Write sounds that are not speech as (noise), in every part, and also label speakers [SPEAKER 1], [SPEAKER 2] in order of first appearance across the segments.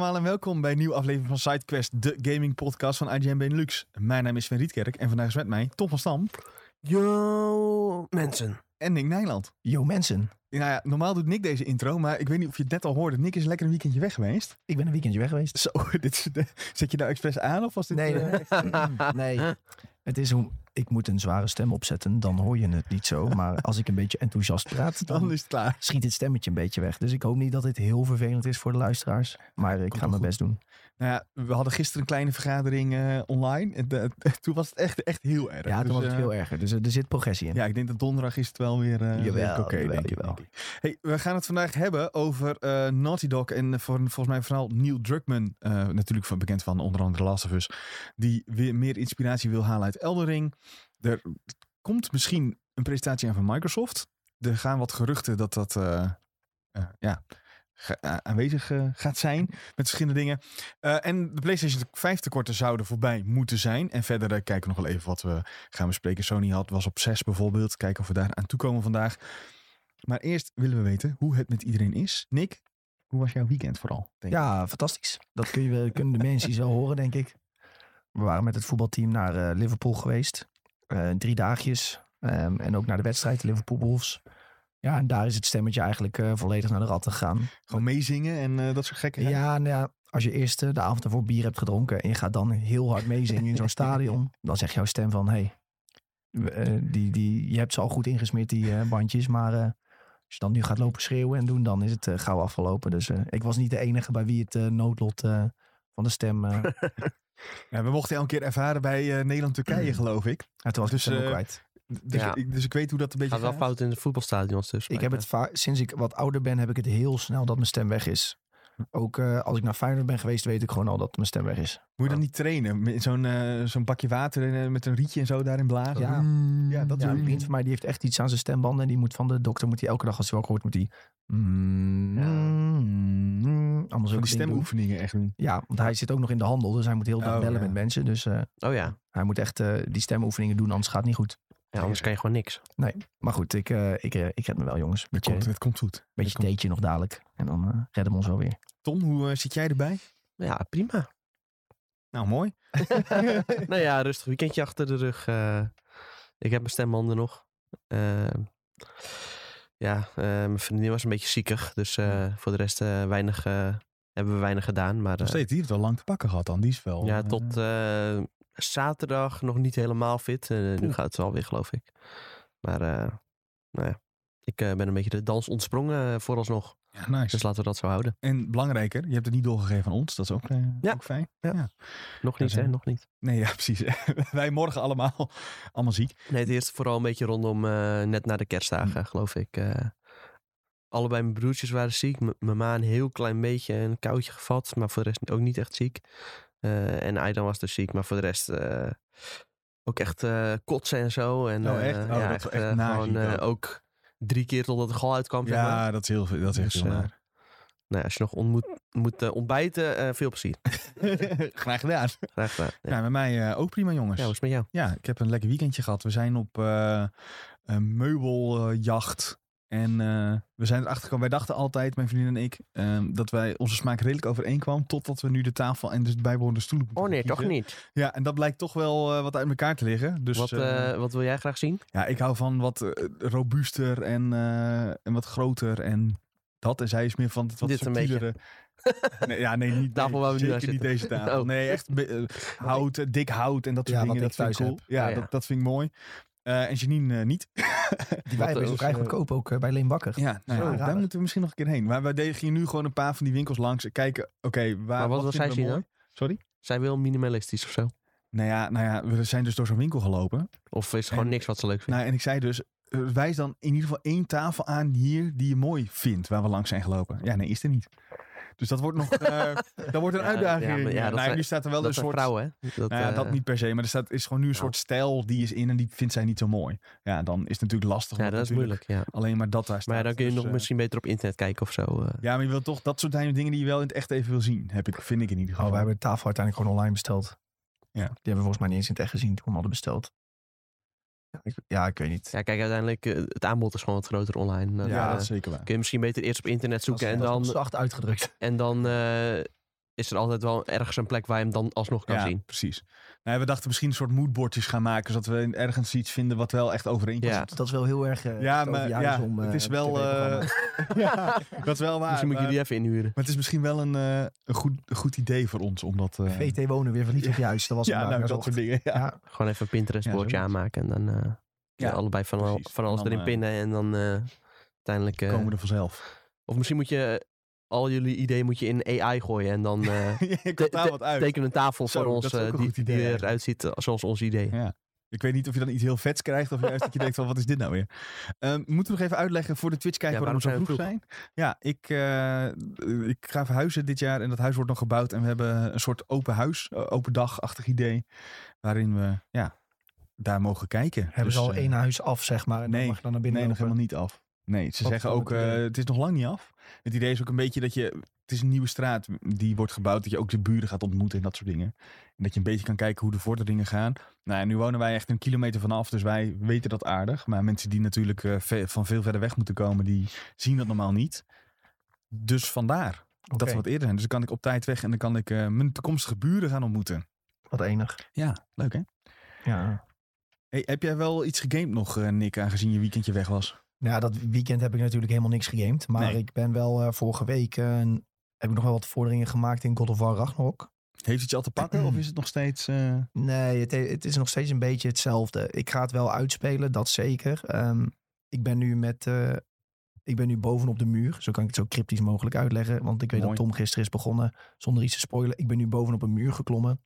[SPEAKER 1] welkom bij een nieuwe aflevering van SideQuest, de gaming podcast van IGN Benelux. Mijn naam is Sven Rietkerk en vandaag is met mij Tom van Stam
[SPEAKER 2] Yo,
[SPEAKER 3] (laughs)
[SPEAKER 2] mensen.
[SPEAKER 1] en Nick Nijland.
[SPEAKER 3] Yo mensen,
[SPEAKER 1] Nou ja, normaal doet Nick deze intro, maar ik weet niet of je het net al hoorde. Nick is lekker een weekendje weg geweest.
[SPEAKER 3] ik ben een weekendje weg geweest.
[SPEAKER 1] Zo, (laughs) dit is de- zet je nou expres aan of was dit...
[SPEAKER 3] Nee,
[SPEAKER 1] eh,
[SPEAKER 3] nee. Het is hoe ik moet een zware stem opzetten, dan hoor je het niet zo. Maar als ik een beetje enthousiast
[SPEAKER 1] (laughs)
[SPEAKER 3] praat,
[SPEAKER 1] dan
[SPEAKER 3] dan
[SPEAKER 1] is het klaar.
[SPEAKER 3] schiet het stemmetje een beetje weg. Dus ik hoop niet dat dit heel vervelend is voor de luisteraars. Maar ik ga
[SPEAKER 1] wel
[SPEAKER 3] mijn
[SPEAKER 1] goed.
[SPEAKER 3] best doen.
[SPEAKER 1] Nou ja, we hadden gisteren een kleine vergadering eh, online. En de- toen was het echt, echt heel erg.
[SPEAKER 3] Ja,
[SPEAKER 1] Dus,
[SPEAKER 3] toen was het
[SPEAKER 1] eh,
[SPEAKER 3] veel erger. Dus eh, er zit progressie in.
[SPEAKER 1] Ja, ik denk dat donderdag is het wel weer eh,
[SPEAKER 3] Jawel,
[SPEAKER 1] redelijk oké.
[SPEAKER 3] jawel,
[SPEAKER 1] denk ik,
[SPEAKER 3] jawel.
[SPEAKER 1] denk ik. Hey, we gaan het vandaag hebben over eh, Naughty Dog en eh, voor, volgens mij vooral Neil Druckmann, eh, natuurlijk van, bekend van onder andere Last of Us, die weer meer inspiratie wil halen uit Elden Ring. Er komt misschien een presentatie aan van Microsoft. Er gaan wat geruchten dat dat eh, eh, ja, ge- a- aanwezig eh, gaat zijn met verschillende dingen. Eh, en de PlayStation 5 tekorten zouden voorbij moeten zijn. En verder eh, kijken we nog wel even wat we gaan bespreken. Sony had was op 6 bijvoorbeeld. Kijken of we daar aan toekomen vandaag. Maar eerst willen we weten hoe het met iedereen is. Nick, hoe was jouw weekend vooral? denk ik?
[SPEAKER 3] Ja, fantastisch. Dat kun je, wel- kunnen de mensen wel horen, denk ik. We waren met het voetbalteam naar eh, Liverpool geweest. Eh, drie daagjes. Ehm, en ook naar de wedstrijd, de Liverpool Wolves. Ja, en daar is het stemmetje eigenlijk eh, volledig naar de ratten gegaan.
[SPEAKER 1] Gewoon meezingen en eh, dat soort gekke
[SPEAKER 3] Ja, nou ja, als je eerst eh, de avond ervoor bier hebt gedronken en je gaat dan heel hard meezingen
[SPEAKER 1] (laughs)
[SPEAKER 3] in zo'n stadion, dan zegt jouw stem van, hé, hey, eh, die, die, je hebt ze al goed ingesmeerd, die eh, bandjes, maar eh, als je dan nu gaat lopen schreeuwen en doen, dan is het eh, gauw afgelopen. Dus eh, ik was niet de enige bij wie het eh, noodlot eh, van de
[SPEAKER 1] (laughs)
[SPEAKER 3] stem, eh
[SPEAKER 1] Ja, we mochten al een keer ervaren bij eh,
[SPEAKER 2] (clears throat)
[SPEAKER 1] Nederland-Turkije, geloof ik.
[SPEAKER 3] ja, toen was
[SPEAKER 1] Dus,
[SPEAKER 3] ik de stem ook
[SPEAKER 1] eh,
[SPEAKER 3] kwijt.
[SPEAKER 1] Dus,
[SPEAKER 2] Ja.
[SPEAKER 1] ik. Dus ik weet hoe dat een beetje
[SPEAKER 2] Gaat wel fout in de voetbalstadions dus.
[SPEAKER 3] Ik heb het va- sinds ik wat ouder ben, heb ik het heel snel dat mijn stem weg is.
[SPEAKER 1] Hm.
[SPEAKER 3] Ook eh, als ik naar Feyenoord ben geweest, weet ik gewoon al dat mijn stem weg is.
[SPEAKER 1] Moet je dan niet trainen? Met Zo'n eh, zo'n bakje water en, eh, met een rietje en zo daarin blazen?
[SPEAKER 3] Ja.
[SPEAKER 1] Ja, dat
[SPEAKER 3] Ja,
[SPEAKER 1] doe
[SPEAKER 3] een
[SPEAKER 1] ik
[SPEAKER 3] vriend van mij die heeft echt iets aan zijn stembanden. En die moet van de dokter, moet hij elke dag als hij wakker wordt, moet hij... Mm,
[SPEAKER 2] Ja.
[SPEAKER 3] mm, allemaal
[SPEAKER 1] Van
[SPEAKER 3] zo'n
[SPEAKER 1] die stemoefeningen echt doen.
[SPEAKER 3] Ja, want hij zit ook nog in de handel, dus hij moet heel dag
[SPEAKER 1] Oh,
[SPEAKER 3] bellen
[SPEAKER 1] ja.
[SPEAKER 3] met mensen. Dus eh,
[SPEAKER 2] Oh ja.
[SPEAKER 3] hij moet echt eh, die stemoefeningen doen, anders gaat het niet goed.
[SPEAKER 2] ja, anders kan je gewoon niks.
[SPEAKER 3] Maar goed, ik, eh, ik, eh, ik red me wel, jongens.
[SPEAKER 1] Het
[SPEAKER 3] Beetje,
[SPEAKER 1] komt, het komt goed.
[SPEAKER 3] beetje
[SPEAKER 1] het komt-
[SPEAKER 3] theetje nog dadelijk. En dan eh, redden we ons wel weer.
[SPEAKER 1] Tom, hoe eh, zit jij erbij?
[SPEAKER 2] Ja,
[SPEAKER 3] (laughs)
[SPEAKER 2] prima.
[SPEAKER 1] Nou, (laughs) mooi.
[SPEAKER 2] nou ja, rustig weekendje achter de rug. eh. ik heb mijn stembanden nog. Eh, ja, eh, mijn vriendin was een beetje ziekig. Dus eh, voor de rest eh, weinig, eh, hebben we weinig gedaan. Maar
[SPEAKER 1] Nog
[SPEAKER 2] eh,
[SPEAKER 1] steeds, die heeft wel lang te pakken gehad dan. Die is wel...
[SPEAKER 2] ja,
[SPEAKER 1] eh,
[SPEAKER 2] tot eh, zaterdag nog niet helemaal fit. Eh, nu
[SPEAKER 1] Poeh.
[SPEAKER 2] gaat het wel weer, geloof ik. Maar eh, nou ja, ik eh, ben een beetje de dans ontsprongen eh, vooralsnog.
[SPEAKER 1] Ja, nice.
[SPEAKER 2] Dus laten we dat zo houden.
[SPEAKER 1] En belangrijker, je hebt het niet doorgegeven aan ons. Dat is ook, eh,
[SPEAKER 2] Ja.
[SPEAKER 1] ook fijn.
[SPEAKER 2] Nog
[SPEAKER 1] Ja,
[SPEAKER 2] niet, hè?
[SPEAKER 1] zeker.
[SPEAKER 2] Nog niet.
[SPEAKER 1] Nee, ja, (laughs) precies. Wij morgen allemaal, allemaal ziek.
[SPEAKER 2] Nee, het eerst vooral een beetje rondom eh, net na de kerstdagen, geloof ik. eh. allebei mijn broertjes waren ziek. M- mijn ma een heel klein beetje een koudje gevat, maar voor de rest ook niet echt ziek. Eh, en Aidan was dus ziek, maar voor de rest eh, ook echt eh, kotsen en zo. En,
[SPEAKER 1] Oh,
[SPEAKER 2] eh,
[SPEAKER 1] echt? Oh, dat
[SPEAKER 2] ja,
[SPEAKER 1] is
[SPEAKER 2] echt,
[SPEAKER 1] echt
[SPEAKER 2] eh,
[SPEAKER 1] naar
[SPEAKER 2] gewoon
[SPEAKER 1] ziek
[SPEAKER 2] eh,
[SPEAKER 1] ook.
[SPEAKER 2] ook drie keer totdat de gal uitkwam. zeg maar.
[SPEAKER 1] Ja, dat is heel veel. Dat is echt
[SPEAKER 2] Dus,
[SPEAKER 1] heel
[SPEAKER 2] eh,
[SPEAKER 1] naar.
[SPEAKER 2] Nou, als je nog on- moet, moet eh, ontbijten, eh, veel plezier.
[SPEAKER 1] (laughs) Graag gedaan.
[SPEAKER 2] Graag gedaan. Ja,
[SPEAKER 1] Ja, met mij eh, ook prima, jongens.
[SPEAKER 2] Ja,
[SPEAKER 1] Ja,
[SPEAKER 2] hoe is het met jou?
[SPEAKER 1] ik heb een lekker weekendje gehad. We zijn op eh, een meubeljacht. En eh, we zijn erachter gekomen. Wij dachten altijd, mijn vriendin en ik, ehm, dat wij onze smaak redelijk overeenkwam. Totdat we nu de tafel en dus de bijbehorende stoelen moeten
[SPEAKER 2] Oh nee,
[SPEAKER 1] gaan
[SPEAKER 2] toch
[SPEAKER 1] kiezen.
[SPEAKER 2] niet.
[SPEAKER 1] Ja, en dat blijkt toch wel eh, wat uit elkaar te liggen. Dus,
[SPEAKER 2] wat,
[SPEAKER 1] eh,
[SPEAKER 2] eh, wat wil jij graag zien?
[SPEAKER 1] Ja, ik hou van wat eh, robuuster en, eh, en wat groter en dat. En zij is meer van het wat
[SPEAKER 2] Dit een beetje.
[SPEAKER 1] subtielere.
[SPEAKER 2] (laughs)
[SPEAKER 1] Nee, ja, nee, niet,
[SPEAKER 2] Tafel
[SPEAKER 1] nee,
[SPEAKER 2] waar we nu
[SPEAKER 1] zeker
[SPEAKER 2] aan
[SPEAKER 1] niet
[SPEAKER 2] zitten.
[SPEAKER 1] deze tafel.
[SPEAKER 2] Oh.
[SPEAKER 1] Nee, echt be- eh, hout, eh, dik hout en dat soort
[SPEAKER 3] Ja, wat
[SPEAKER 1] dingen. Dat
[SPEAKER 3] ik
[SPEAKER 1] vind ik
[SPEAKER 3] thuis
[SPEAKER 1] cool. Ja,
[SPEAKER 2] Ah, ja.
[SPEAKER 1] Dat, dat vind ik mooi. Eh, en Janine eh, niet.
[SPEAKER 3] Die wij hebben is
[SPEAKER 2] eh,
[SPEAKER 3] ook vrij goedkoop ook eh, bij Leenbakker.
[SPEAKER 1] dus, Ja, nou ja,
[SPEAKER 3] Zo,
[SPEAKER 1] daar
[SPEAKER 3] raar.
[SPEAKER 1] moeten we misschien nog een keer heen. Maar wij deden- gingen nu gewoon een paar van die winkels langs. en Kijken, oké, waar
[SPEAKER 2] Maar wat wil
[SPEAKER 1] vinden
[SPEAKER 2] zij
[SPEAKER 1] we
[SPEAKER 2] zien
[SPEAKER 1] mooi?
[SPEAKER 2] dan?
[SPEAKER 1] Sorry?
[SPEAKER 2] Zij wil minimalistisch of zo.
[SPEAKER 1] Nou ja, nou ja, we zijn dus door zo'n winkel gelopen.
[SPEAKER 2] Of is er gewoon
[SPEAKER 1] En-
[SPEAKER 2] niks wat ze leuk vindt?
[SPEAKER 1] Nou, en ik zei dus, eh, wijs dan in ieder geval één tafel aan hier die je mooi vindt, waar we langs zijn gelopen. Ja, nee, is er niet. Dus dat wordt nog, eh,
[SPEAKER 2] (laughs)
[SPEAKER 1] dat wordt een
[SPEAKER 2] Ja,
[SPEAKER 1] uitdaging.
[SPEAKER 2] ja, maar ja, dat
[SPEAKER 1] nou, ja,
[SPEAKER 2] zijn-
[SPEAKER 1] nu staat er wel
[SPEAKER 2] dat
[SPEAKER 1] een
[SPEAKER 2] zijn
[SPEAKER 1] soort...
[SPEAKER 2] vrouwen, hè? Dat,
[SPEAKER 1] nou ja, dat
[SPEAKER 2] eh,
[SPEAKER 1] niet per se, maar er staat, is gewoon nu een
[SPEAKER 2] nou.
[SPEAKER 1] soort stijl die is in en die vindt zij niet zo mooi. Ja, dan is het natuurlijk lastig.
[SPEAKER 2] Ja, dat
[SPEAKER 1] omdat
[SPEAKER 2] is
[SPEAKER 1] natuurlijk
[SPEAKER 2] moeilijk, ja.
[SPEAKER 1] Alleen maar dat daar staat.
[SPEAKER 2] Maar ja, dan kun je
[SPEAKER 1] Dus,
[SPEAKER 2] nog
[SPEAKER 1] eh,
[SPEAKER 2] misschien beter op internet kijken of zo. eh.
[SPEAKER 1] Ja, maar je wilt toch dat soort dingen die je wel in het echt even wil zien, heb ik, vind ik in ieder
[SPEAKER 3] Oh,
[SPEAKER 1] geval.
[SPEAKER 3] wij hebben de tafel uiteindelijk gewoon online besteld.
[SPEAKER 1] Ja.
[SPEAKER 3] Die hebben we volgens mij niet eens in het echt gezien toen we hem hadden besteld. Ja, ik, ja, ik weet niet.
[SPEAKER 2] Ja, kijk, uiteindelijk, eh, het aanbod is gewoon wat groter online. Dan,
[SPEAKER 1] ja,
[SPEAKER 2] eh,
[SPEAKER 1] dat is zeker waar.
[SPEAKER 2] kun je misschien beter eerst op internet zoeken en
[SPEAKER 3] Dat is
[SPEAKER 2] dan,
[SPEAKER 3] zacht uitgedrukt.
[SPEAKER 2] en dan eh, is er altijd wel ergens een plek waar je hem dan alsnog kan zien.
[SPEAKER 1] precies. Nou, we dachten misschien een soort moodboardjes gaan maken, zodat we ergens iets vinden wat wel echt overeenkomt.
[SPEAKER 2] Ja.
[SPEAKER 1] komt.
[SPEAKER 3] (laughs) Dat is wel heel erg. eh,
[SPEAKER 1] Ja,
[SPEAKER 3] het
[SPEAKER 1] maar
[SPEAKER 3] overjaar
[SPEAKER 1] ja,
[SPEAKER 3] is om, eh,
[SPEAKER 1] het is wel.
[SPEAKER 3] tv-programma's.
[SPEAKER 1] eh, (laughs) ja, dat is wel waar.
[SPEAKER 2] Misschien moet
[SPEAKER 1] maar, eh,
[SPEAKER 2] je die even inhuren.
[SPEAKER 1] maar het is misschien wel een, eh, een, goed, een goed idee voor ons om dat. eh,
[SPEAKER 3] VT wonen weer verliefd op juist. Dat was
[SPEAKER 1] ja,
[SPEAKER 3] vandaag
[SPEAKER 1] nou,
[SPEAKER 3] weer
[SPEAKER 1] dat
[SPEAKER 3] zocht.
[SPEAKER 1] soort dingen. Ja.
[SPEAKER 3] Ja,
[SPEAKER 2] Gewoon even een Pinterest
[SPEAKER 1] Ja,
[SPEAKER 2] boordje
[SPEAKER 1] zoiets.
[SPEAKER 2] aanmaken en dan eh,
[SPEAKER 1] Ja,
[SPEAKER 2] allebei van, al-
[SPEAKER 1] precies.
[SPEAKER 2] van alles
[SPEAKER 1] Dan,
[SPEAKER 2] erin
[SPEAKER 1] eh,
[SPEAKER 2] pinnen en dan eh, uiteindelijk... eh,
[SPEAKER 1] Komen er (laughs) vanzelf.
[SPEAKER 2] Of misschien moet je eh, al jullie ideeën moet je in AI gooien en dan eh
[SPEAKER 1] Je komt daar
[SPEAKER 2] te-
[SPEAKER 1] wat uit.
[SPEAKER 2] teken een tafel
[SPEAKER 1] Zo,
[SPEAKER 2] voor
[SPEAKER 1] dat
[SPEAKER 2] ons
[SPEAKER 1] is ook
[SPEAKER 2] eh,
[SPEAKER 1] een
[SPEAKER 2] die,
[SPEAKER 1] goed
[SPEAKER 2] die
[SPEAKER 1] idee eigenlijk.
[SPEAKER 2] eruit ziet eh, zoals ons idee.
[SPEAKER 1] Ja. Ik weet niet of je dan iets heel vets krijgt of juist dat je denkt van wat is dit nou weer. Ehm, moeten we nog even uitleggen voor de Twitch-kijker
[SPEAKER 2] Ja,
[SPEAKER 1] waarom,
[SPEAKER 2] waarom
[SPEAKER 1] we zo vroeg zijn? Ja, ik, eh, ik ga verhuizen dit jaar en dat huis wordt nog gebouwd. En we hebben een soort open huis, eh, open dag-achtig idee. Waarin we ja, daar mogen kijken.
[SPEAKER 3] hebben
[SPEAKER 1] Dus,
[SPEAKER 3] ze al
[SPEAKER 1] eh,
[SPEAKER 3] één huis af, zeg maar. En
[SPEAKER 1] nee,
[SPEAKER 3] dan mag je dan naar binnen
[SPEAKER 1] Nee, nog
[SPEAKER 3] lopen.
[SPEAKER 1] helemaal niet af. Nee, ze
[SPEAKER 3] Wat
[SPEAKER 1] zeggen
[SPEAKER 3] voor
[SPEAKER 1] ook,
[SPEAKER 3] het
[SPEAKER 1] eh,
[SPEAKER 3] idee?
[SPEAKER 1] het is nog lang niet af. Het idee is ook een beetje dat je, het is een nieuwe straat die wordt gebouwd, dat je ook de buren gaat ontmoeten en dat soort dingen. En dat je een beetje kan kijken hoe de vorderingen gaan. Nou, en nu wonen wij echt een kilometer vanaf, dus wij weten dat aardig. Maar mensen die natuurlijk eh, ve- van veel verder weg moeten komen, die zien dat normaal niet. Dus vandaar
[SPEAKER 3] Oké,
[SPEAKER 1] dat we wat eerder zijn. Dus dan kan ik op tijd weg en dan kan ik eh, mijn toekomstige buren gaan ontmoeten.
[SPEAKER 3] wat enig.
[SPEAKER 1] Ja, leuk hè?
[SPEAKER 3] Ja.
[SPEAKER 1] Hey, heb jij wel iets gegamed nog, eh, Nick, aangezien je weekendje weg was?
[SPEAKER 3] Nou, ja, dat weekend heb ik natuurlijk helemaal niks gegamed. Maar
[SPEAKER 1] Nee.
[SPEAKER 3] ik ben wel eh, vorige week. eh, heb ik nog wel wat vorderingen gemaakt in God of War Ragnarok.
[SPEAKER 1] Heeft het je al te pakken of is het nog steeds... eh,
[SPEAKER 3] Nee, het, he- het is nog steeds een beetje hetzelfde. Ik ga het wel uitspelen, dat zeker. Ehm, ik ben nu met. eh, ik ben nu bovenop de muur. Zo kan ik het zo cryptisch mogelijk uitleggen. Want ik weet
[SPEAKER 1] Mooi.
[SPEAKER 3] dat Tom gisteren is begonnen. Zonder iets te spoilen. Ik ben nu bovenop een muur geklommen.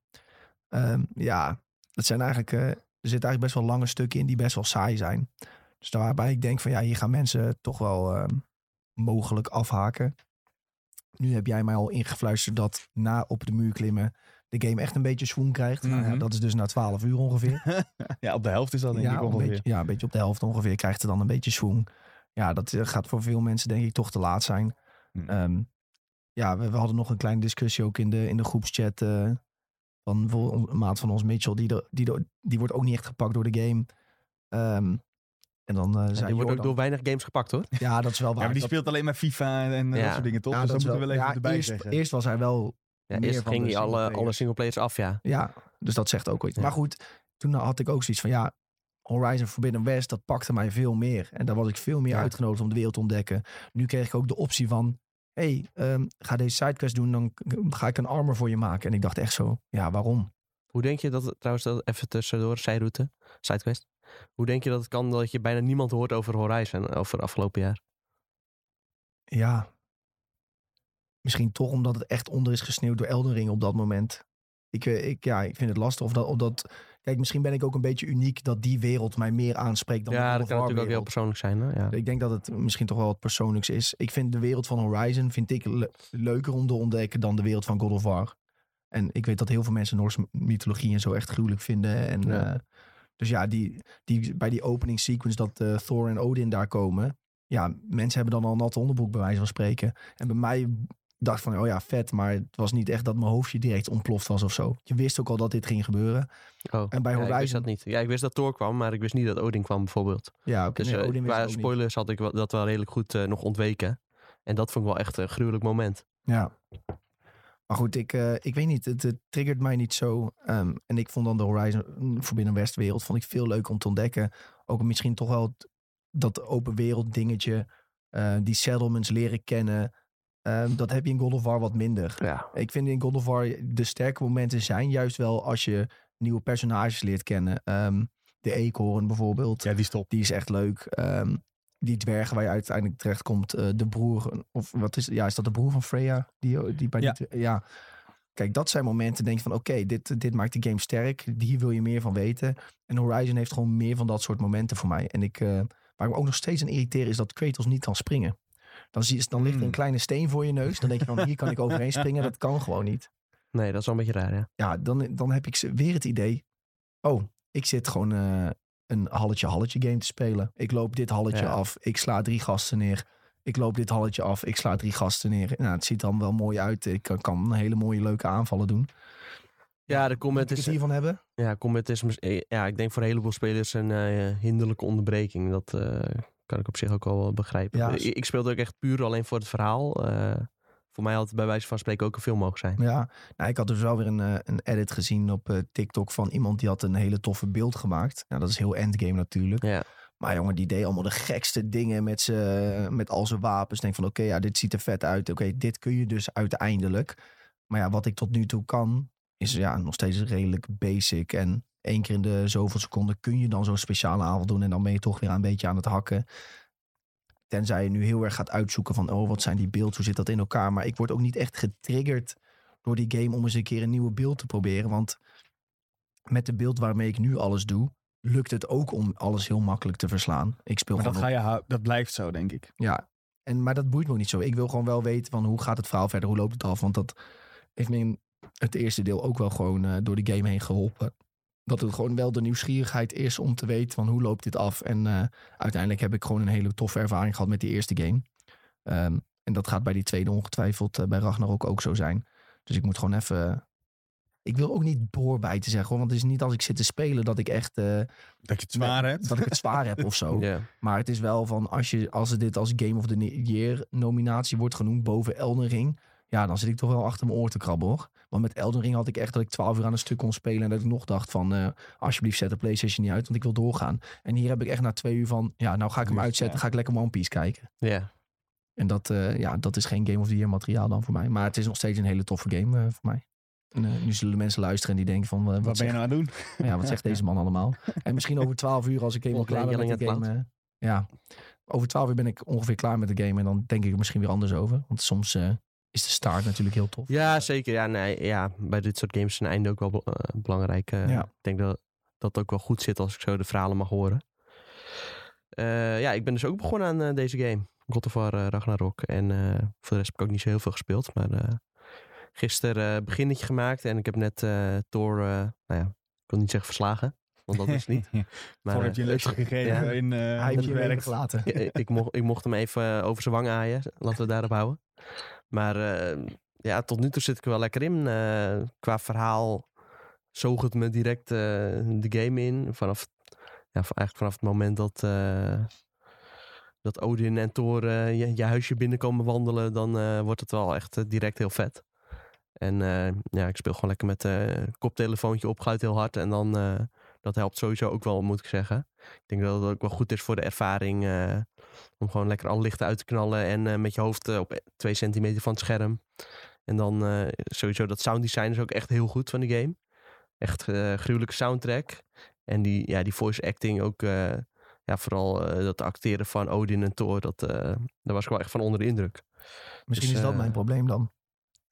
[SPEAKER 3] Ehm, ja, dat zijn eigenlijk. eh, er zitten eigenlijk best wel lange stukken in die best wel saai zijn. Dus daarbij ik denk van ja, hier gaan mensen toch wel ehm, mogelijk afhaken. Nu heb jij mij al ingefluisterd dat na op de muur klimmen de game echt een beetje swoon krijgt. Nou ja,
[SPEAKER 1] Mhm.
[SPEAKER 3] dat is dus na 12 uur ongeveer.
[SPEAKER 1] Ja, op de helft is dat denk ik
[SPEAKER 3] een
[SPEAKER 1] ongeveer.
[SPEAKER 3] beetje, ja, een beetje op de helft ongeveer krijgt het dan een beetje swoon. Ja, dat eh, gaat voor veel mensen denk ik toch te laat zijn.
[SPEAKER 1] Hmm.
[SPEAKER 3] Ehm, ja, we, we hadden nog een kleine discussie ook in de, in de groepschat. eh, van bijvoorbeeld een maat van ons, Mitchell, die, er- die, er- die wordt ook niet echt gepakt door de game. Ehm, en dan eh,
[SPEAKER 2] Ja,
[SPEAKER 3] zei
[SPEAKER 2] die wordt ook
[SPEAKER 3] Jordan-
[SPEAKER 2] door weinig games gepakt hoor.
[SPEAKER 3] (laughs) Ja, dat is wel
[SPEAKER 1] Ja,
[SPEAKER 3] waar.
[SPEAKER 1] maar die
[SPEAKER 3] Dat-
[SPEAKER 1] speelt alleen maar FIFA en, en
[SPEAKER 2] Ja.
[SPEAKER 1] dat soort dingen, toch?
[SPEAKER 3] ja,
[SPEAKER 1] dus
[SPEAKER 3] dat
[SPEAKER 1] dat
[SPEAKER 3] is
[SPEAKER 1] moeten we wel even
[SPEAKER 3] ja,
[SPEAKER 1] erbij
[SPEAKER 3] eerst,
[SPEAKER 1] zeggen.
[SPEAKER 3] Eerst was hij wel
[SPEAKER 2] Ja,
[SPEAKER 3] meer
[SPEAKER 2] eerst
[SPEAKER 3] van
[SPEAKER 2] ging
[SPEAKER 3] de
[SPEAKER 2] hij alle,
[SPEAKER 3] singleplayer.
[SPEAKER 2] alle singleplayers af ja.
[SPEAKER 3] Ja, dus dat zegt ook wel iets.
[SPEAKER 2] Ja.
[SPEAKER 3] Maar goed, toen had ik ook zoiets van ja, Horizon Forbidden West, dat pakte mij veel meer. En daar was ik veel meer
[SPEAKER 2] Ja.
[SPEAKER 3] uitgenodigd om de wereld te ontdekken. Nu kreeg ik ook de optie van, hey, ehm, ga deze sidequest doen, dan k- ga ik een armor voor je maken. En ik dacht echt zo, ja, waarom?
[SPEAKER 2] Hoe denk je dat, trouwens dat even tussendoor, zijroute, sidequest. Hoe denk je dat het kan dat je bijna niemand hoort over Horizon eh, over afgelopen jaar?
[SPEAKER 3] Ja, misschien toch omdat het echt onder is gesneeuwd door Elden Ring op dat moment. Ik, eh, ik, ja, ik vind het lastig of dat, of dat... Kijk, misschien ben ik ook een beetje uniek dat die wereld mij meer aanspreekt dan de
[SPEAKER 2] ja,
[SPEAKER 3] God
[SPEAKER 2] dat
[SPEAKER 3] of
[SPEAKER 2] kan
[SPEAKER 3] War
[SPEAKER 2] natuurlijk ook heel
[SPEAKER 3] wereld.
[SPEAKER 2] persoonlijk zijn. Hè? Ja.
[SPEAKER 3] Ik denk dat het misschien toch wel wat persoonlijks is. Ik vind de wereld van Horizon vind ik le- leuker om te ontdekken dan de wereld van God of War. En ik weet dat heel veel mensen Noorse mythologie en zo echt gruwelijk vinden. En,
[SPEAKER 2] Ja.
[SPEAKER 3] eh, dus ja, die, die, bij die opening sequence dat eh, Thor en Odin daar komen. Ja, mensen hebben dan al een natte onderbroek bij wijze van spreken. En bij mij dacht van, oh ja, vet. Maar het was niet echt dat mijn hoofdje direct ontploft was of zo. Je wist ook al dat dit ging gebeuren.
[SPEAKER 2] Oh,
[SPEAKER 3] En bij
[SPEAKER 2] ja, ik wist
[SPEAKER 3] Horizon-
[SPEAKER 2] dat niet. Ja, ik wist dat Thor kwam, maar ik wist niet dat Odin kwam bijvoorbeeld.
[SPEAKER 3] Ja, oké.
[SPEAKER 2] Dus
[SPEAKER 3] nee,
[SPEAKER 2] eh,
[SPEAKER 3] Odin wist
[SPEAKER 2] qua
[SPEAKER 3] ik ook niet.
[SPEAKER 2] spoilers had ik wel- dat wel redelijk goed eh, nog ontweken. En dat vond ik wel echt een gruwelijk moment.
[SPEAKER 3] Ja. Maar goed, ik, eh, ik weet niet. Het, het triggert mij niet zo. Ehm, en ik vond dan de Horizon mm, Forbidden West wereld vond ik veel leuk om te ontdekken. Ook misschien toch wel t- dat open wereld dingetje. eh, die settlements leren kennen. Ehm, dat heb je in God of War wat minder.
[SPEAKER 2] Ja.
[SPEAKER 3] Ik vind in God of War de sterke momenten zijn juist wel als je nieuwe personages leert kennen. Ehm, de eekhoorn bijvoorbeeld.
[SPEAKER 1] Ja, die stopt.
[SPEAKER 3] Die is echt leuk. Ehm, die dwergen waar je uiteindelijk terechtkomt. eh de broer, of wat is Ja, is dat de broer van Freya? Die, die bij
[SPEAKER 1] Ja.
[SPEAKER 3] Die, ja. Kijk, dat zijn momenten denk je van... Oké, dit, dit maakt de game sterk. Hier wil je meer van weten. En Horizon heeft gewoon meer van dat soort momenten voor mij. En ik, eh, waar ik me ook nog steeds aan irriteer is dat Kratos niet kan springen. Dan, zie, dan ligt er een
[SPEAKER 1] Hmm.
[SPEAKER 3] kleine steen voor je neus. Dan denk je van, hier kan ik overheen springen. Dat kan gewoon niet
[SPEAKER 2] Nee, dat is wel een beetje raar, ja.
[SPEAKER 3] ja, dan, dan heb ik ze- weer het idee. Oh, ik zit gewoon eh, een halletje-halletje game te spelen. Ik loop dit halletje
[SPEAKER 2] Ja.
[SPEAKER 3] af. Ik sla drie gasten neer. Ik loop dit halletje af. Ik sla drie gasten neer. Nou, het ziet dan wel mooi uit. Ik kan, kan hele mooie, leuke aanvallen doen.
[SPEAKER 2] Ja, de comment
[SPEAKER 3] Moet ik het
[SPEAKER 2] is,
[SPEAKER 3] hiervan hebben?
[SPEAKER 2] ja, comment is mis- eh, ja, ik denk voor een heleboel spelers een eh, hinderlijke onderbreking. Dat eh, kan ik op zich ook wel begrijpen.
[SPEAKER 3] Ja.
[SPEAKER 2] Ik, ik speelde ook echt puur alleen voor het verhaal. eh, voor mij had het bij wijze van spreken ook een film mogen zijn.
[SPEAKER 3] Ja, nou, ik had dus wel weer een, eh, een edit gezien op eh, TikTok van iemand die had een hele toffe beeld gemaakt. Nou, dat is heel endgame natuurlijk.
[SPEAKER 2] Ja.
[SPEAKER 3] Maar jongen, die deed allemaal de gekste dingen met, z'n- met al zijn wapens. Denk van, oké, ja, dit ziet er vet uit. Oké, dit kun je dus uiteindelijk. Maar ja, wat ik tot nu toe kan, is ja, nog steeds redelijk basic. En één keer in de zoveel seconden kun je dan zo'n speciale avond doen. En dan ben je toch weer een beetje aan het hakken. Tenzij je nu heel erg gaat uitzoeken van, oh, wat zijn die beelden? Hoe zit dat in elkaar? Maar ik word ook niet echt getriggerd door die game om eens een keer een nieuwe beeld te proberen. Want met de beeld waarmee ik nu alles doe, lukt het ook om alles heel makkelijk te verslaan. Ik speel
[SPEAKER 1] Maar dat,
[SPEAKER 3] gewoon
[SPEAKER 1] ga je, hou- dat blijft zo, denk ik.
[SPEAKER 3] ja, en, maar dat boeit me ook niet zo. Ik wil gewoon wel weten van hoe gaat het verhaal verder, hoe loopt het af. Want dat heeft me in het eerste deel ook wel gewoon eh, door de game heen geholpen. Dat het gewoon wel de nieuwsgierigheid is om te weten van hoe loopt dit af. En eh, uiteindelijk heb ik gewoon een hele toffe ervaring gehad met die eerste game. Ehm, en dat gaat bij die tweede ongetwijfeld eh, bij Ragnarok ook zo zijn. Dus ik moet gewoon even... Ik wil ook niet doorbijten zeggen, hoor, want het is niet als ik zit te spelen dat ik echt eh,
[SPEAKER 1] Dat je het zwaar hebt.
[SPEAKER 3] dat ik het zwaar heb of zo.
[SPEAKER 2] Ja.
[SPEAKER 3] Maar het is wel van, als, je, als het dit als Game of the Year nominatie wordt genoemd boven Elden Ring. Ja, dan zit ik toch wel achter mijn oor te krabben hoor. Want met Elden Ring had ik echt dat ik 12 uur aan een stuk kon spelen. En dat ik nog dacht van, eh, alsjeblieft zet de Playstation niet uit, want ik wil doorgaan. En hier heb ik echt na twee uur van, ja nou ga ik hem
[SPEAKER 1] Ja.
[SPEAKER 3] uitzetten, ga ik lekker One Piece kijken.
[SPEAKER 2] Ja.
[SPEAKER 3] En dat, eh, ja, dat is geen Game of the Year materiaal dan voor mij. Maar het is nog steeds een hele toffe game eh, voor mij. En, eh, nu zullen mensen luisteren en die denken van, eh, wat,
[SPEAKER 1] Wat ben je
[SPEAKER 3] zegt,
[SPEAKER 1] nou aan het doen?
[SPEAKER 3] ja, wat
[SPEAKER 2] (laughs)
[SPEAKER 3] zegt deze man allemaal? En misschien over 12 uur als ik helemaal klaar ben met de
[SPEAKER 2] Ontlading
[SPEAKER 3] game. eh, ja, over 12 uur ben ik ongeveer klaar met de game en dan denk ik er misschien weer anders over. Want soms eh, is de start natuurlijk heel tof.
[SPEAKER 2] ja, zeker. Ja, nee, ja, bij dit soort games is een einde ook wel bel- eh, belangrijk. eh.
[SPEAKER 3] Ja.
[SPEAKER 2] Ik denk dat dat ook wel goed zit als ik zo de verhalen mag horen. Eh, ja, ik ben dus ook begonnen aan eh, deze game. God of War eh, Ragnarok. En eh, voor de rest heb ik ook niet zo heel veel gespeeld. Maar eh gisteren eh, beginnetje gemaakt. En ik heb net eh Thor, eh, nou ja, ik wil niet zeggen verslagen. Want dat is het
[SPEAKER 1] (laughs)
[SPEAKER 2] niet. Maar,
[SPEAKER 1] Voor heb
[SPEAKER 2] eh,
[SPEAKER 1] je een lesje gegeven
[SPEAKER 2] ja.
[SPEAKER 1] in eh
[SPEAKER 3] Hij
[SPEAKER 1] hoe
[SPEAKER 3] heeft
[SPEAKER 1] het
[SPEAKER 3] je werk
[SPEAKER 1] werkt.
[SPEAKER 2] (laughs)
[SPEAKER 3] gelaten.
[SPEAKER 2] ik, ik, mocht, ik mocht hem even eh, over zijn wang aaien. Laten we het daarop houden. Maar eh, ja, tot nu toe zit ik er wel lekker in. Eh, qua verhaal zoog het me direct eh, de game in. Vanaf, ja, van- eigenlijk vanaf het moment dat, eh, dat Odin en Thor eh, je, je huisje binnenkomen wandelen... dan eh, wordt het wel echt eh, direct heel vet. En eh, ja, ik speel gewoon lekker met eh koptelefoontje op, geluid heel hard. En dan, eh, dat helpt sowieso ook wel, moet ik zeggen. Ik denk dat dat ook wel goed is voor de ervaring... eh, om gewoon lekker alle lichten uit te knallen en eh, met je hoofd eh, op twee centimeter van het scherm. En dan eh, sowieso dat sounddesign is ook echt heel goed van de game. Echt eh, gruwelijke soundtrack. En die, ja, die voice acting ook, eh, ja, vooral eh, dat acteren van Odin en Thor, dat, eh, daar was ik wel echt van onder de indruk.
[SPEAKER 3] Misschien
[SPEAKER 2] Dus,
[SPEAKER 3] is dat
[SPEAKER 2] eh,
[SPEAKER 3] mijn probleem dan.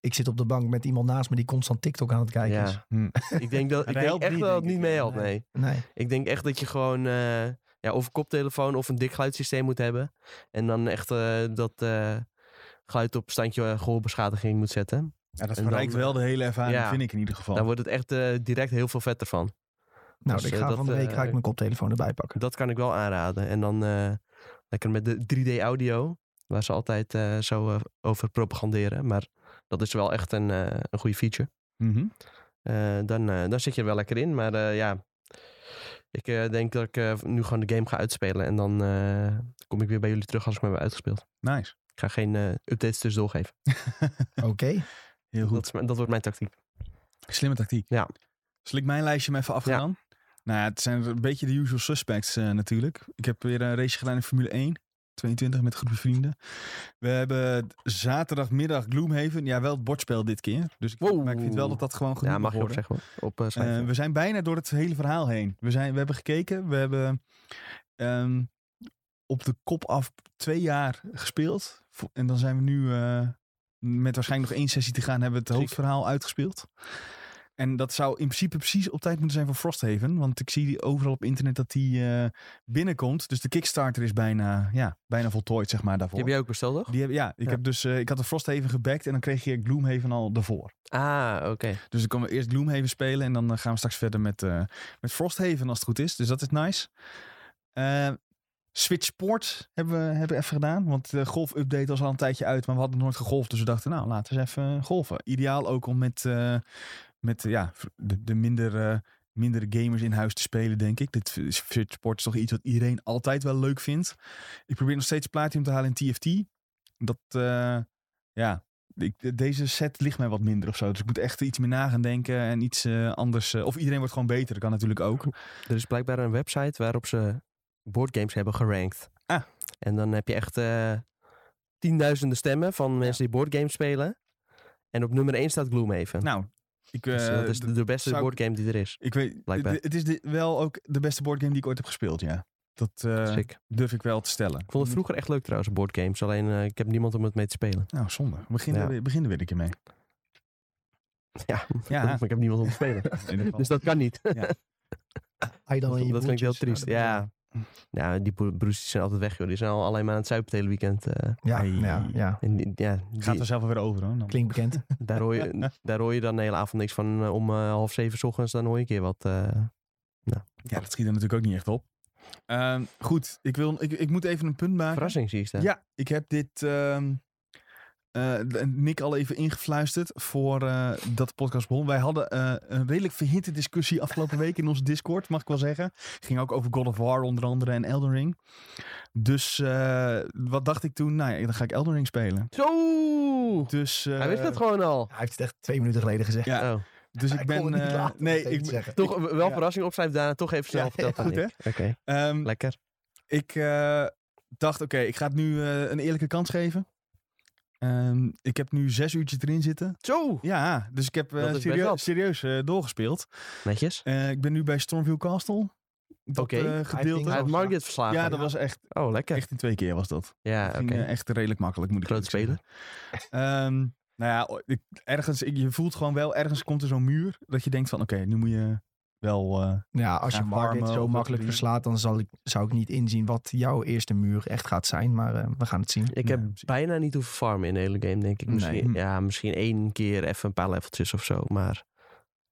[SPEAKER 3] Ik zit op de bank met iemand naast me die constant TikTok aan het kijken is.
[SPEAKER 2] Ja.
[SPEAKER 1] Hm.
[SPEAKER 2] ik
[SPEAKER 1] (laughs)
[SPEAKER 2] denk, dat,
[SPEAKER 1] Dat
[SPEAKER 2] ik denk
[SPEAKER 1] helpt
[SPEAKER 2] echt
[SPEAKER 1] niet,
[SPEAKER 2] dat het
[SPEAKER 1] denk ik.
[SPEAKER 2] niet
[SPEAKER 1] eh,
[SPEAKER 2] mee helpt,
[SPEAKER 3] Nee.
[SPEAKER 2] nee.
[SPEAKER 3] Nee.
[SPEAKER 2] Ik denk echt dat je gewoon eh, ja, of een koptelefoon of een dik geluidssysteem moet hebben. En dan echt eh, dat eh, geluid op standje eh, gehoorbeschadiging moet zetten.
[SPEAKER 1] Ja, dat
[SPEAKER 2] En
[SPEAKER 1] verrijkt
[SPEAKER 2] dan, eh,
[SPEAKER 1] wel de hele ervaring,
[SPEAKER 2] ja.
[SPEAKER 1] vind ik in ieder geval.
[SPEAKER 2] Dan wordt het echt eh, direct heel veel vetter van.
[SPEAKER 3] Nou,
[SPEAKER 2] Dus,
[SPEAKER 3] ik
[SPEAKER 2] eh,
[SPEAKER 3] ga
[SPEAKER 2] dat,
[SPEAKER 3] van de week
[SPEAKER 2] eh,
[SPEAKER 3] ga ik mijn koptelefoon erbij
[SPEAKER 2] (laughs)
[SPEAKER 3] pakken.
[SPEAKER 2] Dat kan ik wel aanraden. En dan eh, lekker met de 3D-audio, waar ze altijd eh, zo eh, over propaganderen. Maar dat is wel echt een, eh, een goede feature.
[SPEAKER 1] Mhm.
[SPEAKER 2] Eh, dan, eh, dan zit je er wel lekker in. Maar eh, ja, ik eh, denk dat ik eh, nu gewoon de game ga uitspelen. En dan eh, kom ik weer bij jullie terug als ik me heb uitgespeeld.
[SPEAKER 1] Nice.
[SPEAKER 2] Ik ga geen eh, updates tussendoor geven.
[SPEAKER 3] Oké.
[SPEAKER 1] Heel goed.
[SPEAKER 2] Dat, is mijn- dat wordt mijn tactiek.
[SPEAKER 1] Slimme tactiek.
[SPEAKER 2] Ja.
[SPEAKER 1] Zal ik mijn lijstje maar even afgaan? Nou ja, het zijn een beetje de usual suspects eh, natuurlijk. Ik heb weer een race gedaan in Formule 1. 22 met groepen vrienden. We hebben zaterdagmiddag Gloomhaven. Ja, wel het bordspel dit keer. Dus ik,
[SPEAKER 2] Wow.
[SPEAKER 1] maar ik vind wel dat dat gewoon goed
[SPEAKER 2] Ja,
[SPEAKER 1] moet
[SPEAKER 2] mag je
[SPEAKER 1] worden.
[SPEAKER 2] opzeggen hoor. Op, eh, site.
[SPEAKER 1] Eh, we zijn bijna door het hele verhaal heen. We, zijn, we hebben gekeken. We hebben ehm, op de kop af twee jaar gespeeld. Vo- En dan zijn we nu eh, met waarschijnlijk nog één sessie te gaan. Hebben we het
[SPEAKER 2] Ziek.
[SPEAKER 1] hoofdverhaal uitgespeeld. En dat zou in principe precies op tijd moeten zijn voor Frosthaven. Want ik zie die overal op internet dat die eh, binnenkomt. Dus de Kickstarter is bijna, ja, bijna voltooid, zeg maar, daarvoor.
[SPEAKER 2] Die heb jij ook besteld toch?
[SPEAKER 1] Die heb- ja, ik,
[SPEAKER 3] Ja.
[SPEAKER 1] Heb dus, eh, ik had de Frosthaven gebackt en dan kreeg je Gloomhaven al daarvoor.
[SPEAKER 2] Ah, oké.
[SPEAKER 1] Dus dan kunnen we eerst Gloomhaven spelen en dan eh, gaan we straks verder met, eh met Frosthaven als het goed is. Dus dat is nice. Eh, Switch Sport hebben we hebben we even gedaan. Want de golf-update was al een tijdje uit, maar we hadden nooit gegolfd. Dus we dachten, nou, laten we eens even golven. Ideaal ook om met, eh, met eh, ja, de, de minder, eh, mindere gamers in huis te spelen, denk ik. Dit is- Switch Sport is toch iets wat iedereen altijd wel leuk vindt. Ik probeer nog steeds Platinum te halen in TFT. Dat, eh, ja, ik, deze set ligt mij wat minder of zo. Dus ik moet echt iets meer na gaan denken en iets eh, anders. eh, of iedereen wordt gewoon beter, dat kan natuurlijk ook.
[SPEAKER 2] Er is blijkbaar een website waarop ze boardgames hebben gerankt.
[SPEAKER 1] Ah.
[SPEAKER 2] En dan heb je echt eh, tienduizenden stemmen van mensen die boardgames spelen. En op nummer 1 staat Gloomhaven.
[SPEAKER 1] Nou, ik, eh,
[SPEAKER 2] Dus dat is de, de beste
[SPEAKER 1] zou ik-
[SPEAKER 2] boardgame die er is.
[SPEAKER 1] ik weet,
[SPEAKER 2] blijkbaar.
[SPEAKER 1] het is de- wel ook de beste boardgame die ik ooit heb gespeeld, ja. Dat eh, mm.
[SPEAKER 2] Sick.
[SPEAKER 1] durf ik wel te stellen.
[SPEAKER 2] Ik vond het vroeger echt leuk trouwens, boardgames. Alleen eh, ik heb niemand om het mee te spelen.
[SPEAKER 1] Nou, zonde. Begin,
[SPEAKER 2] Ja.
[SPEAKER 1] er, weer- begin er weer een keer mee.
[SPEAKER 2] Ja, (laughs)
[SPEAKER 1] Ja.
[SPEAKER 2] maar ik heb niemand om te spelen.
[SPEAKER 1] (laughs) In ieder geval.
[SPEAKER 2] dus dat kan niet.
[SPEAKER 3] Ga je dan
[SPEAKER 2] dat
[SPEAKER 3] in je
[SPEAKER 2] dat klinkt heel
[SPEAKER 3] broertjes?
[SPEAKER 2] triest. Ja. Nou, die bro- broers die zijn altijd weg, joh. Die zijn al alleen maar aan het zuipen het hele weekend. eh.
[SPEAKER 3] Ja,
[SPEAKER 1] Hey.
[SPEAKER 3] ja, ja.
[SPEAKER 2] en die- ja, die-
[SPEAKER 1] Gaat er zelf wel weer over, hoor. Dan.
[SPEAKER 3] Klinkt bekend.
[SPEAKER 2] daar, hoor
[SPEAKER 1] (laughs)
[SPEAKER 2] je, daar hoor je dan de hele avond niks van. eh, Om eh, half zeven 's ochtends, dan hoor je een keer wat. eh,
[SPEAKER 1] Ja, dat schiet er natuurlijk ook niet echt op. Ehm, goed, ik, wil, ik, ik moet even een punt maken.
[SPEAKER 2] verrassing, zie je staan.
[SPEAKER 1] Ja, ik heb dit ehm, eh, Nick al even ingefluisterd voor eh, dat de podcast begon. Wij hadden eh, een redelijk verhitte discussie afgelopen week in onze Discord, mag ik wel zeggen. Ging ook over God of War onder andere en Elden Ring. Dus eh, wat dacht ik toen? Nou ja, dan ga ik Elden Ring spelen.
[SPEAKER 2] Zo!
[SPEAKER 1] Dus, eh,
[SPEAKER 2] Hij wist dat gewoon al.
[SPEAKER 3] Hij heeft het echt twee minuten geleden gezegd.
[SPEAKER 1] Ja,
[SPEAKER 2] Oh.
[SPEAKER 1] dus ik
[SPEAKER 3] Hij kon het
[SPEAKER 1] ben...
[SPEAKER 3] niet
[SPEAKER 1] eh,
[SPEAKER 3] laten,
[SPEAKER 1] nee,
[SPEAKER 3] even
[SPEAKER 1] ik,
[SPEAKER 3] zeggen.
[SPEAKER 2] Toch wel
[SPEAKER 1] ja.
[SPEAKER 2] verrassing opschrijven daarna. Toch even snel
[SPEAKER 1] (laughs) Ja,
[SPEAKER 2] verteld.
[SPEAKER 1] ja,
[SPEAKER 2] aan
[SPEAKER 1] goed,
[SPEAKER 2] Nick. Oké,
[SPEAKER 1] ehm,
[SPEAKER 2] lekker.
[SPEAKER 1] ik eh, dacht, oké, ik ga het nu eh, een eerlijke kans geven. Ehm, ik heb nu zes uurtjes erin zitten.
[SPEAKER 2] Zo!
[SPEAKER 1] Ja, dus ik heb eh,
[SPEAKER 2] Dat is best
[SPEAKER 1] serie-
[SPEAKER 2] wat.
[SPEAKER 1] serieus eh, doorgespeeld.
[SPEAKER 2] Netjes.
[SPEAKER 1] Eh, ik ben nu bij Stormview Castle. Dat
[SPEAKER 2] Oké.
[SPEAKER 1] eh,
[SPEAKER 2] Hij
[SPEAKER 1] gedeelte.
[SPEAKER 2] Hij had
[SPEAKER 3] was-
[SPEAKER 2] Margit verslagen.
[SPEAKER 1] ja, dat was echt,
[SPEAKER 2] Oh, lekker.
[SPEAKER 1] echt in twee keer was dat.
[SPEAKER 2] ja,
[SPEAKER 1] Het
[SPEAKER 2] Ah, oké.
[SPEAKER 1] ging eh, echt redelijk makkelijk, moet ik
[SPEAKER 2] Grote
[SPEAKER 1] eerlijk zeggen. Ehm, nou ja, o- ik- ergens, ik- je voelt gewoon wel, ergens komt er zo'n muur dat je denkt van, oké, nu moet je wel... eh,
[SPEAKER 3] Ja, als
[SPEAKER 1] Ja,
[SPEAKER 3] je Margit
[SPEAKER 1] farmen of
[SPEAKER 3] zo
[SPEAKER 1] dat soort
[SPEAKER 3] makkelijk
[SPEAKER 1] dingen.
[SPEAKER 3] verslaat, dan zal ik, zou ik niet inzien wat jouw eerste muur echt gaat zijn. Maar eh, we gaan het zien.
[SPEAKER 2] Ik
[SPEAKER 1] Ja,
[SPEAKER 2] heb
[SPEAKER 1] precies.
[SPEAKER 2] bijna niet hoeven farmen in de hele game, denk ik.
[SPEAKER 3] Nee.
[SPEAKER 2] Misschien,
[SPEAKER 1] Hm.
[SPEAKER 2] Ja, misschien één keer even een paar leveltjes of zo. Maar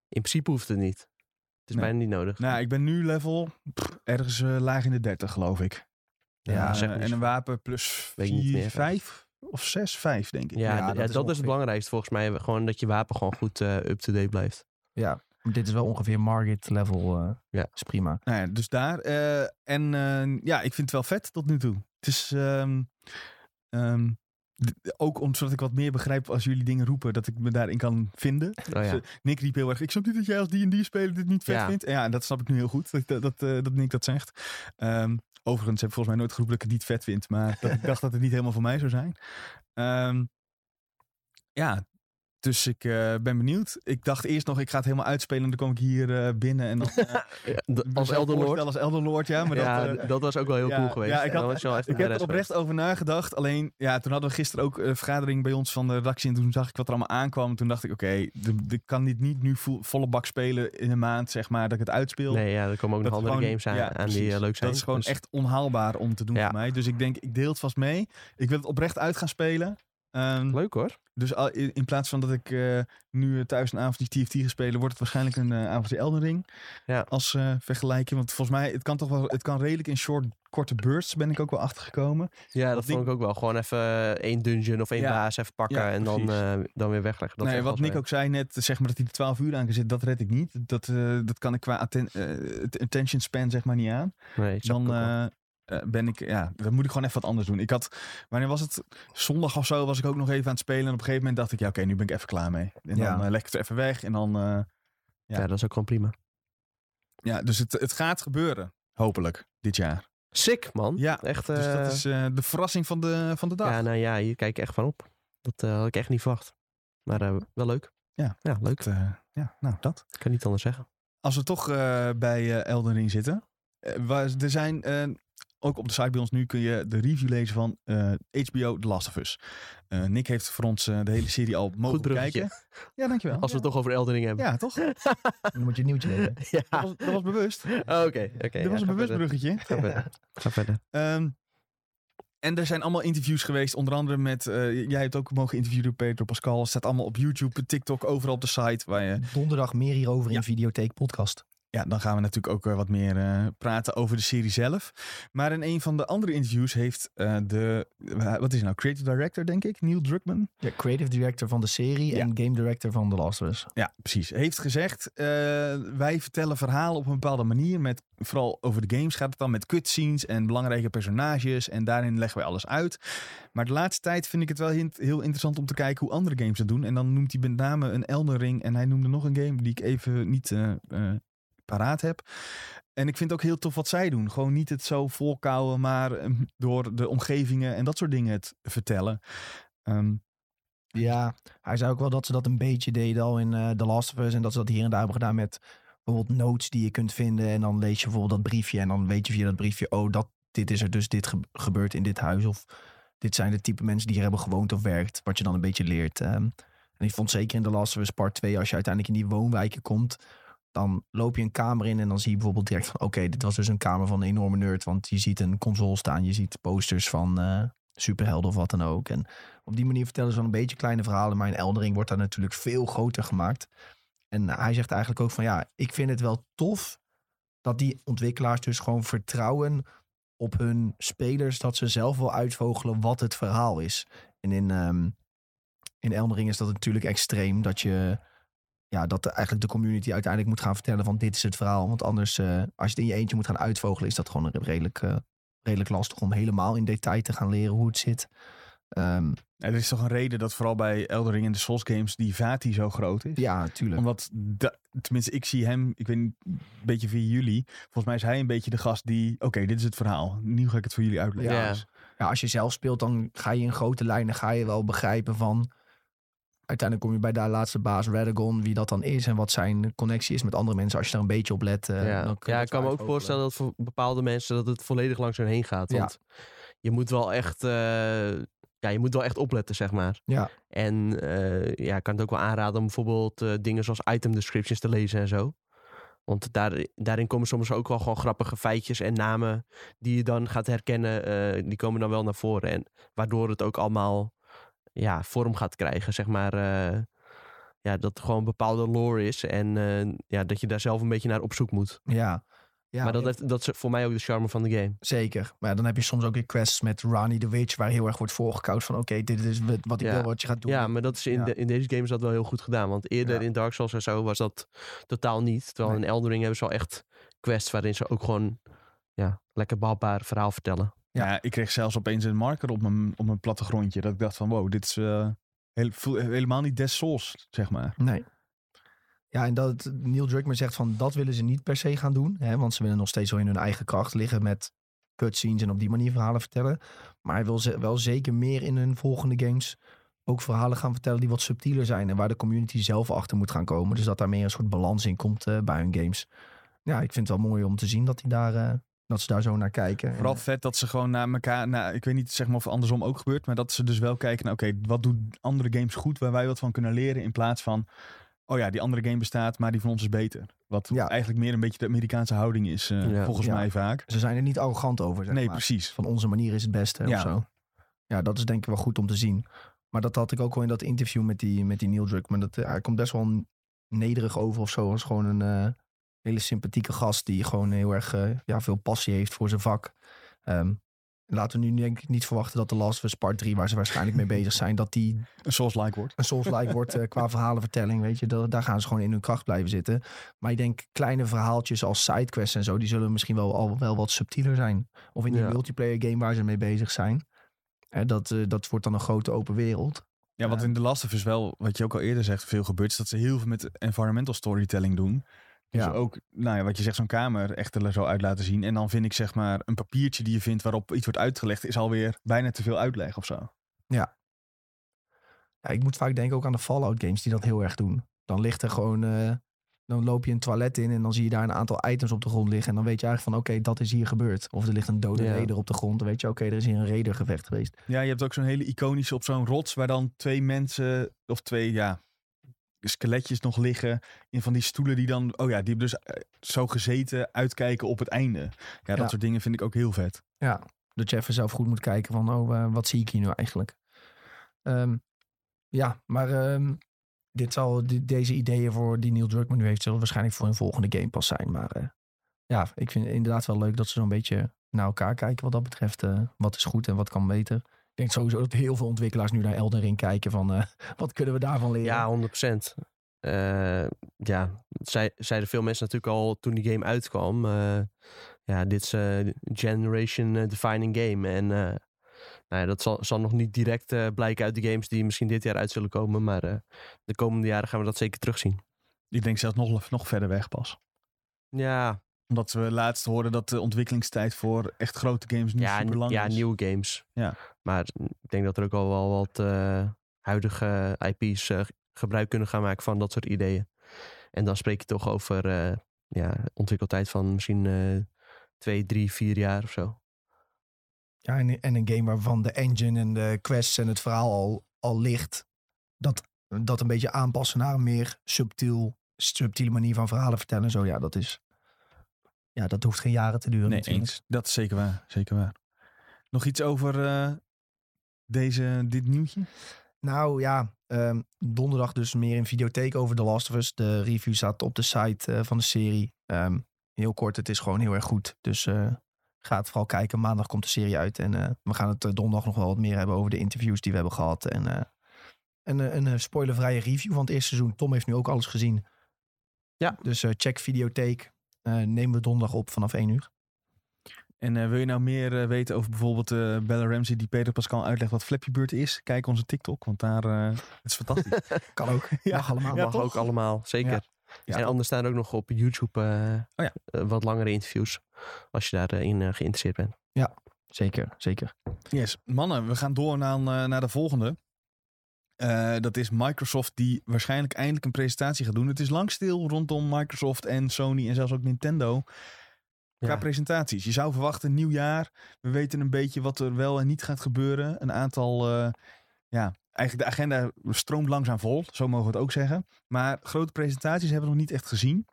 [SPEAKER 2] in principe hoeft het niet. Het is
[SPEAKER 1] Nee.
[SPEAKER 2] bijna niet nodig.
[SPEAKER 1] nou, ik ben nu level pff, ergens eh, laag in de 30, geloof ik.
[SPEAKER 3] Ja,
[SPEAKER 1] Eh,
[SPEAKER 2] zeg niet
[SPEAKER 1] en een
[SPEAKER 2] zo.
[SPEAKER 1] wapen plus
[SPEAKER 2] Weet ik niet meer.
[SPEAKER 1] 4, 5 of 6, 5 denk ik.
[SPEAKER 2] ja, d- ja,
[SPEAKER 3] dat
[SPEAKER 2] dat,
[SPEAKER 3] is
[SPEAKER 2] is,
[SPEAKER 3] ongeveer.
[SPEAKER 2] het belangrijkste volgens mij. Gewoon dat je wapen gewoon goed eh, up-to-date blijft.
[SPEAKER 3] Maar Dit is wel ongeveer Margit level. eh
[SPEAKER 2] Ja.
[SPEAKER 3] Is prima.
[SPEAKER 1] Nou ja, dus daar. eh, en eh, ja, ik vind het wel vet tot nu toe. Het is ehm, ehm, d- ook om, zodat ik wat meer begrijp als jullie dingen roepen, dat ik me daarin kan vinden.
[SPEAKER 2] Oh ja.
[SPEAKER 1] Ze- Nick riep heel erg, ik snap niet dat jij als die en die speler dit niet vet
[SPEAKER 2] Ja.
[SPEAKER 1] vindt. En ja, dat snap ik nu heel goed, dat, dat, dat, eh, dat Nick dat zegt. Ehm, overigens heb ik volgens mij nooit geroepen dat ik het niet vet vind, maar dat ik dacht dat het niet helemaal voor mij zou zijn. Ehm, ja, dus ik eh, ben benieuwd. Ik dacht eerst nog, ik ga het helemaal uitspelen en dan kom ik hier eh, binnen en dan... eh,
[SPEAKER 2] Ja, d- als
[SPEAKER 1] mezelf
[SPEAKER 2] Elder Lord.
[SPEAKER 1] voorstellen Als Elder Lord, ja. Maar
[SPEAKER 2] ja,
[SPEAKER 1] dat, eh,
[SPEAKER 2] d- dat was ook wel heel
[SPEAKER 1] ja,
[SPEAKER 2] cool geweest.
[SPEAKER 1] ja, ik had-
[SPEAKER 2] Dat was wel echt
[SPEAKER 1] ik heb er
[SPEAKER 2] interesse
[SPEAKER 1] oprecht over nagedacht. Alleen, ja, toen hadden we gisteren ook een vergadering bij ons van de redactie. En toen zag ik wat er allemaal aankwam. Toen dacht ik, oké, de- de- ik kan dit niet nu vo- volle bak spelen in een maand, zeg maar, dat ik het uitspeel.
[SPEAKER 2] geweest. Nee, ja, er komen ook
[SPEAKER 1] Dat
[SPEAKER 2] nog andere
[SPEAKER 1] gewoon-
[SPEAKER 2] games aan,
[SPEAKER 1] ja,
[SPEAKER 2] aan die
[SPEAKER 1] precies.
[SPEAKER 2] eh, leuk zijn.
[SPEAKER 1] Dat is gewoon
[SPEAKER 2] Dus-
[SPEAKER 1] echt onhaalbaar om te doen
[SPEAKER 2] Ja.
[SPEAKER 1] voor mij. Dus ik denk, ik deel het vast mee. Ik wil het oprecht uit gaan spelen. Ehm,
[SPEAKER 2] Leuk hoor.
[SPEAKER 1] dus al- in, in plaats van dat ik eh, nu eh, thuis een avondje TFT ga spelen, wordt het waarschijnlijk een eh, avondje Elden Ring.
[SPEAKER 2] Ja.
[SPEAKER 1] Als eh, vergelijking. Want volgens mij, het kan toch wel, het kan redelijk in short, korte bursts, ben ik ook wel achtergekomen.
[SPEAKER 2] Ja, dat
[SPEAKER 1] Nick-
[SPEAKER 2] vond ik ook wel. Gewoon even eh, één dungeon of één
[SPEAKER 1] Ja.
[SPEAKER 2] baas even pakken
[SPEAKER 1] Ja,
[SPEAKER 2] en dan,
[SPEAKER 1] precies.
[SPEAKER 2] eh, dan weer wegleggen. Dat
[SPEAKER 1] nee,
[SPEAKER 2] vond ik
[SPEAKER 1] wat
[SPEAKER 2] wel
[SPEAKER 1] Nick ook zei net, zeg maar dat hij er 12 uur aan kan zitten, dat red ik niet. Dat, eh, dat kan ik qua atten- eh, het attention span zeg maar niet aan.
[SPEAKER 2] zo- Nee, snap ik
[SPEAKER 1] Dan
[SPEAKER 2] ook wel.
[SPEAKER 1] eh, eh, ben ik, ja, dan moet ik gewoon even wat anders doen. Ik had, wanneer was het? Zondag of zo was ik ook nog even aan het spelen. En op een gegeven moment dacht ik, ja oké, nu ben ik even klaar mee. En
[SPEAKER 3] Ja.
[SPEAKER 1] dan eh, leg ik het er even weg en dan... eh, ja.
[SPEAKER 2] ja. dat is ook gewoon prima.
[SPEAKER 1] Ja, dus het, het gaat gebeuren. Hopelijk, dit jaar.
[SPEAKER 2] Sick, man.
[SPEAKER 1] Ja,
[SPEAKER 2] echt.
[SPEAKER 1] dus
[SPEAKER 2] eh,
[SPEAKER 1] dat is eh, de verrassing van de, van de dag.
[SPEAKER 2] ja, nou ja, hier kijk ik echt van op. Dat eh, had ik echt niet verwacht. Maar eh, wel leuk.
[SPEAKER 1] Ja.
[SPEAKER 2] ja, leuk.
[SPEAKER 1] Dat, eh, ja, nou dat.
[SPEAKER 2] Ik kan niet anders zeggen.
[SPEAKER 1] Als we toch eh, bij eh, Elden Ring zitten. eh, waar, er zijn, eh, ook op de site bij ons nu kun je de review lezen van eh, HBO The Last of Us. Eh, Nick heeft voor ons eh, de hele serie al mogen
[SPEAKER 2] bruggetje.
[SPEAKER 1] kijken. Ja, dankjewel.
[SPEAKER 2] Als we het toch over Eldering hebben.
[SPEAKER 1] Ja,
[SPEAKER 2] (laughs)
[SPEAKER 1] toch? Dat
[SPEAKER 3] (laughs) Dan moet je het nieuwtje nemen.
[SPEAKER 2] Ja.
[SPEAKER 1] was, dat was bewust.
[SPEAKER 2] Oh, Oké, oké.
[SPEAKER 1] dat
[SPEAKER 2] ja,
[SPEAKER 1] was een
[SPEAKER 2] ga
[SPEAKER 1] bewust
[SPEAKER 2] verder.
[SPEAKER 1] bruggetje.
[SPEAKER 2] Ga verder.
[SPEAKER 1] (laughs)
[SPEAKER 2] Ga verder.
[SPEAKER 1] Ehm, en er zijn allemaal interviews geweest, onder andere met, eh, jij hebt ook mogen interviewen, Pedro Pascal. Het staat allemaal op YouTube, TikTok, overal op de site. Waar je,
[SPEAKER 3] Donderdag meer hierover in
[SPEAKER 1] Ja.
[SPEAKER 3] Videotheek Podcast.
[SPEAKER 1] Ja, dan gaan we natuurlijk ook eh, wat meer eh, praten over de serie zelf. Maar in een van de andere interviews heeft eh, de, wa- wat is hij nou, creative director denk ik, Neil Druckmann.
[SPEAKER 3] Ja, creative director van de serie
[SPEAKER 1] Ja.
[SPEAKER 3] en game director van The Last of Us.
[SPEAKER 1] Ja, precies. Heeft gezegd, eh, wij vertellen verhalen op een bepaalde manier. Met, vooral over de games gaat het dan met cutscenes en belangrijke personages. En daarin leggen wij alles uit. Maar de laatste tijd vind ik het wel heel, heel interessant om te kijken hoe andere games dat doen. En dan noemt hij met name een Elden Ring. En hij noemde nog een game die ik even niet eh, eh, paraat heb. En ik vind ook heel tof wat zij doen. Gewoon niet het zo volkouwen, maar eh, door de omgevingen en dat soort dingen het vertellen. Ehm,
[SPEAKER 3] Ja, Dus hij zei ook wel dat ze dat een beetje deden al in eh, The Last of Us. En dat ze dat hier en daar hebben gedaan met bijvoorbeeld notes die je kunt vinden. En dan lees je bijvoorbeeld dat briefje. En dan weet je via dat briefje, oh, dat, dit is er dus, dit ge- gebeurt in dit huis. Of dit zijn de type mensen die hier hebben gewoond of werkt. Wat je dan een beetje leert. Ehm, en ik vond zeker in The Last of Us Part 2, als je uiteindelijk in die woonwijken komt... Dan loop je een kamer in en dan zie je bijvoorbeeld direct van... Oké, dit was dus een kamer van een enorme nerd. Want je ziet een console staan, je ziet posters van eh, superhelden of wat dan ook. En op die manier vertellen ze wel een beetje kleine verhalen. Maar in Eldering wordt daar natuurlijk veel groter gemaakt. En eh, hij zegt eigenlijk ook van ja, ik vind het wel tof dat die ontwikkelaars dus gewoon vertrouwen op hun spelers. Dat ze zelf wel uitvogelen wat het verhaal is. En in, ehm in Eldering is dat natuurlijk extreem. Dat je ja, dat de- eigenlijk de community uiteindelijk moet gaan vertellen van dit is het verhaal. Want anders, eh, als je het in je eentje moet gaan uitvogelen, is dat gewoon redelijk, eh, redelijk lastig om helemaal in detail te gaan leren hoe het zit. Ehm,
[SPEAKER 1] Ja, er is toch een reden dat vooral bij Eldering en de Souls games die Vati zo groot is?
[SPEAKER 3] Ja, tuurlijk.
[SPEAKER 1] Omdat, da- tenminste ik zie hem, ik weet niet, een beetje via jullie. Volgens mij is hij een beetje de gast die, oké, dit is het verhaal. Nu ga ik het voor jullie uitleggen.
[SPEAKER 2] Ja.
[SPEAKER 1] Dus
[SPEAKER 3] Ja, als je zelf speelt, dan ga je in grote lijnen ga je wel begrijpen van... Uiteindelijk kom je bij de laatste baas, Radagon, wie dat dan is... en wat zijn connectie is met andere mensen. Als je daar een beetje op let... eh,
[SPEAKER 2] ja,
[SPEAKER 3] dan kun
[SPEAKER 2] ja
[SPEAKER 3] je dat
[SPEAKER 2] ik kan me ook
[SPEAKER 3] uitvogelen.
[SPEAKER 2] voorstellen dat voor bepaalde mensen dat het volledig langs hun heen gaat.
[SPEAKER 3] Ja.
[SPEAKER 2] Want je moet wel echt, eh, ja, je moet wel echt opletten, zeg maar.
[SPEAKER 3] Ja.
[SPEAKER 2] En eh, ja, ik kan het ook wel aanraden om bijvoorbeeld eh, dingen zoals item descriptions te lezen en zo. Want daar, daarin komen soms ook wel gewoon grappige feitjes en namen die je dan gaat herkennen. eh, die komen dan wel naar voren. En waardoor het ook allemaal ja, vorm gaat krijgen, zeg maar. eh, ja, dat er gewoon bepaalde lore is. En eh, ja, dat je daar zelf een beetje naar op zoek moet.
[SPEAKER 3] Ja. ja
[SPEAKER 2] maar dat, heeft, dat is voor mij ook de charme van de game.
[SPEAKER 3] Zeker. Maar ja, dan heb je soms ook weer quests met Rani the Witch... waar heel erg wordt voorgekoud van... oké, dit is wat- wat ik
[SPEAKER 2] Ja.
[SPEAKER 3] wil, wat je gaat doen.
[SPEAKER 2] Ja, maar dat is in,
[SPEAKER 3] Ja.
[SPEAKER 2] de- in deze game is dat wel heel goed gedaan. Want eerder
[SPEAKER 3] Ja.
[SPEAKER 2] in Dark Souls en zo was dat totaal niet. Terwijl in Eldering hebben ze al echt quests waarin ze ook gewoon ja, lekker behapbaar verhaal vertellen.
[SPEAKER 1] ja. ik kreeg zelfs opeens een marker op mijn, op mijn plattegrondje. Dat ik dacht van, wow, dit is eh, heel, voel- helemaal niet Des Souls, zeg maar.
[SPEAKER 3] Nee. Ja, en dat Neil Druckmann zegt van dat willen ze niet per se gaan doen. Hè, want ze willen nog steeds wel in hun eigen kracht liggen met cutscenes en op die manier verhalen vertellen. Maar hij wil ze wel zeker meer in hun volgende games ook verhalen gaan vertellen die wat subtieler zijn. En waar de community zelf achter moet gaan komen. Dus dat daar meer een soort balans in komt eh, bij hun games. Ja, ik vind het wel mooi om te zien dat, die daar, eh, dat ze daar zo naar kijken. eh,
[SPEAKER 1] Vooral vet dat ze gewoon naar elkaar, nou, ik weet niet zeg maar of andersom ook gebeurt, maar dat ze dus wel kijken naar, oké, wat doen andere games goed waar wij wat van kunnen leren in plaats van, oh ja, die andere game bestaat, maar die van ons is beter. Wat
[SPEAKER 3] Ja.
[SPEAKER 1] eigenlijk meer een beetje de Amerikaanse houding is, eh,
[SPEAKER 2] Ja.
[SPEAKER 1] volgens
[SPEAKER 3] Ja.
[SPEAKER 1] mij vaak.
[SPEAKER 3] Ze zijn er niet arrogant over, zeg
[SPEAKER 1] nee,
[SPEAKER 3] maar.
[SPEAKER 1] precies.
[SPEAKER 3] van onze manier is het beste
[SPEAKER 1] Ja.
[SPEAKER 3] of zo. Ja, dat is denk ik wel goed om te zien. Maar dat had ik ook al in dat interview met die, met die Neil Druckmann. Dat, eh, hij komt best wel nederig over of zo. Als gewoon een eh, hele sympathieke gast die gewoon heel erg eh, ja, veel passie heeft voor zijn vak. Ehm, laten we nu denk ik niet verwachten dat de Last of Us Part 3, waar ze waarschijnlijk
[SPEAKER 1] (laughs)
[SPEAKER 3] mee bezig zijn, dat die
[SPEAKER 1] Een Souls-like wordt.
[SPEAKER 3] een Souls-like wordt eh, qua verhalenvertelling, weet je. Da- daar gaan ze gewoon in hun kracht blijven zitten. Maar ik denk kleine verhaaltjes als sidequests en zo, die zullen misschien wel, al wel wat subtieler zijn. Of in die
[SPEAKER 2] Ja.
[SPEAKER 3] multiplayer game waar ze mee bezig zijn. Hè, dat, eh, dat wordt dan een grote open wereld.
[SPEAKER 1] Ja, wat
[SPEAKER 3] Ja.
[SPEAKER 1] in The Last of Us wel, wat je ook al eerder zegt, veel gebeurt, is dat ze heel veel met environmental storytelling doen. Dus
[SPEAKER 3] Ja.
[SPEAKER 1] ook, nou ja, wat je zegt, zo'n kamer echt er zo uit laten zien. En dan vind ik zeg maar een papiertje die je vindt waarop iets wordt uitgelegd, is alweer bijna te veel uitleg of zo.
[SPEAKER 3] Ja, ik moet vaak denken ook aan de Fallout games die dat heel erg doen. Dan ligt er gewoon... eh, dan loop je een toilet in en dan zie je daar een aantal items op de grond liggen. En dan weet je eigenlijk van, oké, dat is hier gebeurd. Of er ligt een dode
[SPEAKER 2] Ja.
[SPEAKER 3] raider op de grond. Dan weet je, oké, er is hier een raidergevecht geweest.
[SPEAKER 1] Ja, je hebt ook zo'n hele iconische op zo'n rots waar dan twee mensen of twee, ja, skeletjes nog liggen in van die stoelen die dan, oh ja, die hebben dus eh, zo gezeten uitkijken op het einde. Ja, dat
[SPEAKER 3] Ja.
[SPEAKER 1] soort dingen vind ik ook heel vet.
[SPEAKER 3] Ja, dat je even zelf goed moet kijken nou van, oh, eh, wat zie ik hier nu eigenlijk? Ehm, ja, maar ehm, dit zal, die- deze ideeën voor die Neil Druckmann nu heeft, zullen waarschijnlijk voor een volgende Game Pass zijn. Maar eh, ja, ik vind het inderdaad wel leuk dat ze zo'n beetje naar elkaar kijken wat dat betreft. eh, wat is goed en wat kan beter. Ik denk sowieso dat heel veel ontwikkelaars nu naar Elden Ring kijken van eh, (laughs) wat kunnen we daarvan leren.
[SPEAKER 2] Ja, 100 Eh, ja, zei, zeiden veel mensen natuurlijk al toen die game uitkwam. eh, ja, dit is eh, generation eh, defining game. En eh, nou ja, dat zal, zal nog niet direct eh, blijken uit de games die misschien dit jaar uit zullen komen. Maar eh, de komende jaren gaan we dat zeker terugzien.
[SPEAKER 1] Ik denk zelfs nog, nog verder weg pas.
[SPEAKER 2] Ja,
[SPEAKER 1] Omdat we laatst hoorden dat de ontwikkelingstijd voor echt grote games niet
[SPEAKER 2] ja,
[SPEAKER 1] super lang
[SPEAKER 2] ja
[SPEAKER 1] is.
[SPEAKER 2] nieuwe games.
[SPEAKER 1] Ja.
[SPEAKER 2] Maar ik denk dat er ook al wel wat eh, huidige IP's eh, gebruik kunnen gaan maken van dat soort ideeën. En dan spreek je toch over eh, ja, ontwikkeltijd van misschien eh, twee, drie, vier jaar of zo.
[SPEAKER 3] Ja, en, en een game waarvan de engine en de quests en het verhaal al, al ligt. Dat, dat een beetje aanpassen naar een meer subtiel, subtiele manier van verhalen vertellen. en Zo ja, dat is. Ja, dat hoeft geen jaren te duren.
[SPEAKER 1] Nee,
[SPEAKER 3] natuurlijk.
[SPEAKER 1] eens. Dat is zeker waar. Zeker waar. Nog iets over eh, deze, dit nieuwtje?
[SPEAKER 3] Nou ja, ehm, donderdag dus meer in videotheek over The Last of Us. De review staat op de site eh, van de serie. Ehm, heel kort, het is gewoon heel erg goed. Dus eh, ga het vooral kijken. Maandag komt de serie uit. En eh, we gaan het eh, donderdag nog wel wat meer hebben over de interviews die we hebben gehad. En eh, een, eh, een eh, spoilervrije review van het eerste seizoen. Tom heeft nu ook alles gezien.
[SPEAKER 2] Ja.
[SPEAKER 3] Dus eh, check videotheek. Eh, nemen we donderdag op vanaf 1 uur.
[SPEAKER 1] En eh, wil je nou meer eh, weten over bijvoorbeeld eh, Bella Ramsey die Peter Pascal uitlegt wat Flappy Bird is? Kijk onze TikTok, want daar eh, het is fantastisch.
[SPEAKER 3] Kan (laughs) ook.
[SPEAKER 1] Ja.
[SPEAKER 3] Mag allemaal.
[SPEAKER 1] Ja,
[SPEAKER 2] Mag
[SPEAKER 1] toch?
[SPEAKER 2] ook allemaal, zeker.
[SPEAKER 3] Ja.
[SPEAKER 1] Ja.
[SPEAKER 2] en anders staan er ook nog op YouTube eh,
[SPEAKER 1] Oh ja.
[SPEAKER 2] eh, wat langere interviews. Als je daarin eh, geïnteresseerd bent.
[SPEAKER 3] Zeker, zeker.
[SPEAKER 1] yes, mannen, we gaan door naar, eh, naar de volgende. Eh, dat is Microsoft die waarschijnlijk eindelijk een presentatie gaat doen. Het is lang stil rondom Microsoft en Sony en zelfs ook Nintendo qua
[SPEAKER 2] Ja.
[SPEAKER 1] presentaties. Je zou verwachten nieuw jaar. We weten een beetje wat er wel en niet gaat gebeuren. Een aantal, eh, ja, eigenlijk de agenda stroomt langzaam vol. Zo mogen we het ook zeggen. Maar grote presentaties hebben we nog niet echt gezien.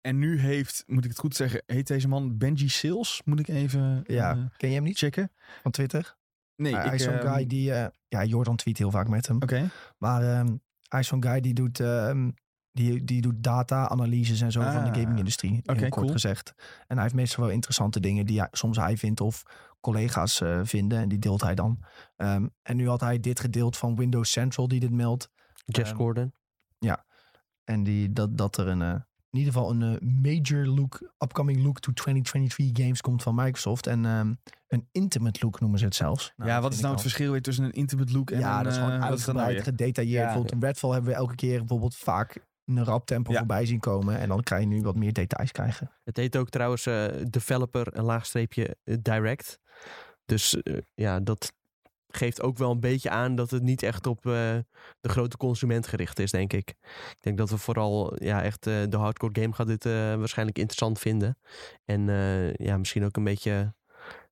[SPEAKER 1] En nu heeft, moet ik het goed zeggen, heet deze man Benji Sales. Moet ik even eh,
[SPEAKER 3] Ja. Ken je hem niet
[SPEAKER 1] checken.
[SPEAKER 3] van Twitter?
[SPEAKER 1] Nee,
[SPEAKER 3] hij
[SPEAKER 1] ik,
[SPEAKER 3] is zo'n
[SPEAKER 1] ehm,
[SPEAKER 3] guy die... eh, ja, Jordan tweet heel vaak met hem.
[SPEAKER 1] Oké,
[SPEAKER 3] Maar ehm, hij is zo'n guy die doet, ehm, die, die doet data-analyses en zo van de
[SPEAKER 1] Ah.
[SPEAKER 3] gaming-industrie.
[SPEAKER 1] Oké,
[SPEAKER 3] heel kort
[SPEAKER 1] cool.
[SPEAKER 3] gezegd. En hij heeft meestal wel interessante dingen die hij, soms hij vindt of collega's eh, vinden. En die deelt hij dan. Ehm, en nu had hij dit gedeeld van Windows Central die dit meldt.
[SPEAKER 2] Jeff
[SPEAKER 3] Ehm,
[SPEAKER 2] Gordon.
[SPEAKER 3] En die, dat, dat er een, eh, in ieder geval een eh, major look, upcoming look to 2023 games komt van Microsoft. En ehm, een intimate look noemen ze het zelfs. Nou,
[SPEAKER 1] ja, wat
[SPEAKER 3] dat vind
[SPEAKER 1] is
[SPEAKER 3] ik
[SPEAKER 1] nou
[SPEAKER 3] al-
[SPEAKER 1] het verschil weer tussen een intimate look en
[SPEAKER 3] ja,
[SPEAKER 1] een...
[SPEAKER 3] dat is
[SPEAKER 1] eh,
[SPEAKER 3] gewoon
[SPEAKER 1] wat dat nou
[SPEAKER 3] uitgebreid,
[SPEAKER 1] weer?
[SPEAKER 3] gedetailleerd.
[SPEAKER 1] Ja.
[SPEAKER 3] Bijvoorbeeld in Redfall hebben we elke keer bijvoorbeeld vaak in een rap tempo
[SPEAKER 1] Ja.
[SPEAKER 3] voorbij zien komen. En dan kan je nu wat meer details krijgen.
[SPEAKER 2] Het heet ook trouwens eh, developer een laagstreepje eh, direct. Dus eh, ja, dat geeft ook wel een beetje aan dat het niet echt op eh, de grote consument gericht is, denk ik. Ik denk dat we vooral ja, echt eh, de hardcore game gaat dit eh, waarschijnlijk interessant vinden. En eh, ja, misschien ook een beetje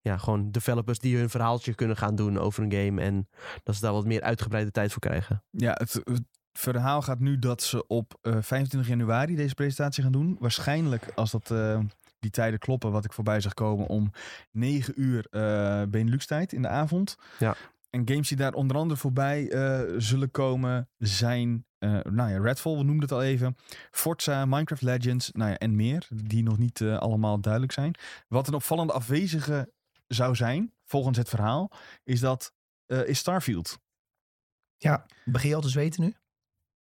[SPEAKER 2] ja, gewoon developers die hun verhaaltje kunnen gaan doen over een game. En dat ze daar wat meer uitgebreide tijd voor krijgen.
[SPEAKER 1] Ja, het, het verhaal gaat nu dat ze op eh, 25 januari deze presentatie gaan doen. Waarschijnlijk, als dat, eh, die tijden kloppen, wat ik voorbij zag komen, om 9 uur eh Benelux-tijd in de avond.
[SPEAKER 2] Ja.
[SPEAKER 1] En games die daar onder andere voorbij eh, zullen komen zijn, eh, nou ja, Redfall, we noemden het al even, Forza, Minecraft Legends, nou ja, en meer, die nog niet eh, allemaal duidelijk zijn. Wat een opvallende afwezige zou zijn, volgens het verhaal, is dat, eh, is Starfield.
[SPEAKER 3] Begin je al te zweten nu?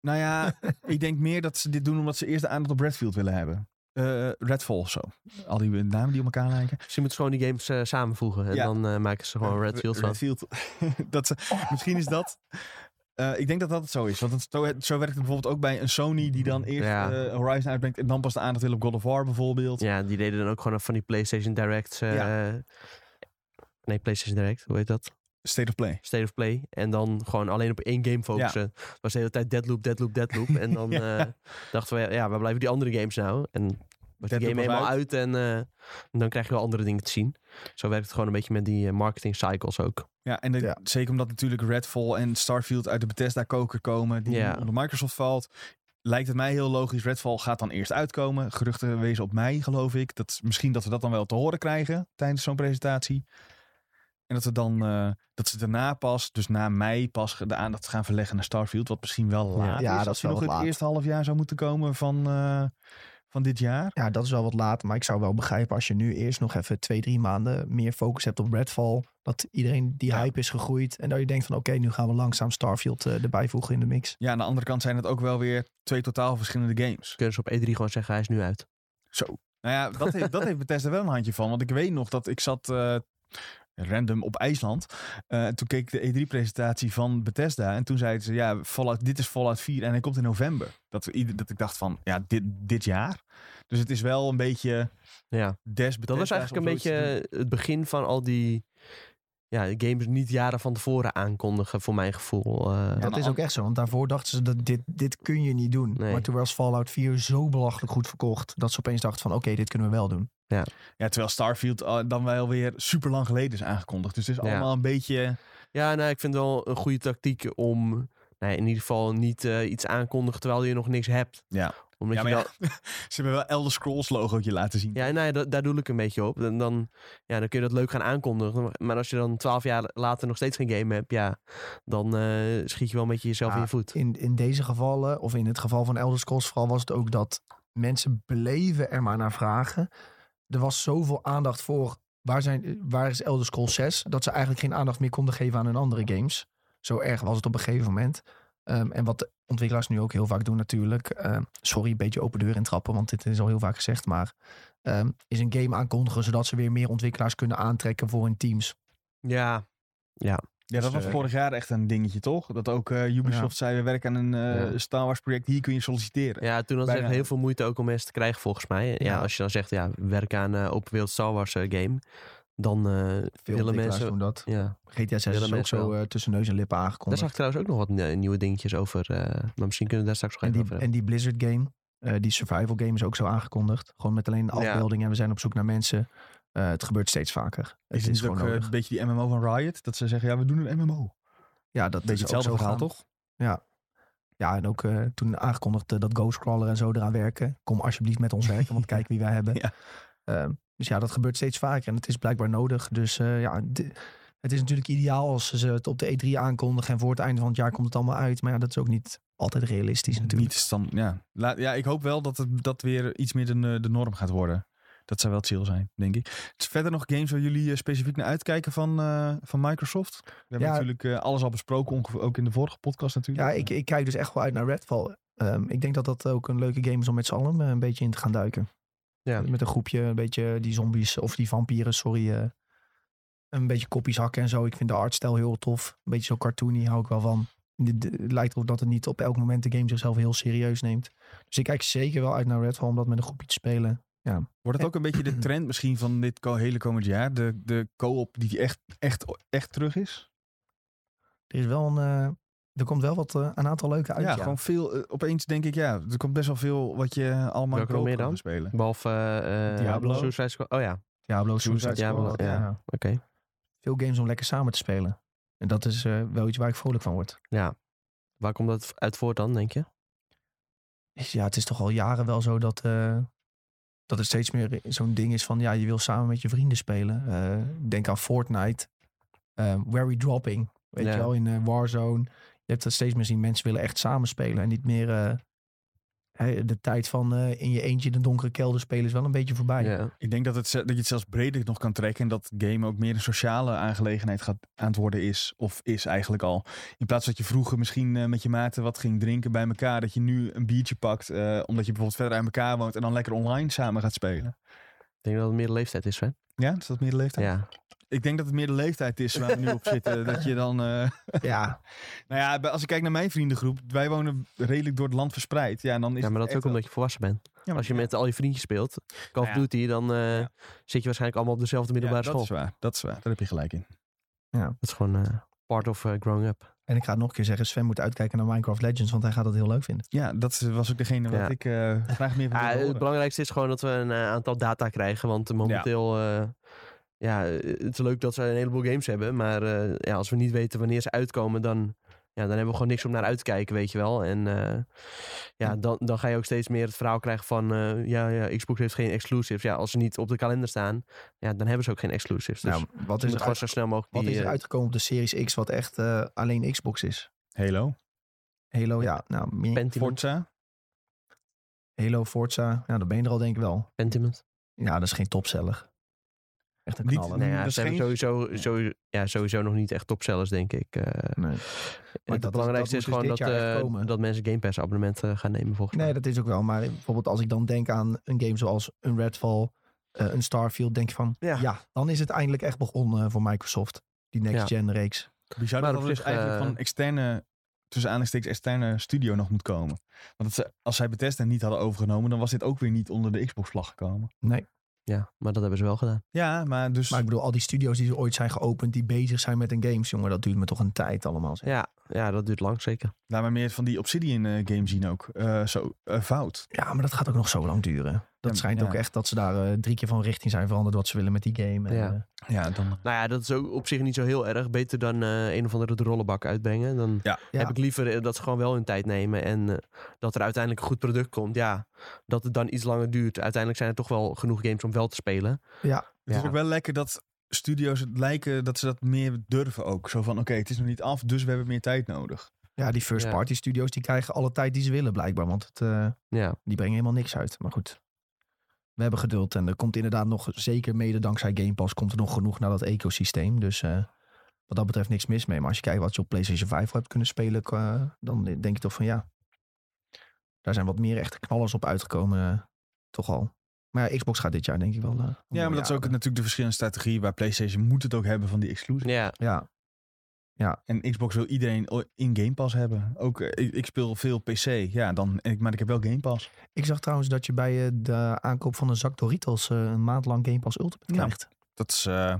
[SPEAKER 1] Nou ja, ik denk meer dat ze dit doen omdat ze eerst de aandacht op Redfield willen hebben. Eh, Redfall of zo. Al die namen die op elkaar lijken.
[SPEAKER 2] Misschien moeten ze gewoon die games eh, samenvoegen. En
[SPEAKER 1] Ja.
[SPEAKER 2] dan eh, maken ze gewoon Redfield van.
[SPEAKER 1] Redfield. (laughs) dat ze, misschien is dat... eh, ik denk dat dat het zo is. Want het, zo, zo werkt het bijvoorbeeld ook bij een Sony die dan eerst
[SPEAKER 2] Ja.
[SPEAKER 1] eh, Horizon uitbrengt en dan pas de aandacht wil op God of War bijvoorbeeld.
[SPEAKER 2] Ja, die deden dan ook gewoon van die PlayStation Direct. eh, Nee, PlayStation Direct, hoe heet dat?
[SPEAKER 1] State of Play.
[SPEAKER 2] State of Play. En dan gewoon alleen op één game focussen. Was de hele tijd Deadloop,
[SPEAKER 1] (laughs)
[SPEAKER 2] Deadloop, Deadloop. en dan
[SPEAKER 1] Ja.
[SPEAKER 2] eh, dachten we, ja, waar blijven die andere games nou? En was die
[SPEAKER 1] Deadloop
[SPEAKER 2] game
[SPEAKER 1] was
[SPEAKER 2] helemaal uit, en eh, dan krijg je wel andere dingen te zien. Zo werkt het gewoon een beetje met die eh, marketing cycles ook.
[SPEAKER 1] Ja, en de-
[SPEAKER 3] Ja.
[SPEAKER 1] zeker omdat natuurlijk Redfall en Starfield uit de Bethesda-koker komen, die
[SPEAKER 2] Ja.
[SPEAKER 1] onder Microsoft valt, lijkt het mij heel logisch. Redfall gaat dan eerst uitkomen. Geruchten wezen op mij, geloof ik. Dat, misschien dat we dat dan wel te horen krijgen tijdens zo'n presentatie. En dat, we dan, eh, dat ze daarna pas, dus na mei pas, de aandacht gaan verleggen naar Starfield. Wat misschien wel laat
[SPEAKER 3] Ja,
[SPEAKER 1] is.
[SPEAKER 3] dat
[SPEAKER 1] als
[SPEAKER 3] is
[SPEAKER 1] die
[SPEAKER 3] wel
[SPEAKER 1] nog in
[SPEAKER 3] wat
[SPEAKER 1] het
[SPEAKER 3] laat.
[SPEAKER 1] eerste half jaar zou moeten komen van, eh, van dit jaar.
[SPEAKER 3] Ja, dat is wel wat laat. Maar ik zou wel begrijpen als je nu eerst nog even twee, drie maanden meer focus hebt op Redfall. Dat iedereen die
[SPEAKER 1] Ja.
[SPEAKER 3] hype is gegroeid. En dat je denkt van oké, nu gaan we langzaam Starfield eh, erbij voegen in de mix.
[SPEAKER 1] Ja, aan de andere kant zijn het ook wel weer twee totaal verschillende games.
[SPEAKER 2] Dus Kunnen ze op E3 gewoon zeggen, hij is nu uit.
[SPEAKER 1] Zo. Nou ja, dat heeft, dat heeft Bethesda wel een handje van. Want ik weet nog dat ik zat eh, random op IJsland. Eh, toen keek ik de E3-presentatie van Bethesda. En toen zeiden ze, ja, Fallout, dit is Fallout 4 en hij komt in november. Dat, we ieder- dat ik dacht van, ja, dit, dit jaar. Dus het is wel een beetje
[SPEAKER 2] Ja.
[SPEAKER 1] des
[SPEAKER 2] Dat was
[SPEAKER 1] Bethesda's
[SPEAKER 2] eigenlijk
[SPEAKER 1] om
[SPEAKER 2] een
[SPEAKER 1] zoiets te doen.
[SPEAKER 2] beetje het begin van al die ja, games niet jaren van tevoren aankondigen, voor mijn gevoel. eh.
[SPEAKER 1] Ja,
[SPEAKER 3] dat
[SPEAKER 1] maar
[SPEAKER 3] is
[SPEAKER 1] an-
[SPEAKER 3] ook echt zo. Want daarvoor dachten ze dat dit, dit kun je niet doen.
[SPEAKER 2] Nee.
[SPEAKER 3] Maar toen was Fallout 4 zo belachelijk goed verkocht. Dat ze opeens dachten van oké, dit kunnen we wel doen.
[SPEAKER 1] Ja, terwijl Starfield eh, dan wel weer super lang geleden is aangekondigd. Dus het is
[SPEAKER 2] Ja.
[SPEAKER 1] allemaal een beetje...
[SPEAKER 2] Ja, nou, ik vind het wel een goede tactiek om nou ja, in ieder geval niet eh, iets aankondigen terwijl je nog niks hebt.
[SPEAKER 1] Ja.
[SPEAKER 2] Omdat
[SPEAKER 1] ja,
[SPEAKER 2] je
[SPEAKER 1] maar ja,
[SPEAKER 2] dan-
[SPEAKER 1] (laughs) ze hebben wel Elder Scrolls logootje laten zien.
[SPEAKER 2] ja, nou ja, da- daar doe ik een beetje op. Dan, dan, ja, dan kun je dat leuk gaan aankondigen. Maar- Maar als je dan twaalf jaar later nog steeds geen game hebt, ja, dan eh, schiet je wel een beetje jezelf in
[SPEAKER 3] Ja,
[SPEAKER 2] je voet.
[SPEAKER 3] In, in deze gevallen, of in het geval van Elder Scrolls vooral, was het ook dat mensen bleven er maar naar vragen. Er was zoveel aandacht voor waar, zijn, waar is Elder Scrolls 6, dat ze eigenlijk geen aandacht meer konden geven aan hun andere games. Zo erg was het op een gegeven moment. Ehm, en wat de ontwikkelaars nu ook heel vaak doen natuurlijk, ehm, sorry, een beetje open deur intrappen, want dit is al heel vaak gezegd, maar ehm, is een game aankondigen zodat ze weer meer ontwikkelaars kunnen aantrekken voor hun teams.
[SPEAKER 2] Ja,
[SPEAKER 1] Ja, dat
[SPEAKER 3] Dus,
[SPEAKER 1] was
[SPEAKER 3] eh,
[SPEAKER 1] vorig jaar echt een dingetje, toch? Dat ook eh, Ubisoft zei, we werken aan een eh,
[SPEAKER 2] Ja.
[SPEAKER 1] Star Wars project, hier kun je solliciteren.
[SPEAKER 2] ja toen was het
[SPEAKER 1] Bijna.
[SPEAKER 2] echt heel veel moeite ook om mensen te krijgen volgens mij. Ja,
[SPEAKER 3] Ja.
[SPEAKER 2] Als je dan zegt, ja, werk aan eh open wereld Star Wars eh, game, dan eh,
[SPEAKER 3] Veel
[SPEAKER 2] willen
[SPEAKER 3] ontwikkelaars
[SPEAKER 2] mensen...
[SPEAKER 3] doen dat.
[SPEAKER 2] Ja.
[SPEAKER 3] GTA 6
[SPEAKER 2] Willen
[SPEAKER 3] is ook
[SPEAKER 2] mensen
[SPEAKER 3] zo eh, tussen neus en lippen
[SPEAKER 2] Daar
[SPEAKER 3] aangekondigd.
[SPEAKER 2] zag ik trouwens ook nog wat eh, nieuwe dingetjes over. eh, maar misschien kunnen we daar straks nog
[SPEAKER 3] En
[SPEAKER 2] even
[SPEAKER 3] die,
[SPEAKER 2] over hebben.
[SPEAKER 3] en die Blizzard game, eh, die survival game is ook zo aangekondigd. Gewoon met alleen een
[SPEAKER 2] Ja.
[SPEAKER 3] afbeelding en we zijn op zoek naar mensen. Eh, het gebeurt steeds vaker. Het
[SPEAKER 1] Is
[SPEAKER 3] is,
[SPEAKER 1] het niet
[SPEAKER 3] gewoon
[SPEAKER 1] ook eh,
[SPEAKER 3] nodig.
[SPEAKER 1] een beetje die MMO van Riot? Dat ze zeggen, ja, we doen een MMO.
[SPEAKER 3] ja, dat
[SPEAKER 1] Beetje
[SPEAKER 3] is ook
[SPEAKER 1] hetzelfde
[SPEAKER 3] zo
[SPEAKER 1] verhaal,
[SPEAKER 3] gaan.
[SPEAKER 1] toch?
[SPEAKER 3] Ja, en ook eh, toen aangekondigd eh, dat Ghostcrawler en zo eraan werken. Kom alsjeblieft met ons werken, want kijk wie wij hebben.
[SPEAKER 1] (laughs) Ja.
[SPEAKER 3] Ehm, dus ja, dat gebeurt steeds vaker en het is blijkbaar nodig. Dus eh, ja, di- het is natuurlijk ideaal als ze het op de E3 aankondigen. En voor het einde van het jaar komt het allemaal uit. Maar ja, dat is ook niet altijd realistisch natuurlijk.
[SPEAKER 1] Niet dan, ja. La- ja, ik hoop wel dat het, dat weer iets meer de, eh, de norm gaat worden. Dat zou wel chill zijn, denk ik. Verder nog games waar jullie eh, specifiek naar uitkijken van, eh, van Microsoft? We hebben
[SPEAKER 3] Ja.
[SPEAKER 1] natuurlijk eh, alles al besproken, ongeveer ook in de vorige podcast natuurlijk.
[SPEAKER 3] Ja, ik, ik kijk dus echt wel uit naar Redfall. Ehm, ik denk dat dat ook een leuke game is om met z'n allen eh, een beetje in te gaan duiken.
[SPEAKER 2] Ja.
[SPEAKER 3] Met een groepje, een beetje die zombies of die vampieren, sorry. eh, een beetje kopjes hakken en zo. Ik vind de artstijl heel tof. Een beetje zo cartoony, hou ik wel van. Dit- dit- Het lijkt erop dat het niet op elk moment de game zichzelf heel serieus neemt. Dus ik kijk zeker wel uit naar Redfall om dat met een groepje te spelen.
[SPEAKER 1] Wordt het ook een beetje de trend misschien van dit ko- hele komend jaar? De, de co-op die echt, echt, echt terug is?
[SPEAKER 3] Er is wel een... eh, er komt wel wat, eh, een aantal leuke uit.
[SPEAKER 1] ja,
[SPEAKER 3] Ja,
[SPEAKER 1] gewoon veel. eh, opeens denk ik, ja, er komt best wel veel wat je allemaal
[SPEAKER 2] Welke
[SPEAKER 1] co-op
[SPEAKER 2] meer
[SPEAKER 1] kan
[SPEAKER 2] dan?
[SPEAKER 1] spelen.
[SPEAKER 2] Behalve eh, eh,
[SPEAKER 3] Diablo.
[SPEAKER 2] Suicide Squad. Oh ja, oké.
[SPEAKER 3] Diablo, Suicide
[SPEAKER 1] Suicide
[SPEAKER 3] Squad.
[SPEAKER 2] Squad, ja.
[SPEAKER 3] ja. Veel games om lekker samen te spelen. En dat is eh, wel iets waar ik vrolijk van word.
[SPEAKER 2] Waar komt dat uit voort dan, denk je?
[SPEAKER 3] is- ja, het is toch al jaren wel zo dat, eh, dat er steeds meer zo'n ding is van ja, je wil samen met je vrienden spelen. Eh, denk aan Fortnite, eh Wary Dropping, weet
[SPEAKER 2] Ja.
[SPEAKER 3] je wel, in eh, Warzone. Je hebt dat steeds meer zien, mensen willen echt samen spelen en niet meer eh, hè, de tijd van eh, in je eentje in de donkere kelder spelen is wel een beetje
[SPEAKER 1] Ah,
[SPEAKER 3] voorbij.
[SPEAKER 2] Ja.
[SPEAKER 1] Ik denk dat, het, ze- dat je het zelfs breder nog kan trekken. En dat game ook meer een sociale aangelegenheid gaat, aan het worden is. Of is eigenlijk al. In plaats dat je vroeger misschien eh, met je maten wat ging drinken bij elkaar. Dat je nu een biertje pakt. eh, omdat je bijvoorbeeld verder uit elkaar woont. En dan lekker online samen gaat spelen.
[SPEAKER 2] Ik denk dat het meer de leeftijd is, Sven.
[SPEAKER 1] Ja, is dat meer de leeftijd?
[SPEAKER 2] Ja.
[SPEAKER 1] Ik denk dat het meer de leeftijd is waar we
[SPEAKER 2] (laughs)
[SPEAKER 1] nu op zitten. Dat je dan... eh,
[SPEAKER 3] Ja,
[SPEAKER 1] nou ja, bij- als ik kijk naar mijn vriendengroep. Wij wonen redelijk door het land verspreid. Ja, en dan is
[SPEAKER 2] ja, maar dat is
[SPEAKER 1] het
[SPEAKER 2] ook
[SPEAKER 1] echt
[SPEAKER 2] omdat je volwassen bent.
[SPEAKER 1] wel- Ja, maar-
[SPEAKER 2] Als je met al je vriendjes speelt, Call
[SPEAKER 1] Nou
[SPEAKER 2] of
[SPEAKER 1] ja.
[SPEAKER 2] Duty, dan eh,
[SPEAKER 1] Ja.
[SPEAKER 2] zit je waarschijnlijk allemaal op dezelfde middelbare
[SPEAKER 1] ja, dat
[SPEAKER 2] school.
[SPEAKER 1] is waar. Dat is waar. Daar heb je gelijk in.
[SPEAKER 2] Dat is gewoon eh, part of eh, growing up.
[SPEAKER 3] en ik ga het nog een keer zeggen, Sven moet uitkijken naar Minecraft Legends, want hij gaat dat heel leuk vinden.
[SPEAKER 1] Ja, dat is- was ook degene wat
[SPEAKER 2] Ja.
[SPEAKER 1] ik eh, graag meer van
[SPEAKER 2] (laughs) Ah,
[SPEAKER 1] wilde
[SPEAKER 2] het
[SPEAKER 1] horen.
[SPEAKER 2] belangrijkste is gewoon dat we een eh, aantal data krijgen. Want eh, momenteel, eh, ja, eh, het is leuk dat ze een heleboel games hebben. Maar eh, ja, als we niet weten wanneer ze uitkomen, dan, ja, dan hebben we gewoon niks om naar uit te kijken, weet je wel. En eh, Ja,
[SPEAKER 3] Hm.
[SPEAKER 2] dan, dan ga je ook steeds meer het verhaal krijgen van... eh, ja, ja, Xbox heeft geen exclusives. Ja, als ze niet op de kalender staan, ja, dan hebben ze ook geen exclusives. Dus
[SPEAKER 3] Nou, wat
[SPEAKER 2] je
[SPEAKER 3] is
[SPEAKER 2] moet
[SPEAKER 3] er,
[SPEAKER 2] gewoon
[SPEAKER 3] uit-
[SPEAKER 2] zo snel mogelijk
[SPEAKER 3] wat
[SPEAKER 2] die...
[SPEAKER 3] is er
[SPEAKER 2] eh,
[SPEAKER 3] uitgekomen op de Series X wat echt eh, alleen Xbox is?
[SPEAKER 1] Halo,
[SPEAKER 3] Halo, ja. Nou, meer-
[SPEAKER 2] Pentiment.
[SPEAKER 1] Forza.
[SPEAKER 3] Halo, Forza. Ja, dan ben je er al denk ik wel.
[SPEAKER 2] Pentiment.
[SPEAKER 3] Ja, dat is geen topseller. Echt een
[SPEAKER 1] Niet-
[SPEAKER 3] knaller.
[SPEAKER 2] Nou ja,
[SPEAKER 1] dat
[SPEAKER 2] ze
[SPEAKER 1] is
[SPEAKER 2] hebben
[SPEAKER 1] geen-
[SPEAKER 2] sowieso, sowieso, ja, sowieso nog niet echt topsellers, denk ik. Eh,
[SPEAKER 3] Nee. dat is-
[SPEAKER 2] het belangrijkste
[SPEAKER 3] dat
[SPEAKER 2] is
[SPEAKER 3] moet dus
[SPEAKER 2] gewoon
[SPEAKER 3] dit
[SPEAKER 2] dat,
[SPEAKER 3] jaar echt
[SPEAKER 2] eh,
[SPEAKER 3] komen.
[SPEAKER 2] dat mensen Game Pass abonnementen gaan nemen, volgens mij.
[SPEAKER 3] Nee, dat is ook wel. Maar bijvoorbeeld als ik dan denk aan een game zoals een Redfall, eh, een Starfield, denk je van, ja.
[SPEAKER 2] Ja.
[SPEAKER 3] dan is het eindelijk echt begonnen eh, voor Microsoft. Die next gen reeks.
[SPEAKER 1] Bizar
[SPEAKER 2] Maar
[SPEAKER 1] dat
[SPEAKER 2] op
[SPEAKER 1] er dus
[SPEAKER 2] zich,
[SPEAKER 1] eigenlijk
[SPEAKER 2] eh,
[SPEAKER 1] van externe, tussen aanhalingstekens, externe studio nog moet komen. Want dat ze, als zij Bethesda niet hadden overgenomen, dan was dit ook weer niet onder de Xbox-vlag gekomen.
[SPEAKER 2] Ja, maar dat hebben ze wel gedaan.
[SPEAKER 1] Ja, maar dus...
[SPEAKER 3] Maar ik bedoel, al die studios die er ooit zijn geopend, die bezig zijn met hun games, jongen, dat duurt me toch een tijd allemaal. zeg.
[SPEAKER 2] Ja, ja dat duurt lang, zeker.
[SPEAKER 1] Laat maar meer van die Obsidian-game zien ook. Eh, zo, eh, fout.
[SPEAKER 3] Ja, maar dat gaat ook nog zo lang duren. Dat
[SPEAKER 1] Ja,
[SPEAKER 3] schijnt
[SPEAKER 1] ja.
[SPEAKER 3] ook echt dat ze daar eh, drie keer van richting zijn veranderd wat ze willen met die game. En,
[SPEAKER 2] Ja.
[SPEAKER 3] eh,
[SPEAKER 1] Ja, dan...
[SPEAKER 2] Nou ja, dat is ook op zich niet zo heel erg. Beter dan eh, een of andere rollenbak uitbrengen. Dan
[SPEAKER 3] ja.
[SPEAKER 2] heb ik liever eh, dat ze gewoon wel hun tijd nemen. En eh, dat er uiteindelijk een goed product komt. Ja, dat het dan iets langer duurt. Uiteindelijk zijn er toch wel genoeg games om wel te spelen.
[SPEAKER 1] Het is
[SPEAKER 2] Ja.
[SPEAKER 1] ook wel lekker dat studio's het lijken dat ze dat meer durven ook. Zo van, oké, het is nog niet af, dus we hebben meer tijd nodig.
[SPEAKER 3] ja, die first
[SPEAKER 2] Ja.
[SPEAKER 3] party studios die krijgen alle tijd die ze willen blijkbaar, want het, eh,
[SPEAKER 2] Ja,
[SPEAKER 3] die brengen helemaal niks uit. Maar goed, we hebben geduld en er komt inderdaad nog, zeker mede dankzij Game Pass, komt er nog genoeg naar dat ecosysteem. Dus eh, wat dat betreft niks mis mee. Maar als je kijkt wat je op PlayStation 5 al hebt kunnen spelen, eh, dan denk je toch van ja, daar zijn wat meer echte knallers op uitgekomen, eh, toch al. Maar ja, Xbox gaat dit jaar denk ik wel. eh, een
[SPEAKER 1] Ja,
[SPEAKER 3] mooi
[SPEAKER 1] maar dat is
[SPEAKER 3] jaar
[SPEAKER 1] ook
[SPEAKER 3] hebben.
[SPEAKER 1] natuurlijk de verschillende strategieën. Waar PlayStation moet het ook hebben van die exclusive.
[SPEAKER 2] ja.
[SPEAKER 3] Ja,
[SPEAKER 1] En Xbox wil iedereen o- in Game Pass hebben. Ook, eh, ik, ik speel veel PC, ja, dan, ik- maar ik heb wel Game Pass.
[SPEAKER 3] ik zag trouwens dat je bij eh, de aankoop van een zak Doritos eh, een maand lang Game Pass Ultimate
[SPEAKER 1] Ja.
[SPEAKER 3] krijgt.
[SPEAKER 1] Dat is... eh,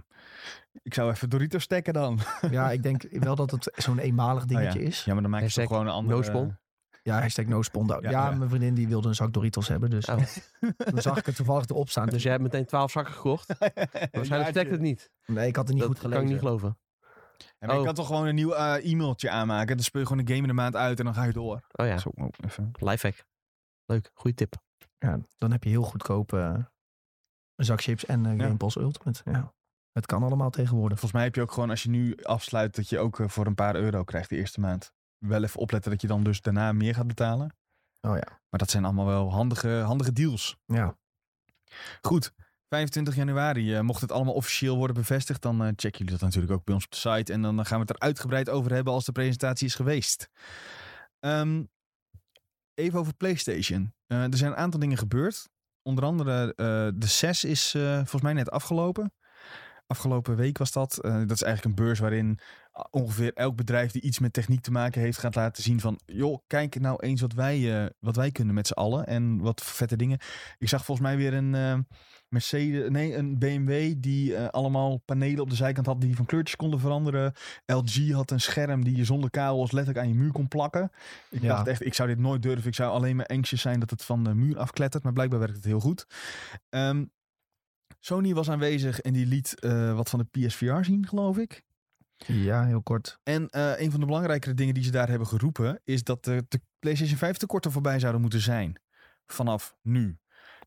[SPEAKER 1] ik zou even Doritos stekken dan.
[SPEAKER 3] Ja, ik denk wel dat het zo'n eenmalig dingetje
[SPEAKER 1] (laughs)
[SPEAKER 3] is.
[SPEAKER 1] Oh Ja, maar dan maak je
[SPEAKER 2] Hashtag
[SPEAKER 1] toch gewoon een andere... (laughs)
[SPEAKER 2] no-spawn.
[SPEAKER 3] Ja, hashtag no spawn out. Ja,
[SPEAKER 1] Ja, ja.
[SPEAKER 3] mijn vriendin die wilde een zak Doritos hebben, dus (laughs)
[SPEAKER 2] Oh,
[SPEAKER 3] dan zag ik het toevallig erop staan.
[SPEAKER 2] dus (laughs)
[SPEAKER 3] Dus
[SPEAKER 2] jij hebt meteen 12 zakken gekocht. Waarschijnlijk
[SPEAKER 1] Jaartje.
[SPEAKER 2] stekt het niet.
[SPEAKER 3] nee, ik had het niet
[SPEAKER 2] dat
[SPEAKER 3] goed
[SPEAKER 2] kan ik
[SPEAKER 3] gelezen.
[SPEAKER 2] niet geloven.
[SPEAKER 1] Ja, maar je
[SPEAKER 2] Oh.
[SPEAKER 1] kan toch gewoon een nieuw eh, e-mailtje aanmaken. Dan speel je gewoon een game in de maand uit en dan ga je door.
[SPEAKER 2] Oh ja,
[SPEAKER 1] Zo, oh, even.
[SPEAKER 2] lifehack. Leuk, goede tip.
[SPEAKER 3] ja, dan heb je heel goedkoop eh, een zak chips en eh
[SPEAKER 1] Ja.
[SPEAKER 3] Game Pass Ultimate. Ja. Het kan allemaal tegenwoordig.
[SPEAKER 1] Volgens mij heb je ook gewoon, als je nu afsluit, dat je ook eh, voor een paar euro krijgt de eerste maand. Wel even opletten dat je dan dus daarna meer gaat betalen.
[SPEAKER 3] Oh ja.
[SPEAKER 1] Maar dat zijn allemaal wel handige, handige deals.
[SPEAKER 3] Ja,
[SPEAKER 1] Goed, 25 januari. eh, mocht het allemaal officieel worden bevestigd, dan eh, checken jullie dat natuurlijk ook bij ons op de site. En dan eh, gaan we het er uitgebreid over hebben als de presentatie is geweest. Ehm, even over PlayStation. Eh, er zijn een aantal dingen gebeurd. Onder andere eh, de 6 is eh, volgens mij net afgelopen. Afgelopen week was dat. Eh, dat is eigenlijk een beurs waarin ongeveer elk bedrijf die iets met techniek te maken heeft gaat laten zien van... joh, kijk nou eens wat wij, eh, wat wij kunnen met z'n allen en wat vette dingen. Ik zag volgens mij weer een eh, Mercedes, nee, een BMW die eh, allemaal panelen op de zijkant had die van kleurtjes konden veranderen. LG had een scherm die je zonder kabels letterlijk aan je muur kon plakken. Ik
[SPEAKER 3] Ja.
[SPEAKER 1] dacht echt, ik zou dit nooit durven. Ik zou alleen maar anxious zijn dat het van de muur afklettert, maar blijkbaar werkt het heel goed. Ehm, Sony was aanwezig en die liet eh, wat van de PSVR zien, geloof ik.
[SPEAKER 3] ja heel kort.
[SPEAKER 1] En eh, een van de belangrijkere dingen die ze daar hebben geroepen... is dat de, de PlayStation 5 tekorten voorbij zouden moeten zijn. Vanaf nu.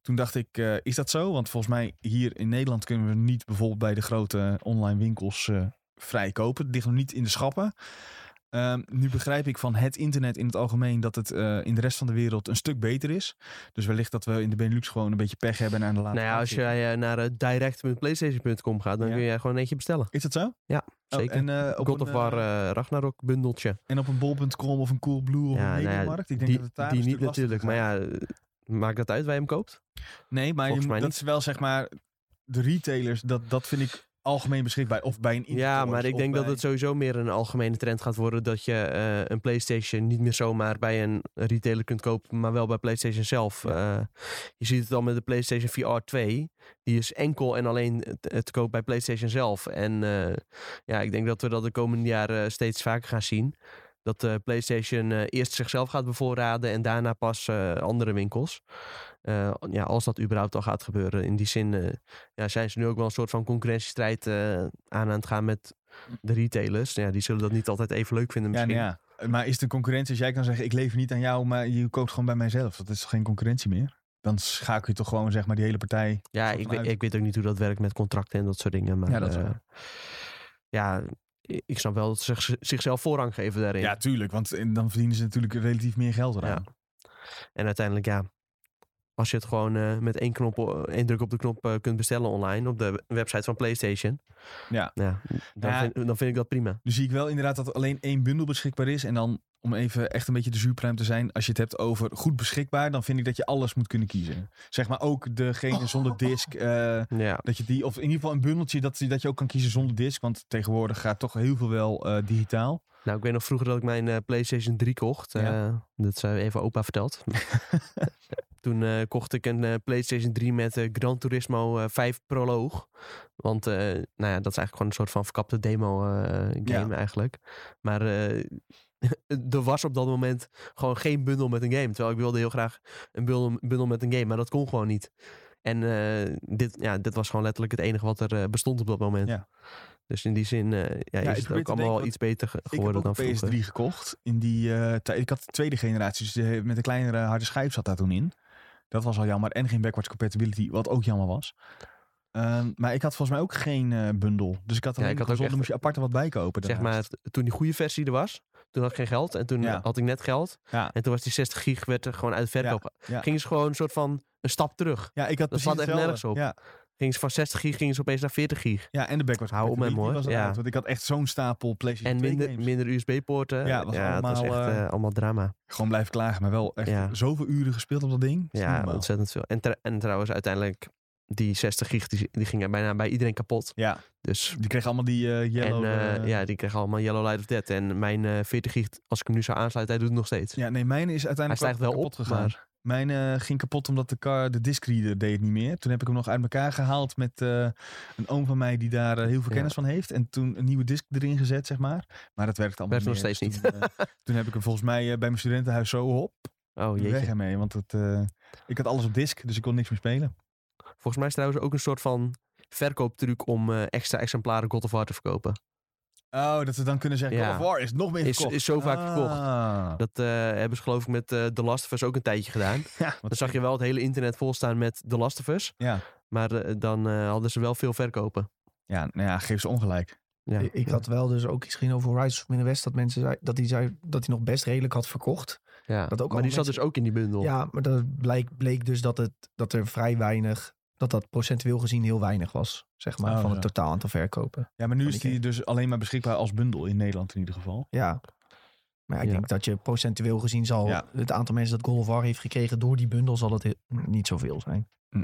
[SPEAKER 1] Toen dacht ik, eh, is dat zo? Want volgens mij hier in Nederland kunnen we niet... bijvoorbeeld bij de grote online winkels eh, vrij kopen. Het ligt nog niet in de schappen. Ehm, nu begrijp ik van het internet in het algemeen... dat het eh, in de rest van de wereld een stuk beter is. Dus wellicht dat we in de Benelux gewoon een beetje pech hebben... en aan de laatste
[SPEAKER 2] Nou ja,
[SPEAKER 1] kant
[SPEAKER 2] als
[SPEAKER 1] zitten.
[SPEAKER 2] jij eh, naar eh, direct.playstation.com gaat, dan
[SPEAKER 1] Ja.
[SPEAKER 2] kun je gewoon eentje bestellen.
[SPEAKER 1] Is dat zo?
[SPEAKER 2] Ja,
[SPEAKER 1] Oh,
[SPEAKER 2] zeker.
[SPEAKER 1] en, eh, op
[SPEAKER 2] God
[SPEAKER 1] een,
[SPEAKER 2] of War
[SPEAKER 1] eh,
[SPEAKER 2] eh, Ragnarok bundeltje.
[SPEAKER 1] en op een bol.com of een Coolblue of
[SPEAKER 2] Ja,
[SPEAKER 1] een
[SPEAKER 2] nou ja,
[SPEAKER 1] Mediamarkt? Ik denk
[SPEAKER 2] die
[SPEAKER 1] dat het daar
[SPEAKER 2] die
[SPEAKER 1] een
[SPEAKER 2] niet
[SPEAKER 1] stuk lastiger
[SPEAKER 2] natuurlijk,
[SPEAKER 1] gaat.
[SPEAKER 2] maar ja, eh, maakt dat uit waar je hem koopt?
[SPEAKER 1] Nee, maar je
[SPEAKER 2] Volgens
[SPEAKER 1] moet-
[SPEAKER 2] mij
[SPEAKER 1] dat
[SPEAKER 2] niet.
[SPEAKER 1] is wel zeg maar de retailers, dat, dat vind ik algemeen beschikbaar. Of bij een
[SPEAKER 2] Ja, maar
[SPEAKER 1] Intertoys,
[SPEAKER 2] ik
[SPEAKER 1] of
[SPEAKER 2] denk dat
[SPEAKER 1] bij-
[SPEAKER 2] het sowieso meer een algemene trend gaat worden dat je eh, een PlayStation niet meer zomaar bij een retailer kunt kopen, maar wel bij PlayStation zelf. Eh, je ziet het al met de PlayStation VR 2. Die is enkel en alleen te, te koop bij PlayStation zelf. En eh, ja, ik denk dat we dat de komende jaren eh, steeds vaker gaan zien. Dat eh, PlayStation eh, eerst zichzelf gaat bevoorraden en daarna pas eh, andere winkels. Eh, ja, als dat überhaupt al gaat gebeuren. In die zin eh, ja, zijn ze nu ook wel een soort van concurrentiestrijd eh, aan aan het gaan met de retailers. Ja, die zullen dat niet altijd even leuk vinden
[SPEAKER 1] Ja,
[SPEAKER 2] misschien.
[SPEAKER 1] nou ja. Maar is het een concurrentie als jij kan zeggen: ik lever niet aan jou, maar je koopt gewoon bij mijzelf? Dat is toch geen concurrentie meer? Dan schakel je toch gewoon zeg maar die hele partij.
[SPEAKER 2] Ja,
[SPEAKER 1] soort
[SPEAKER 2] ik,
[SPEAKER 1] van
[SPEAKER 2] weet-
[SPEAKER 1] uit.
[SPEAKER 2] ik weet ook niet hoe dat werkt met contracten en dat soort dingen. Maar,
[SPEAKER 1] Ja, dat is
[SPEAKER 2] eh,
[SPEAKER 1] waar.
[SPEAKER 2] ja, ik- ik snap wel dat ze zich- zichzelf voorrang geven daarin.
[SPEAKER 1] Ja, tuurlijk, want dan verdienen ze natuurlijk relatief meer geld eraan.
[SPEAKER 2] En uiteindelijk, ja, als je het gewoon eh, met één, knop, o- één druk op de knop eh, kunt bestellen online op de we- website van PlayStation.
[SPEAKER 1] Ja.
[SPEAKER 2] dan,
[SPEAKER 1] Ja.
[SPEAKER 2] Vind, dan vind ik dat prima.
[SPEAKER 1] Nu Dus zie ik wel inderdaad dat alleen één bundel beschikbaar is. En dan, om even echt een beetje de zuurpruim te zijn, als je het hebt over goed beschikbaar, dan vind ik dat je alles moet kunnen kiezen. Zeg maar ook degene zonder disc. eh,
[SPEAKER 2] Ja.
[SPEAKER 1] dat je die, of in ieder geval een bundeltje dat, dat je ook kan kiezen zonder disc. Want tegenwoordig gaat toch heel veel wel eh, digitaal.
[SPEAKER 2] Nou, ik weet nog vroeger dat ik mijn eh, PlayStation 3 kocht.
[SPEAKER 1] Ja.
[SPEAKER 2] Eh, dat zei even
[SPEAKER 1] (laughs)
[SPEAKER 2] opa verteld. Toen eh, kocht ik een eh, PlayStation 3 met eh, Gran Turismo eh, 5 Proloog. Want eh, nou ja, dat is eigenlijk gewoon een soort van verkapte demo-game eigenlijk. Maar eh, (laughs) er was op dat moment gewoon geen bundel met een game. Terwijl ik wilde heel graag een bundel, bundel met een game, maar dat kon gewoon niet. En eh, dit, ja, dit was gewoon letterlijk het enige wat er eh, bestond op dat moment.
[SPEAKER 1] Ja.
[SPEAKER 2] Dus in die zin eh, ja,
[SPEAKER 1] ik probeer
[SPEAKER 2] is het
[SPEAKER 1] te
[SPEAKER 2] ook
[SPEAKER 1] denken
[SPEAKER 2] allemaal wel
[SPEAKER 1] wat-
[SPEAKER 2] iets beter ge-
[SPEAKER 1] Ik heb
[SPEAKER 2] geworden
[SPEAKER 1] ook
[SPEAKER 2] dan
[SPEAKER 1] een PS3
[SPEAKER 2] vroeger.
[SPEAKER 1] gekocht. In die, eh, tij- ik had de tweede generatie, dus de- met een kleinere harde schijf zat daar toen in. Dat was al jammer. En geen backwards compatibility, wat ook jammer was. Ehm, maar ik had volgens mij ook geen eh, bundel. Dus ik had alleen
[SPEAKER 2] ik
[SPEAKER 1] ik
[SPEAKER 2] had ook echt-
[SPEAKER 1] moest je apart er wat bij kopen.
[SPEAKER 2] Zeg maar,
[SPEAKER 1] daarnaast.
[SPEAKER 2] t- toen die goede versie er was, toen had ik geen geld. En toen
[SPEAKER 1] Ja.
[SPEAKER 2] had ik net geld.
[SPEAKER 1] Ja.
[SPEAKER 2] En toen was die 60 gig, werd er gewoon uit de verkoop.
[SPEAKER 1] ja.
[SPEAKER 2] Gingen ze gewoon een soort van een stap terug.
[SPEAKER 1] Ja, ik had
[SPEAKER 2] dat
[SPEAKER 1] precies
[SPEAKER 2] slaat echt
[SPEAKER 1] hetzelfde.
[SPEAKER 2] nergens op.
[SPEAKER 1] Ja,
[SPEAKER 2] Gingen ze van 60 gig, gingen ze opeens naar 40 gig.
[SPEAKER 1] ja, en de backwards
[SPEAKER 2] Hou op met me,
[SPEAKER 1] compatibility
[SPEAKER 2] hoor.
[SPEAKER 1] was
[SPEAKER 2] Ja.
[SPEAKER 1] eruit. Want ik had echt zo'n stapel PlayStation
[SPEAKER 2] En
[SPEAKER 1] 2
[SPEAKER 2] minder,
[SPEAKER 1] games.
[SPEAKER 2] minder USB-poorten.
[SPEAKER 1] Ja, was
[SPEAKER 2] het was
[SPEAKER 1] allemaal,
[SPEAKER 2] echt
[SPEAKER 1] eh,
[SPEAKER 2] eh, allemaal drama.
[SPEAKER 1] Gewoon blijven klagen, maar wel echt
[SPEAKER 2] Ja.
[SPEAKER 1] zoveel uren gespeeld op dat ding. Dat is niet
[SPEAKER 2] Ja,
[SPEAKER 1] normaal.
[SPEAKER 2] ontzettend veel. En, tra- en trouwens, uiteindelijk, die 60 gig, die, die gingen bijna bij iedereen kapot.
[SPEAKER 1] ja,
[SPEAKER 2] Dus...
[SPEAKER 1] die kreeg allemaal die eh, yellow...
[SPEAKER 2] en eh,
[SPEAKER 1] eh,
[SPEAKER 2] ja, die kregen allemaal Yellow Light of Dead. En mijn eh, 40 gig, als ik hem nu zou aansluiten, hij doet het nog steeds.
[SPEAKER 1] ja, nee, mijn is
[SPEAKER 2] hij
[SPEAKER 1] uiteindelijk
[SPEAKER 2] stijgt wel
[SPEAKER 1] kapot
[SPEAKER 2] op,
[SPEAKER 1] gegaan.
[SPEAKER 2] maar
[SPEAKER 1] Mijn eh, ging kapot omdat de, car, de discreader deed het niet meer. Toen heb ik hem nog uit elkaar gehaald met eh, een oom van mij die daar eh, heel veel
[SPEAKER 2] Ja.
[SPEAKER 1] kennis van heeft. En toen een nieuwe disc erin gezet, zeg maar. Maar dat werkte allemaal
[SPEAKER 2] Werkt nog
[SPEAKER 1] niet meer.
[SPEAKER 2] steeds
[SPEAKER 1] Dus Toen,
[SPEAKER 2] (laughs)
[SPEAKER 1] eh, toen heb ik hem volgens mij eh, bij mijn studentenhuis zo hop,
[SPEAKER 2] Oh jeetje.
[SPEAKER 1] weg ermee. Want het, eh, ik had alles op disc, dus ik kon niks meer spelen.
[SPEAKER 2] Volgens mij is trouwens ook een soort van verkooptruc om eh, extra exemplaren God of War te verkopen.
[SPEAKER 1] Oh, dat we dan kunnen zeggen,
[SPEAKER 2] Ja.
[SPEAKER 1] God of War is nog meer
[SPEAKER 2] Is-
[SPEAKER 1] verkocht.
[SPEAKER 2] is zo vaak
[SPEAKER 1] Ah.
[SPEAKER 2] verkocht. Dat eh, hebben ze geloof ik met eh The Last of Us ook een tijdje gedaan. (laughs)
[SPEAKER 1] Ja, wat
[SPEAKER 2] Dan zag je wel het hele internet volstaan met The Last of Us.
[SPEAKER 1] Ja.
[SPEAKER 2] Maar eh, dan eh, hadden ze wel veel verkopen.
[SPEAKER 1] ja, nou ja, geef ze ongelijk.
[SPEAKER 2] Ja,
[SPEAKER 3] Ik- Ik
[SPEAKER 2] ja.
[SPEAKER 3] had wel dus ook misschien over Rise of Midwest dat mensen zei, dat hij zei dat hij nog best redelijk had verkocht.
[SPEAKER 2] Ja.
[SPEAKER 3] dat ook
[SPEAKER 2] maar die
[SPEAKER 3] allemaal
[SPEAKER 2] zat dus ook in die bundel.
[SPEAKER 3] Ja, maar dat bleek, bleek dus dat, het, dat er vrij weinig, dat dat procentueel gezien heel weinig was, zeg maar,
[SPEAKER 1] Oh,
[SPEAKER 3] van het
[SPEAKER 1] zo.
[SPEAKER 3] totaal aantal verkopen.
[SPEAKER 1] Ja, maar nu
[SPEAKER 3] Van
[SPEAKER 1] is
[SPEAKER 3] die
[SPEAKER 1] die dus alleen maar beschikbaar als bundel in Nederland in ieder geval.
[SPEAKER 3] Ja. Maar ja, ik
[SPEAKER 2] Ja.
[SPEAKER 3] denk dat je procentueel gezien zal
[SPEAKER 1] Ja.
[SPEAKER 3] het aantal mensen dat God of War heeft gekregen door die bundel zal het he- niet zoveel zijn.
[SPEAKER 1] Hm.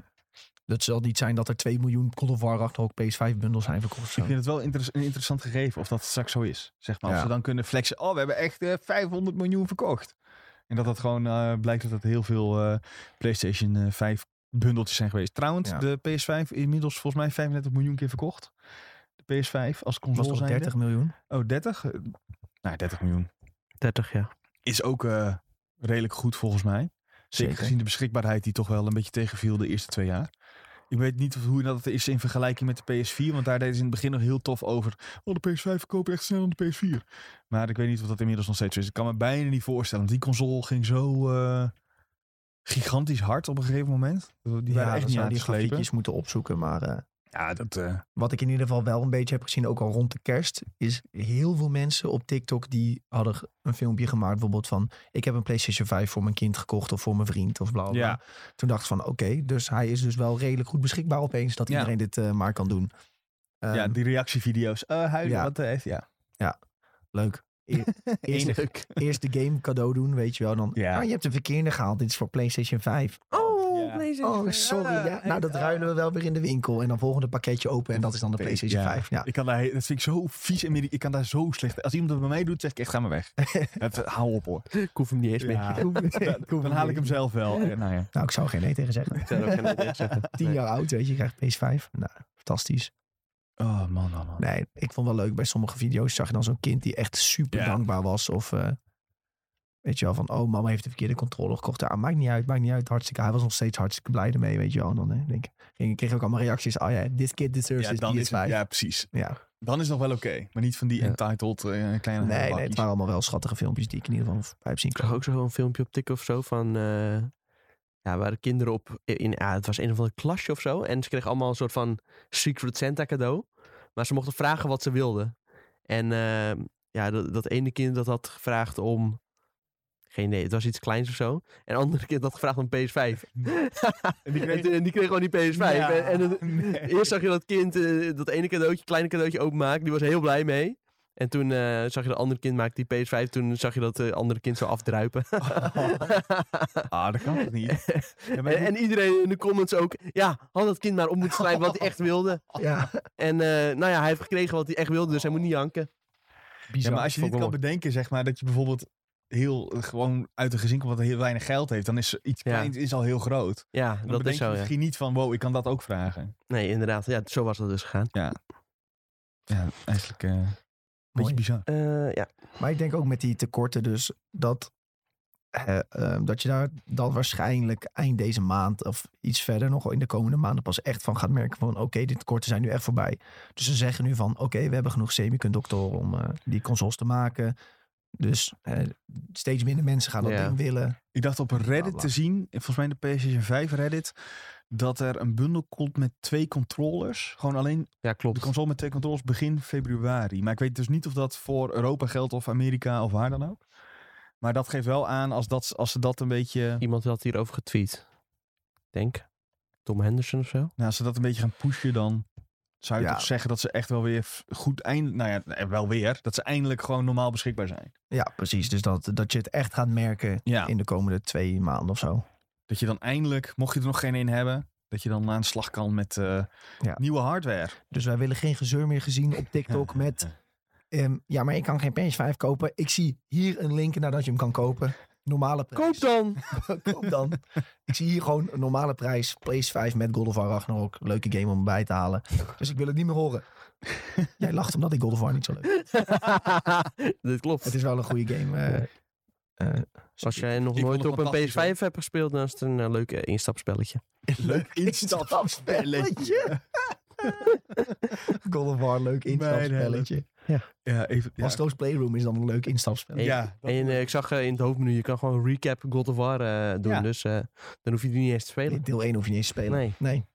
[SPEAKER 3] Dat zal niet zijn dat er 2 miljoen God of War achter ook PS5 bundels zijn verkocht. of zo.
[SPEAKER 1] Ik vind het wel interes- een interessant gegeven of dat straks zo is. Zeg maar, als
[SPEAKER 3] Oh. Ja.
[SPEAKER 1] ze dan kunnen flexen. Oh, we hebben echt eh, 500 miljoen verkocht. En dat dat gewoon eh, blijkt dat het heel veel eh, PlayStation eh, 5 bundeltjes zijn geweest. Trouwens,
[SPEAKER 3] Ja.
[SPEAKER 1] de PS5 inmiddels volgens mij 35 miljoen keer verkocht. De PS5 als
[SPEAKER 3] was
[SPEAKER 1] console
[SPEAKER 3] toch
[SPEAKER 1] zijn.
[SPEAKER 3] 30 miljoen?
[SPEAKER 1] Oh, 30? Eh, Nou, 30 miljoen.
[SPEAKER 2] 30 ja.
[SPEAKER 1] Is ook eh, redelijk goed volgens mij. Zeker gezien de beschikbaarheid die toch wel een beetje tegenviel de eerste twee jaar. Ik weet niet of- hoe dat is in vergelijking met de PS4. Want daar deden ze in het begin nog heel tof over. Oh, de PS5 verkoopt echt sneller dan de PS4. Maar ik weet niet of dat inmiddels nog steeds zo is. Ik kan me bijna niet voorstellen. Want die console ging zo eh, gigantisch hard op een gegeven moment. Die waren
[SPEAKER 3] ja,
[SPEAKER 1] echt
[SPEAKER 3] dan
[SPEAKER 1] niet
[SPEAKER 3] zou
[SPEAKER 1] aan
[SPEAKER 3] die
[SPEAKER 1] te slepen.
[SPEAKER 3] grafiekjes moeten opzoeken. Maar eh,
[SPEAKER 1] Ja, dat... eh,
[SPEAKER 3] wat ik in ieder geval wel een beetje heb gezien, ook al rond de kerst, is heel veel mensen op TikTok die hadden g- een filmpje gemaakt, bijvoorbeeld van ik heb een PlayStation 5 voor mijn kind gekocht of voor mijn vriend of bla bla. bla.
[SPEAKER 1] ja.
[SPEAKER 3] Toen dacht ik van oké, dus hij is dus wel redelijk goed beschikbaar opeens dat
[SPEAKER 1] Ja.
[SPEAKER 3] iedereen dit eh, maar kan doen. Ehm,
[SPEAKER 1] ja, die reactievideo's. Eh huilen,
[SPEAKER 3] Ja.
[SPEAKER 1] wat de F. Ja. (laughs)
[SPEAKER 3] Leuk. E- eerst,
[SPEAKER 1] Enig.
[SPEAKER 2] Leuk.
[SPEAKER 3] eerst de game cadeau doen, weet je wel. Dan,
[SPEAKER 1] Ja.
[SPEAKER 3] ah, je hebt de verkeerde gehaald, dit is voor PlayStation 5.
[SPEAKER 2] Oh,
[SPEAKER 1] Ja.
[SPEAKER 2] PlayStation.
[SPEAKER 3] Oh, sorry.
[SPEAKER 1] Ja,
[SPEAKER 3] Ja. Nou, dat
[SPEAKER 1] ja.
[SPEAKER 3] ruilen we wel weer in de winkel. En dan volgende pakketje open en dat is dan de PlayStation
[SPEAKER 1] Ja.
[SPEAKER 3] 5. Ja.
[SPEAKER 1] Ik kan daar, dat vind ik zo vies. en Ik kan daar zo slecht. Als iemand dat bij mij doet, zeg ik echt, ga maar
[SPEAKER 2] (laughs)
[SPEAKER 1] weg. Het, hou op hoor.
[SPEAKER 2] Ik hoef hem niet eens meer.
[SPEAKER 1] Ja. (laughs) Dan, dan haal ik hem zelf wel. Eh, nou ja.
[SPEAKER 3] Nou, ik zou geen nee tegen zeggen.
[SPEAKER 2] Ik zou er ook geen idee zeggen.
[SPEAKER 3] Tien
[SPEAKER 2] (laughs) Nee.
[SPEAKER 3] jaar oud, weet je, je krijgt PS5. Nou, fantastisch.
[SPEAKER 1] Oh man, man, man.
[SPEAKER 3] Nee, ik vond wel leuk. Bij sommige video's zag je dan zo'n kind die echt super
[SPEAKER 1] Ja.
[SPEAKER 3] dankbaar was. Of eh, weet je wel, van oh, mama heeft de verkeerde controle gekocht. Ah, maakt niet uit, maakt niet uit. Hartstikke, hij was nog steeds hartstikke blij ermee, weet je wel. En dan eh, denk, ik- ging, kreeg ook allemaal reacties. Oh ja, this kid deserves
[SPEAKER 1] Ja,
[SPEAKER 3] this
[SPEAKER 1] dan is
[SPEAKER 3] PS5.
[SPEAKER 1] het,
[SPEAKER 3] ja.
[SPEAKER 1] ja, precies. Dan is het nog wel oké. Maar niet van die
[SPEAKER 2] Ja.
[SPEAKER 1] entitled eh, kleine
[SPEAKER 3] Nee, nee,
[SPEAKER 1] bakjes.
[SPEAKER 3] het waren allemaal wel schattige filmpjes die ik in ieder geval bij heb zien
[SPEAKER 2] Ik zag
[SPEAKER 3] komen.
[SPEAKER 2] ook zo'n filmpje op TikTok of zo van... eh, ja, waar kinderen op... In, ja, het was een of andere klasje of zo. En ze kregen allemaal een soort van Secret Santa cadeau. Maar ze mochten vragen wat ze wilden. En eh, ja, dat, dat ene kind dat had gevraagd om... Geen idee, het was iets kleins of zo. En een andere kind had gevraagd om PS5.
[SPEAKER 1] En die
[SPEAKER 2] en,
[SPEAKER 1] kreeg-
[SPEAKER 2] die- en die kreeg gewoon die PS5.
[SPEAKER 1] Ja,
[SPEAKER 2] en, en
[SPEAKER 1] (laughs)
[SPEAKER 2] het- (laughs)
[SPEAKER 1] nee.
[SPEAKER 2] Eerst zag je dat kind eh, dat ene cadeautje, kleine cadeautje openmaken. Die was er heel blij mee. En toen eh, zag je dat andere kind maakte die PS5. Toen zag je dat eh, andere kind zo afdruipen.
[SPEAKER 1] Ah, dat kan toch
[SPEAKER 2] (laughs)
[SPEAKER 1] niet? Ja, maar
[SPEAKER 2] en, en iedereen in de comments ook. Ja, had dat kind maar op moeten schrijven wat hij echt wilde.
[SPEAKER 3] Ja,
[SPEAKER 2] En eh, nou ja, hij heeft gekregen wat hij echt wilde. Dus hij moet niet janken.
[SPEAKER 1] Ja, maar als je dit kan bedenken, zeg maar, dat je bijvoorbeeld heel eh, gewoon uit een gezin komt wat heel weinig geld heeft, dan is iets
[SPEAKER 2] Ja.
[SPEAKER 1] kleins is al heel groot.
[SPEAKER 2] Ja,
[SPEAKER 1] Dan
[SPEAKER 2] dat
[SPEAKER 1] bedenk
[SPEAKER 2] is zo.
[SPEAKER 1] je
[SPEAKER 2] Ja.
[SPEAKER 1] misschien niet van, wow, ik kan dat ook vragen.
[SPEAKER 2] Nee, inderdaad. Ja, zo was dat dus gegaan.
[SPEAKER 1] Ja, eigenlijk eh, een beetje bizar.
[SPEAKER 2] Eh, ja.
[SPEAKER 3] Maar ik denk ook met die tekorten dus dat, eh, eh, dat je daar dan waarschijnlijk eind deze maand of iets verder nog in de komende maanden pas echt van gaat merken van oké, die tekorten zijn nu echt voorbij. Dus ze zeggen nu van oké, we hebben genoeg semiconductoren om eh, die consoles te maken. Dus eh, steeds minder mensen gaan dat
[SPEAKER 2] Ja.
[SPEAKER 3] ding willen.
[SPEAKER 1] Ik dacht op
[SPEAKER 3] Bla,
[SPEAKER 1] Reddit
[SPEAKER 3] bla.
[SPEAKER 1] te zien, volgens mij in de PlayStation 5 Reddit, dat er een bundel komt met twee controllers. Gewoon alleen
[SPEAKER 2] ja,
[SPEAKER 1] de
[SPEAKER 2] klopt.
[SPEAKER 1] console met twee controllers begin februari. Maar ik weet dus niet of dat voor Europa geldt of Amerika of waar dan ook. Maar dat geeft wel aan als, dat, als ze dat een beetje,
[SPEAKER 2] (laughs) Iemand had hierover getweet. Denk. Tom Henderson of zo.
[SPEAKER 1] nou, als ze dat een beetje gaan pushen, dan zou je
[SPEAKER 3] Ja.
[SPEAKER 1] toch zeggen dat ze echt wel weer f- goed eind, nou ja, eh, wel weer, dat ze eindelijk gewoon normaal beschikbaar zijn.
[SPEAKER 3] Ja, precies. Dus dat, dat je het echt gaat merken
[SPEAKER 1] Ja.
[SPEAKER 3] in de komende twee maanden of zo.
[SPEAKER 1] Dat je dan eindelijk, mocht je er nog geen één hebben, dat je dan aan de slag kan met eh,
[SPEAKER 3] Ja.
[SPEAKER 1] nieuwe hardware.
[SPEAKER 3] Dus wij willen geen gezeur meer gezien op TikTok met Ehm, ja, maar ik kan geen PS5 kopen. Ik zie hier een link naar dat je hem kan kopen. Normale
[SPEAKER 2] Koop
[SPEAKER 3] prijs.
[SPEAKER 2] dan!
[SPEAKER 3] Koop dan. Ik zie hier gewoon een normale prijs. PS5 met God of War Ragnarok. Leuke game om erbij te halen. Dus ik wil het niet meer horen. Jij lacht omdat ik God of War niet zo leuk vind.
[SPEAKER 2] (laughs) Dit klopt.
[SPEAKER 3] Het is wel een goede game. eh. Eh,
[SPEAKER 2] Als jij nog
[SPEAKER 1] Ik
[SPEAKER 2] nooit
[SPEAKER 1] vond
[SPEAKER 2] op
[SPEAKER 1] het
[SPEAKER 2] een
[SPEAKER 1] fantastisch,
[SPEAKER 2] PS5 hebt gespeeld, dan is het een eh, leuk eh, instapspelletje.
[SPEAKER 3] (laughs)
[SPEAKER 1] Leuk
[SPEAKER 3] instapspelletje. God of War, leuk instapspelletje.
[SPEAKER 1] Ja, even. Ja,
[SPEAKER 3] Astro's Playroom is dan een leuk instapspelletje.
[SPEAKER 1] ja, dat-
[SPEAKER 2] En eh, ik zag eh, in het hoofdmenu, je kan gewoon recap God of War eh, doen.
[SPEAKER 1] Ja.
[SPEAKER 2] Dus eh, dan hoef je die niet eens te spelen.
[SPEAKER 3] Deel 1 hoef je niet eens te spelen.
[SPEAKER 2] Nee.
[SPEAKER 3] nee.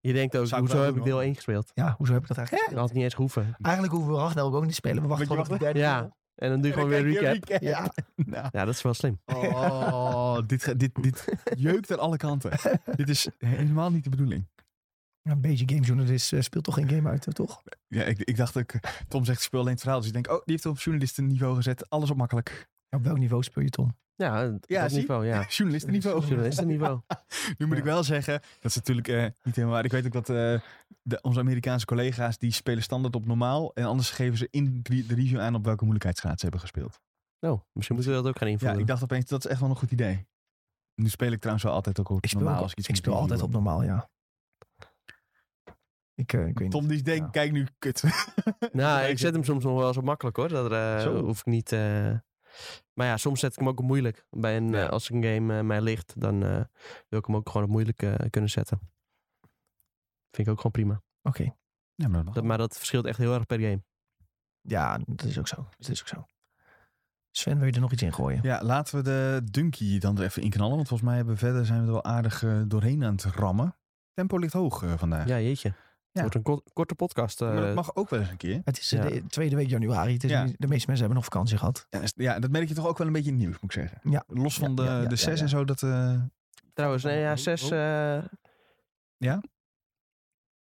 [SPEAKER 2] Je denkt ook,
[SPEAKER 1] Zou ik
[SPEAKER 2] hoezo
[SPEAKER 1] wel
[SPEAKER 2] heb
[SPEAKER 1] doen,
[SPEAKER 2] ik deel
[SPEAKER 1] hoor.
[SPEAKER 2] 1 gespeeld?
[SPEAKER 3] Ja, hoezo heb ik dat eigenlijk?
[SPEAKER 2] Dat had niet eens hoeven.
[SPEAKER 3] Eigenlijk hoeven we Ragnarok ook niet te spelen. We wachten
[SPEAKER 1] Moet je
[SPEAKER 3] gewoon op de derde
[SPEAKER 2] Ja. En dan doe je
[SPEAKER 1] Dan
[SPEAKER 2] gewoon weer
[SPEAKER 1] kijk je
[SPEAKER 2] recap.
[SPEAKER 1] recap.
[SPEAKER 3] deel. Ja,
[SPEAKER 1] Nou.
[SPEAKER 2] Ja, dat is wel slim.
[SPEAKER 1] Oh, dit, ga- dit, (laughs) dit jeukt aan alle kanten. dit is helemaal niet de bedoeling.
[SPEAKER 3] een beetje gamejournalist eh, speelt toch geen game uit, eh, toch?
[SPEAKER 1] Ja, ik, ik dacht, ik, Tom zegt speel alleen het verhaal. Dus ik denk, oh, die heeft het op journalistenniveau gezet. Alles op makkelijk.
[SPEAKER 3] Op welk niveau speel je, Tom?
[SPEAKER 2] (laughs) Ja, op
[SPEAKER 1] Ja,
[SPEAKER 2] dat
[SPEAKER 1] zie. (laughs)
[SPEAKER 2] niveau, ja.
[SPEAKER 1] Journalistenniveau.
[SPEAKER 2] Journalistenniveau.
[SPEAKER 1] Nu moet ik wel zeggen, dat is natuurlijk eh, niet helemaal waar. Ik weet ook dat eh, de, onze Amerikaanse collega's, die spelen standaard op normaal. En anders geven ze in de de review aan op welke moeilijkheidsgraad ze hebben gespeeld.
[SPEAKER 2] Nou, misschien moeten we dat ook gaan
[SPEAKER 1] Ja,
[SPEAKER 2] invullen.
[SPEAKER 1] ik dacht opeens, dat is echt wel een goed idee. Nu speel ik trouwens wel altijd ook op
[SPEAKER 3] Ik speel,
[SPEAKER 1] normaal.
[SPEAKER 3] ook-
[SPEAKER 1] als ik iets
[SPEAKER 3] ik
[SPEAKER 1] moet
[SPEAKER 3] speel altijd op
[SPEAKER 1] reviewen.
[SPEAKER 3] normaal, ja. Ik, eh, ik weet niet.
[SPEAKER 1] Tom die denkt,
[SPEAKER 3] Ja.
[SPEAKER 1] kijk nu, kut.
[SPEAKER 2] Nou,
[SPEAKER 1] Wijze.
[SPEAKER 2] ik zet hem soms nog wel zo makkelijk hoor. Dat eh,
[SPEAKER 1] Zo.
[SPEAKER 2] hoef ik niet. eh, Maar ja, soms zet ik hem ook op moeilijk. Bij een,
[SPEAKER 1] Ja.
[SPEAKER 2] eh, als een game eh, mij ligt, dan eh, wil ik hem ook gewoon op moeilijk eh, kunnen zetten. Vind ik ook gewoon prima.
[SPEAKER 3] Oké.
[SPEAKER 1] Ja, maar dat mag.
[SPEAKER 2] Dat, maar dat verschilt echt heel erg per game.
[SPEAKER 3] Ja, dat is ook zo. Dat is ook zo. Sven, wil je er nog iets in gooien?
[SPEAKER 1] Ja, laten we de Dunky dan er even in knallen. Want volgens mij hebben we verder zijn we er wel aardig eh, doorheen aan het rammen. Tempo ligt hoog eh, vandaag.
[SPEAKER 2] Ja, jeetje. Het wordt een ko- korte podcast. eh,
[SPEAKER 1] Maar dat mag ook wel eens een keer.
[SPEAKER 3] Het is eh,
[SPEAKER 2] Ja.
[SPEAKER 3] de tweede week januari. Het is
[SPEAKER 1] Ja.
[SPEAKER 3] niet- de meeste mensen hebben nog vakantie gehad.
[SPEAKER 1] Ja, is- Ja, dat merk je toch ook wel een beetje in het nieuws, moet ik zeggen.
[SPEAKER 3] Ja.
[SPEAKER 1] Los van
[SPEAKER 3] Ja,
[SPEAKER 1] de,
[SPEAKER 3] ja, ja,
[SPEAKER 1] de
[SPEAKER 3] ja,
[SPEAKER 1] zes
[SPEAKER 3] ja.
[SPEAKER 1] en zo, dat... eh,
[SPEAKER 2] Trouwens, nee, ja,
[SPEAKER 1] Oh,
[SPEAKER 2] zes.
[SPEAKER 1] oh.
[SPEAKER 2] eh,
[SPEAKER 1] Ja?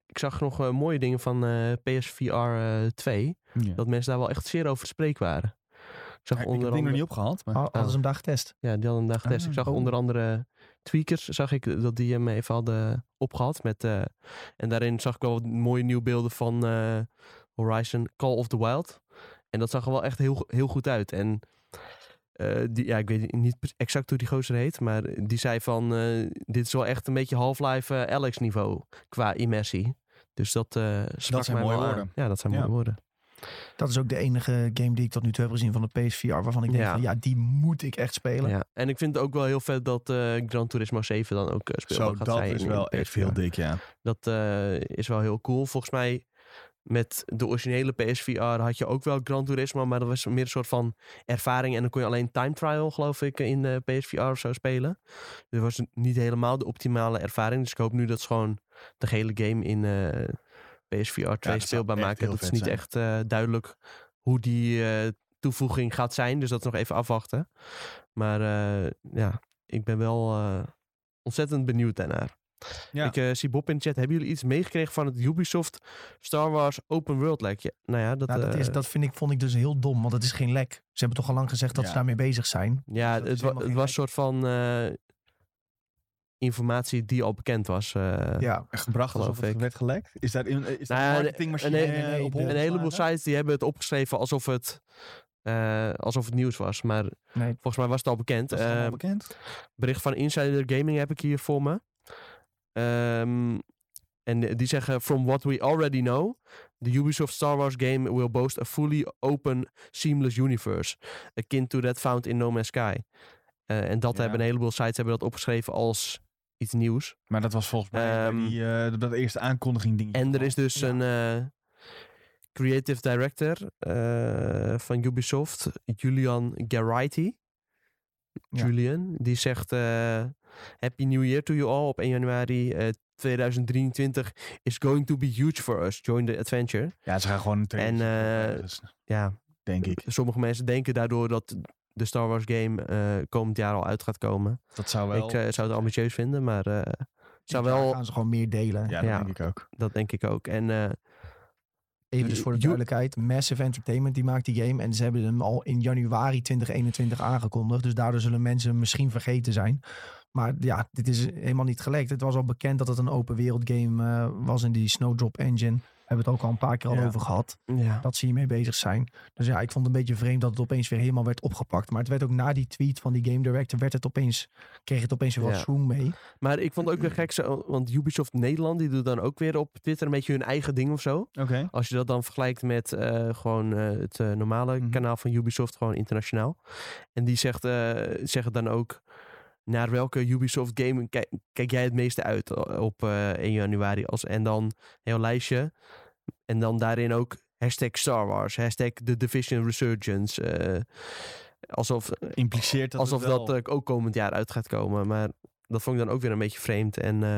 [SPEAKER 2] Ik zag nog eh, mooie dingen van eh, PSVR eh, 2. Dat mensen daar wel echt zeer over te spreken waren. Ik zag
[SPEAKER 1] Ja, ik heb
[SPEAKER 2] onder
[SPEAKER 1] het ding nog
[SPEAKER 2] andere.
[SPEAKER 1] niet opgehaald, maar...
[SPEAKER 3] Al- Hadden ze hem daar getest?
[SPEAKER 2] Ja, die hadden een dag getest. Ik zag
[SPEAKER 1] Ah.
[SPEAKER 2] onder andere tweakers, zag ik eh, dat die hem even hadden opgehad. Met, eh, en daarin zag ik wel wat mooie nieuwe beelden van eh, Horizon Call of the Wild. En dat zag er wel echt heel, go- heel goed uit. En eh, die, ja, ik weet niet pre- exact hoe die gozer heet, maar die zei van eh, dit is wel echt een beetje Half-Life eh, Alex niveau qua immersie. Dus dat, eh sprak
[SPEAKER 1] zijn
[SPEAKER 2] mij
[SPEAKER 1] mooie
[SPEAKER 2] wel aan.
[SPEAKER 1] woorden.
[SPEAKER 2] Ja, dat zijn
[SPEAKER 1] Ja.
[SPEAKER 2] mooie woorden.
[SPEAKER 3] Dat is ook de enige game die ik tot nu toe heb gezien van de PSVR. Waarvan ik denk
[SPEAKER 2] Ja.
[SPEAKER 3] van ja, die moet ik echt spelen.
[SPEAKER 2] Ja. En ik vind het ook wel heel vet dat eh, Gran Turismo 7 dan ook eh, speelbaar
[SPEAKER 1] Zo,
[SPEAKER 2] gaat
[SPEAKER 1] dat
[SPEAKER 2] zijn.
[SPEAKER 1] is
[SPEAKER 2] in
[SPEAKER 3] (laughs)
[SPEAKER 1] wel echt
[SPEAKER 2] PSVR.
[SPEAKER 1] heel dik, ja.
[SPEAKER 2] Dat eh, is wel heel cool. Volgens mij met de originele PSVR had je ook wel Gran Turismo, maar dat was meer een soort van ervaring. En dan kon je alleen time trial, geloof ik, in eh, de PSVR of zo spelen. Dus dat was niet helemaal de optimale ervaring. Dus ik hoop nu dat ze gewoon de hele game in eh, PSVR 2
[SPEAKER 1] zou
[SPEAKER 2] speelbaar
[SPEAKER 1] echt
[SPEAKER 2] maken.
[SPEAKER 1] heel
[SPEAKER 2] Dat is
[SPEAKER 1] vet
[SPEAKER 2] niet
[SPEAKER 1] zijn.
[SPEAKER 2] echt eh, duidelijk hoe die eh, toevoeging gaat zijn. Dus dat is nog even afwachten. Maar eh, ja, ik ben wel eh, ontzettend benieuwd daarnaar.
[SPEAKER 1] Ja.
[SPEAKER 2] Ik eh, zie Bob in de chat. Hebben jullie iets meegekregen van het Ubisoft Star Wars Open World lekje? Nou ja, dat,
[SPEAKER 3] Nou, dat,
[SPEAKER 2] eh,
[SPEAKER 3] is, dat vind ik, vond ik dus heel dom, want het is geen lek. Ze hebben toch al lang gezegd dat
[SPEAKER 1] Ja.
[SPEAKER 3] ze daarmee bezig zijn.
[SPEAKER 2] ja,
[SPEAKER 3] dat is
[SPEAKER 2] het, wa-
[SPEAKER 3] helemaal
[SPEAKER 2] het
[SPEAKER 3] geen
[SPEAKER 2] was een soort
[SPEAKER 3] lek.
[SPEAKER 2] van eh, informatie die al bekend was. eh.
[SPEAKER 3] Ja,
[SPEAKER 1] Gebracht
[SPEAKER 2] Geloof
[SPEAKER 1] alsof het
[SPEAKER 2] ik.
[SPEAKER 1] werd gelekt? Is daar in, is
[SPEAKER 2] Nou ja,
[SPEAKER 1] daar een marketingmachine
[SPEAKER 2] nee,
[SPEAKER 1] eh,
[SPEAKER 3] nee,
[SPEAKER 1] op
[SPEAKER 3] nee,
[SPEAKER 2] Een heleboel
[SPEAKER 1] geslagen?
[SPEAKER 2] sites die hebben het opgeschreven alsof het, eh, alsof het nieuws was. Maar
[SPEAKER 3] nee.
[SPEAKER 2] volgens mij was het al bekend.
[SPEAKER 1] Dat is allemaal
[SPEAKER 2] Eh,
[SPEAKER 1] bekend.
[SPEAKER 2] bericht van Insider Gaming heb ik hier voor me. Ehm, en die zeggen: From what we already know, the Ubisoft Star Wars game will boast a fully open, seamless universe, akin to that found in No Man's Sky. Eh, en dat
[SPEAKER 1] Ja.
[SPEAKER 2] hebben een heleboel sites hebben dat opgeschreven als iets nieuws.
[SPEAKER 1] Maar dat was volgens mij bij
[SPEAKER 2] Ehm,
[SPEAKER 1] die, eh, dat eerste aankondiging ding.
[SPEAKER 2] En er is dus
[SPEAKER 3] Ja.
[SPEAKER 2] een eh, creative director eh, van Ubisoft, Julian Garrity.
[SPEAKER 3] Ja.
[SPEAKER 2] Julian, die zegt: eh, Happy New Year to you all op 1 januari eh, 2023 is going to be huge for us. Join the adventure.
[SPEAKER 1] Ja, ze gaan gewoon een trailer
[SPEAKER 2] En,
[SPEAKER 1] zetten,
[SPEAKER 2] eh,
[SPEAKER 1] ergens,
[SPEAKER 2] Ja,
[SPEAKER 1] denk ik.
[SPEAKER 2] sommige mensen denken daardoor dat de Star Wars game eh, komend jaar al uit gaat komen.
[SPEAKER 1] Dat zou wel...
[SPEAKER 2] Ik eh, zou het ambitieus vinden, maar eh, zou
[SPEAKER 3] Daar
[SPEAKER 2] wel,
[SPEAKER 3] gaan ze gewoon meer delen.
[SPEAKER 1] ja, dat
[SPEAKER 2] ja.
[SPEAKER 1] denk ik ook.
[SPEAKER 2] dat denk ik ook. En eh,
[SPEAKER 3] Even dus voor de
[SPEAKER 2] Ju-
[SPEAKER 3] duidelijkheid, Massive Entertainment die maakt die game. En ze hebben hem al in januari 2021 aangekondigd. Dus daardoor zullen mensen hem misschien vergeten zijn. Maar ja, dit is helemaal niet gelekt. Het was al bekend dat het een open wereld game eh, was. En die Snowdrop Engine hebben we het ook al een paar keer al
[SPEAKER 1] Ja.
[SPEAKER 3] over gehad.
[SPEAKER 2] ja.
[SPEAKER 3] Dat ze hiermee bezig zijn. Dus ja, ik vond het een beetje vreemd dat het opeens weer helemaal werd opgepakt. Maar het werd ook na die tweet van die game director, werd het opeens, kreeg het opeens weer wat
[SPEAKER 2] Ja.
[SPEAKER 3] schoen mee.
[SPEAKER 2] Maar ik vond het ook weer gek, zo, want Ubisoft Nederland die doet dan ook weer op Twitter een beetje hun eigen ding of zo.
[SPEAKER 1] Oké.
[SPEAKER 2] Als je dat dan vergelijkt met eh, gewoon eh, het eh, normale
[SPEAKER 1] Mhm.
[SPEAKER 2] kanaal van Ubisoft, gewoon internationaal. En die zegt, eh, zeggen dan ook naar welke Ubisoft game kijk, kijk jij het meeste uit op eh, 1 januari. Als, en dan een heel lijstje. En dan daarin ook hashtag Star Wars, hashtag The Division Resurgence. eh, alsof
[SPEAKER 1] Impliceert dat
[SPEAKER 2] alsof
[SPEAKER 1] het wel-
[SPEAKER 2] dat eh, ook komend jaar uit gaat komen. Maar dat vond ik dan ook weer een beetje vreemd. En eh,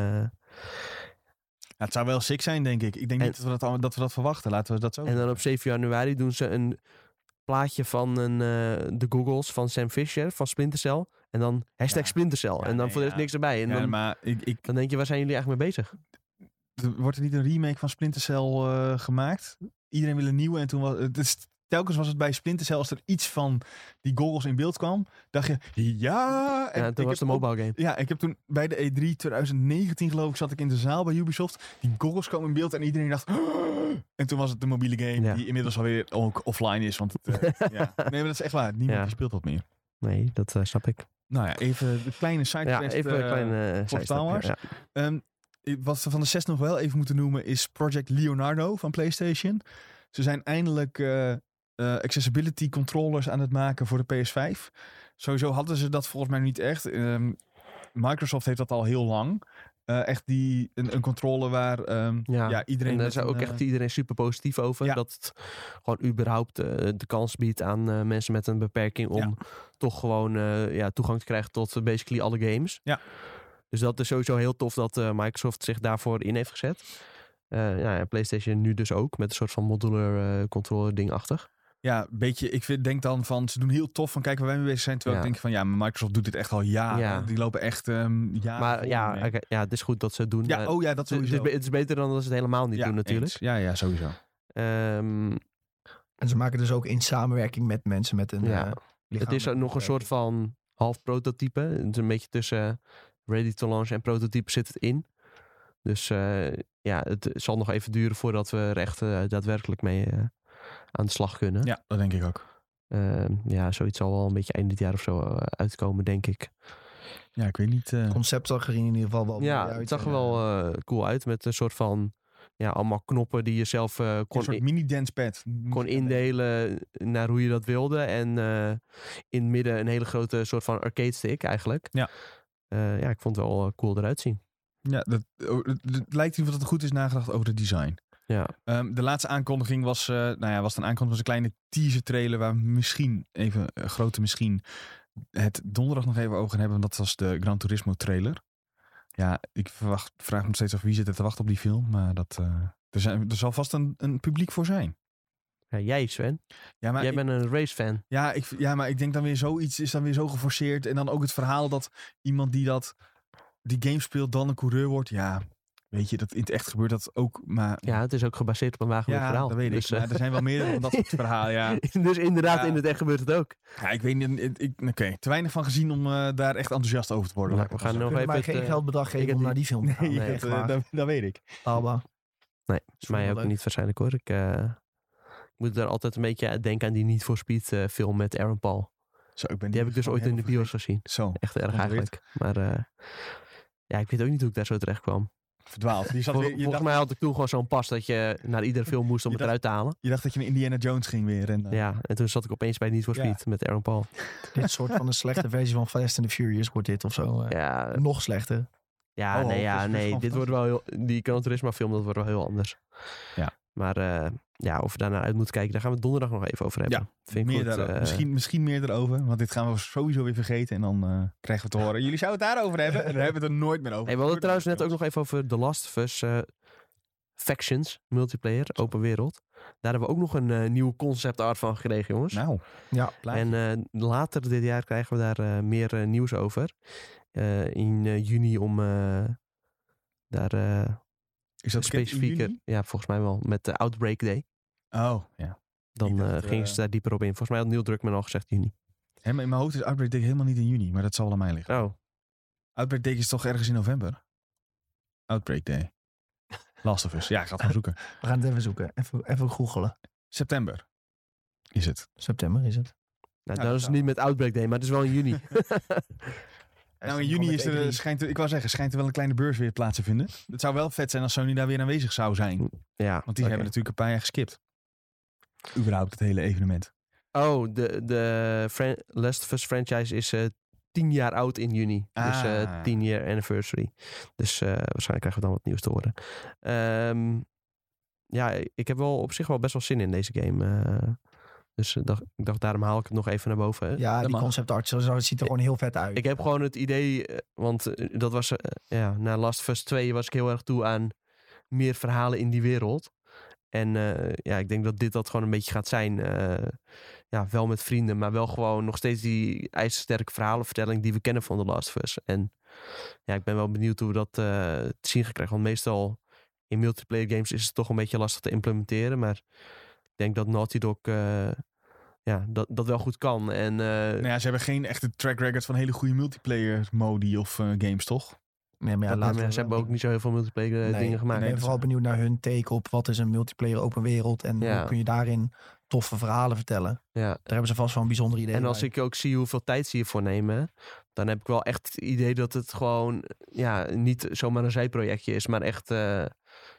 [SPEAKER 1] Ja, het zou wel sick zijn, denk ik. Ik denk
[SPEAKER 2] En-
[SPEAKER 1] niet dat we dat, allemaal- dat we dat verwachten. Laten we dat zo
[SPEAKER 2] En dan op 7 januari doen ze een plaatje van een, eh, de googles van Sam Fisher van Splinter Cell. En dan hashtag
[SPEAKER 1] Ja.
[SPEAKER 2] Splinter Cell. en dan
[SPEAKER 1] nee,
[SPEAKER 2] voor de rest
[SPEAKER 1] ja.
[SPEAKER 2] niks erbij. En
[SPEAKER 1] Ja,
[SPEAKER 2] dan,
[SPEAKER 1] maar ik, ik,
[SPEAKER 2] dan denk je, waar zijn jullie eigenlijk mee bezig?
[SPEAKER 1] er wordt er niet een remake van Splinter Cell eh, gemaakt? Iedereen wil een nieuwe en toen was het is- telkens was het bij Splinter Cell als er iets van die goggles in beeld kwam, dacht je ja.
[SPEAKER 2] Ja, toen
[SPEAKER 1] ik
[SPEAKER 2] was de
[SPEAKER 1] heb ook-
[SPEAKER 2] mobile game.
[SPEAKER 1] ja, ik heb toen bij de E E3 2019 geloof ik zat ik in de zaal bij Ubisoft. Die goggles kwamen in beeld en iedereen dacht. "Oh!" En toen was het de mobiele game
[SPEAKER 2] Ja.
[SPEAKER 1] die inmiddels alweer ook offline is, want
[SPEAKER 2] (laughs)
[SPEAKER 1] het, eh, ja. nee, maar dat is echt waar. Niemand
[SPEAKER 2] Ja.
[SPEAKER 1] die speelt dat meer.
[SPEAKER 2] Nee, dat eh, snap ik.
[SPEAKER 1] Nou ja, even de kleine side
[SPEAKER 2] Ja, even een kleine eh,
[SPEAKER 1] Star
[SPEAKER 2] zijstapje,
[SPEAKER 1] Wars?
[SPEAKER 2] ja.
[SPEAKER 1] Ehm, i- wat we van de 6 nog wel even moeten noemen is Project Leonardo van PlayStation. Ze zijn eindelijk eh, eh, accessibility controllers aan het maken voor de PS5. Sowieso hadden ze dat volgens mij niet echt. Ehm, Microsoft heeft dat al heel lang. Eh, echt die, een, een controller waar ehm, ja.
[SPEAKER 2] Ja,
[SPEAKER 1] iedereen...
[SPEAKER 2] En daar
[SPEAKER 1] met
[SPEAKER 2] is ook
[SPEAKER 1] een,
[SPEAKER 2] echt
[SPEAKER 1] eh,
[SPEAKER 2] iedereen super positief over.
[SPEAKER 1] Ja.
[SPEAKER 2] Dat het gewoon überhaupt eh, de kans biedt aan eh, mensen met een beperking om toch gewoon eh, ja, toegang te krijgen tot eh, basically alle games.
[SPEAKER 1] Ja.
[SPEAKER 2] Dus dat is sowieso heel tof dat eh, Microsoft zich daarvoor in heeft gezet. Eh, ja, en PlayStation nu dus ook met een soort van modular eh, controller dingachtig.
[SPEAKER 1] ja, een beetje... Ik vind, denk dan van, ze doen heel tof van kijk waar wij mee bezig zijn. Terwijl
[SPEAKER 2] Ja.
[SPEAKER 1] ik denk van ja, maar Microsoft doet dit echt al jaren.
[SPEAKER 2] Ja.
[SPEAKER 1] Die lopen echt ehm jaren
[SPEAKER 2] maar
[SPEAKER 1] voor
[SPEAKER 2] ja,
[SPEAKER 1] mee.
[SPEAKER 2] oké, ja, het is goed dat ze het doen. Eh,
[SPEAKER 1] ja, oh ja, dat
[SPEAKER 2] het, is,
[SPEAKER 1] sowieso.
[SPEAKER 2] be- het is beter dan dat ze het helemaal niet
[SPEAKER 1] Ja,
[SPEAKER 2] doen natuurlijk.
[SPEAKER 1] eens. Ja, ja, sowieso.
[SPEAKER 2] Ehm,
[SPEAKER 3] En ze maken dus ook in samenwerking met mensen met een
[SPEAKER 2] Ja.
[SPEAKER 3] eh, lichaam
[SPEAKER 2] Het is ook
[SPEAKER 3] met een eh,
[SPEAKER 2] nog een soort van half prototype. Het is een beetje tussen eh, ready to launch en prototype zit het in. Dus eh, ja, het zal nog even duren voordat we er echt eh, daadwerkelijk mee eh, aan de slag kunnen.
[SPEAKER 1] Ja, dat denk ik ook.
[SPEAKER 2] Ehm, ja, zoiets zal wel een beetje eind dit jaar of zo eh, uitkomen, denk ik.
[SPEAKER 1] Ja, ik weet niet. eh,
[SPEAKER 3] Het concept zag er in ieder geval wel
[SPEAKER 2] ja,
[SPEAKER 3] mooi uit.
[SPEAKER 2] het zag er
[SPEAKER 3] En,
[SPEAKER 2] wel eh, cool uit met een soort van... Ja, allemaal knoppen die je zelf eh,
[SPEAKER 1] een
[SPEAKER 2] kon,
[SPEAKER 1] soort mini-dancepad.
[SPEAKER 2] kon indelen naar hoe je dat wilde. En eh, in het midden een hele grote soort van arcade stick eigenlijk.
[SPEAKER 1] Ja.
[SPEAKER 2] Eh, ja, ik vond het wel eh, cool eruit zien.
[SPEAKER 1] Ja, dat, oh, het, het lijkt in ieder geval dat er goed is nagedacht over het design.
[SPEAKER 2] Ja.
[SPEAKER 1] Ehm, de laatste aankondiging was, eh, nou ja, was het een aankondiging, was een kleine teaser trailer waar we misschien, even eh, grote misschien, het donderdag nog even over gaan hebben. Want dat was de Gran Turismo trailer. Ja, ik verwacht, vraag me nog steeds af wie zit er te wachten op die film. Maar dat, eh, er, zijn, er zal vast een, een publiek voor zijn.
[SPEAKER 2] Ja, jij Sven,
[SPEAKER 1] Ja, maar
[SPEAKER 2] jij
[SPEAKER 1] ik-
[SPEAKER 2] bent een race fan.
[SPEAKER 1] ja, ik, ja, maar ik denk dan weer zoiets is dan weer zo geforceerd. En dan ook het verhaal dat iemand die dat, die game speelt, dan een coureur wordt. Ja, weet je, dat in het echt gebeurt dat ook. Maar
[SPEAKER 2] Ja, het is ook gebaseerd op een wagen
[SPEAKER 1] ja,
[SPEAKER 2] verhaal.
[SPEAKER 1] dat weet ik.
[SPEAKER 2] dus,
[SPEAKER 1] maar
[SPEAKER 2] eh,
[SPEAKER 1] er zijn wel meerdere van dat soort verhalen,
[SPEAKER 2] (laughs)
[SPEAKER 1] ja.
[SPEAKER 2] dus inderdaad,
[SPEAKER 1] Ja.
[SPEAKER 2] in het echt gebeurt het ook.
[SPEAKER 1] Ja, ik weet niet. ik- ik- Oké, te weinig van gezien om eh, daar echt enthousiast over te worden.
[SPEAKER 2] Nou,
[SPEAKER 1] laat ik
[SPEAKER 2] we
[SPEAKER 1] het
[SPEAKER 2] gaan
[SPEAKER 1] maar
[SPEAKER 2] nog
[SPEAKER 3] Kunnen
[SPEAKER 2] even...
[SPEAKER 3] wij
[SPEAKER 2] het,
[SPEAKER 3] geen
[SPEAKER 2] eh,
[SPEAKER 3] geldbedrag geven
[SPEAKER 2] heb
[SPEAKER 3] om
[SPEAKER 2] die-
[SPEAKER 3] naar die film te gaan?
[SPEAKER 1] zeggen.
[SPEAKER 2] (laughs) Nee,
[SPEAKER 1] dat,
[SPEAKER 3] echt waar.
[SPEAKER 1] eh, dat, dat weet ik.
[SPEAKER 2] (laughs)
[SPEAKER 3] Alba.
[SPEAKER 2] Is Mij ook
[SPEAKER 3] Leuk.
[SPEAKER 2] niet waarschijnlijk hoor. Ik, eh, ik moet daar altijd een beetje aan denken aan die Need for Speed eh, film met Aaron Paul.
[SPEAKER 1] Zo, ik ben
[SPEAKER 2] Die heb ik dus ooit in de
[SPEAKER 1] helemaal
[SPEAKER 2] bios gezien.
[SPEAKER 1] vergeten. Zo,
[SPEAKER 2] Echt erg
[SPEAKER 1] Onterecht.
[SPEAKER 2] eigenlijk. Maar eh, ja, ik weet ook niet hoe ik daar zo terecht kwam.
[SPEAKER 1] verdwaald. Je, zat
[SPEAKER 2] Vol-
[SPEAKER 1] weer, je,
[SPEAKER 2] volgens
[SPEAKER 1] dacht,
[SPEAKER 2] mij had ik toen gewoon zo'n pas dat je naar iedere film moest om
[SPEAKER 1] Je
[SPEAKER 2] het eruit te halen.
[SPEAKER 1] je dacht dat je naar Indiana Jones ging weer. En, eh,
[SPEAKER 2] Ja, en toen zat ik opeens bij Need for
[SPEAKER 1] Ja.
[SPEAKER 2] Speed met Aaron Paul.
[SPEAKER 3] Dit soort van een
[SPEAKER 2] (laughs)
[SPEAKER 3] slechte versie van Fast and the Furious wordt dit of zo. eh.
[SPEAKER 2] Ja,
[SPEAKER 3] Nog slechter.
[SPEAKER 2] ja
[SPEAKER 1] Oh,
[SPEAKER 2] nee,
[SPEAKER 1] dat
[SPEAKER 2] ja,
[SPEAKER 1] is
[SPEAKER 2] nee.
[SPEAKER 1] verstandig.
[SPEAKER 2] Dit wordt wel heel, die Gran Turismo film, dat wordt wel heel anders.
[SPEAKER 1] Ja.
[SPEAKER 2] Maar eh, ja, of we daar naar uit moeten kijken, daar gaan we het donderdag nog even over hebben. Vind ik
[SPEAKER 1] meer
[SPEAKER 2] goed,
[SPEAKER 1] daarover.
[SPEAKER 2] eh,
[SPEAKER 1] misschien, misschien meer erover, want dit gaan we sowieso weer vergeten. En dan eh, krijgen we te horen. Jullie zouden het daarover hebben. En dan hebben we het er nooit meer over.
[SPEAKER 2] Hey, we hadden het
[SPEAKER 1] Nooit
[SPEAKER 2] trouwens net
[SPEAKER 1] meer
[SPEAKER 2] ook nog even over The Last of Us eh, Factions, multiplayer, open wereld. Daar hebben we ook nog een eh, nieuw concept art van gekregen, jongens.
[SPEAKER 1] over. Nou,
[SPEAKER 3] Ja.
[SPEAKER 1] plaatje.
[SPEAKER 2] en eh, later dit jaar krijgen we daar eh, meer eh, nieuws over. Eh, in eh, juni om eh, daar eh
[SPEAKER 1] Nou, is dat bekend in
[SPEAKER 2] specifieker...
[SPEAKER 1] juni?
[SPEAKER 2] Ja, volgens mij wel. Met de Outbreak Day.
[SPEAKER 1] Oh, ja. Ik
[SPEAKER 2] Dan
[SPEAKER 1] dacht,
[SPEAKER 2] eh,
[SPEAKER 1] eh,
[SPEAKER 2] gingen ze daar dieper op in. Volgens mij had Neil Druckmann al gezegd juni.
[SPEAKER 1] Hè, maar in mijn hoofd is Outbreak Day helemaal niet in juni, maar dat zal wel aan mij liggen.
[SPEAKER 2] Oh,
[SPEAKER 1] Outbreak Day is toch ergens in november? Outbreak Day. Last of Us. Ja, ik ga het gaan zoeken.
[SPEAKER 3] We gaan het even zoeken. Even, even googelen.
[SPEAKER 1] September is het.
[SPEAKER 3] September is het.
[SPEAKER 2] nou,
[SPEAKER 1] Ja,
[SPEAKER 2] dat
[SPEAKER 1] nou.
[SPEAKER 2] is het niet met Outbreak Day, maar het is wel in
[SPEAKER 1] (laughs)
[SPEAKER 2] juni.
[SPEAKER 1] Nou, in juni is er, schijnt, er- ik wou zeggen, schijnt er wel een kleine beurs weer plaats te vinden. Het zou wel vet zijn als Sony daar weer aanwezig zou zijn. Want
[SPEAKER 2] ja,
[SPEAKER 1] die
[SPEAKER 2] oké.
[SPEAKER 1] hebben natuurlijk een paar jaar geskipt. Überhaupt het hele evenement.
[SPEAKER 2] Oh, de, de fran- Last of Us franchise is eh tien jaar oud in juni. Dus
[SPEAKER 1] Ah.
[SPEAKER 2] eh tien jaar anniversary. Dus eh, waarschijnlijk krijgen we dan wat nieuws te horen. Ehm, ja, ik heb wel op zich wel best wel zin in deze game. eh. dus ik dacht, ik dacht, daarom haal ik het nog even naar boven.
[SPEAKER 3] Ja,
[SPEAKER 1] Dat
[SPEAKER 3] die
[SPEAKER 1] mag.
[SPEAKER 3] concept art zo, zo, het ziet er gewoon heel vet uit.
[SPEAKER 2] Ik heb gewoon het idee, eh, want eh, dat was, eh, ja, na Last of Us 2 was ik heel erg toe aan meer verhalen in die wereld. En eh, ja, ik denk dat dit dat gewoon een beetje gaat zijn. Eh, ja, wel met vrienden, maar wel gewoon nog steeds die ijzersterke verhalenvertelling die we kennen van The Last of Us. En ja, ik ben wel benieuwd hoe we dat eh, te zien gaan krijgen. Want meestal in multiplayer games is het toch een beetje lastig te implementeren. Maar ik denk dat Naughty Dog eh, ja, dat, dat wel goed kan. En eh,
[SPEAKER 1] Nou ja, ze hebben geen echte track record van hele goede multiplayer modi of eh, games, toch?
[SPEAKER 3] Nee, maar ja,
[SPEAKER 2] Ja,
[SPEAKER 3] laten
[SPEAKER 2] maar
[SPEAKER 3] we
[SPEAKER 2] ze hebben ook niet zo heel veel multiplayer eh,
[SPEAKER 3] Nee,
[SPEAKER 2] dingen
[SPEAKER 3] Ik
[SPEAKER 2] gemaakt.
[SPEAKER 3] ben
[SPEAKER 1] dat
[SPEAKER 3] vooral
[SPEAKER 1] is-
[SPEAKER 3] benieuwd naar hun take op wat is een multiplayer open wereld en
[SPEAKER 2] Ja.
[SPEAKER 3] hoe kun je daarin toffe verhalen vertellen. Daar
[SPEAKER 2] Ja.
[SPEAKER 3] hebben ze vast wel een bijzonder idee
[SPEAKER 2] En als
[SPEAKER 3] bij.
[SPEAKER 2] ik ook zie hoeveel tijd ze hiervoor nemen, dan heb ik wel echt het idee dat het gewoon ja, niet zomaar een zijprojectje is, maar echt eh,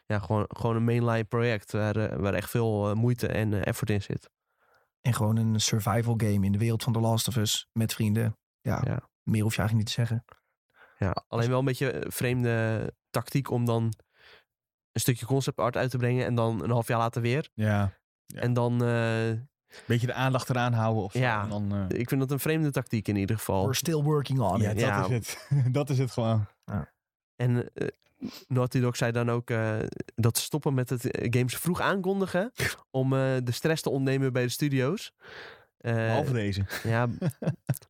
[SPEAKER 2] ja, gewoon, gewoon een mainline project waar, eh, waar echt veel eh, moeite en eh, effort in zit.
[SPEAKER 3] En gewoon een survival game in de wereld van The Last of Us met vrienden. Ja,
[SPEAKER 2] Ja.
[SPEAKER 3] meer hoef je eigenlijk niet te zeggen.
[SPEAKER 2] Ja, alleen wel een beetje eh, vreemde tactiek om dan een stukje concept art uit te brengen en dan een half jaar later weer.
[SPEAKER 1] Ja, Ja.
[SPEAKER 2] En dan, eh,
[SPEAKER 1] beetje de aandacht eraan houden. Of zo.
[SPEAKER 2] Ja.
[SPEAKER 1] En dan, eh,
[SPEAKER 2] ik vind dat een vreemde tactiek in ieder geval.
[SPEAKER 3] We're still working on
[SPEAKER 1] ja,
[SPEAKER 3] it.
[SPEAKER 1] dat
[SPEAKER 2] ja.
[SPEAKER 1] is het. (laughs) dat is het gewoon.
[SPEAKER 2] En eh, Naughty Dog zei dan ook eh, dat ze stoppen met het eh, games vroeg
[SPEAKER 1] (laughs)
[SPEAKER 2] aankondigen. om eh, de stress te ontnemen bij de studio's. Eh,
[SPEAKER 1] Behalve deze. (laughs)
[SPEAKER 2] ja,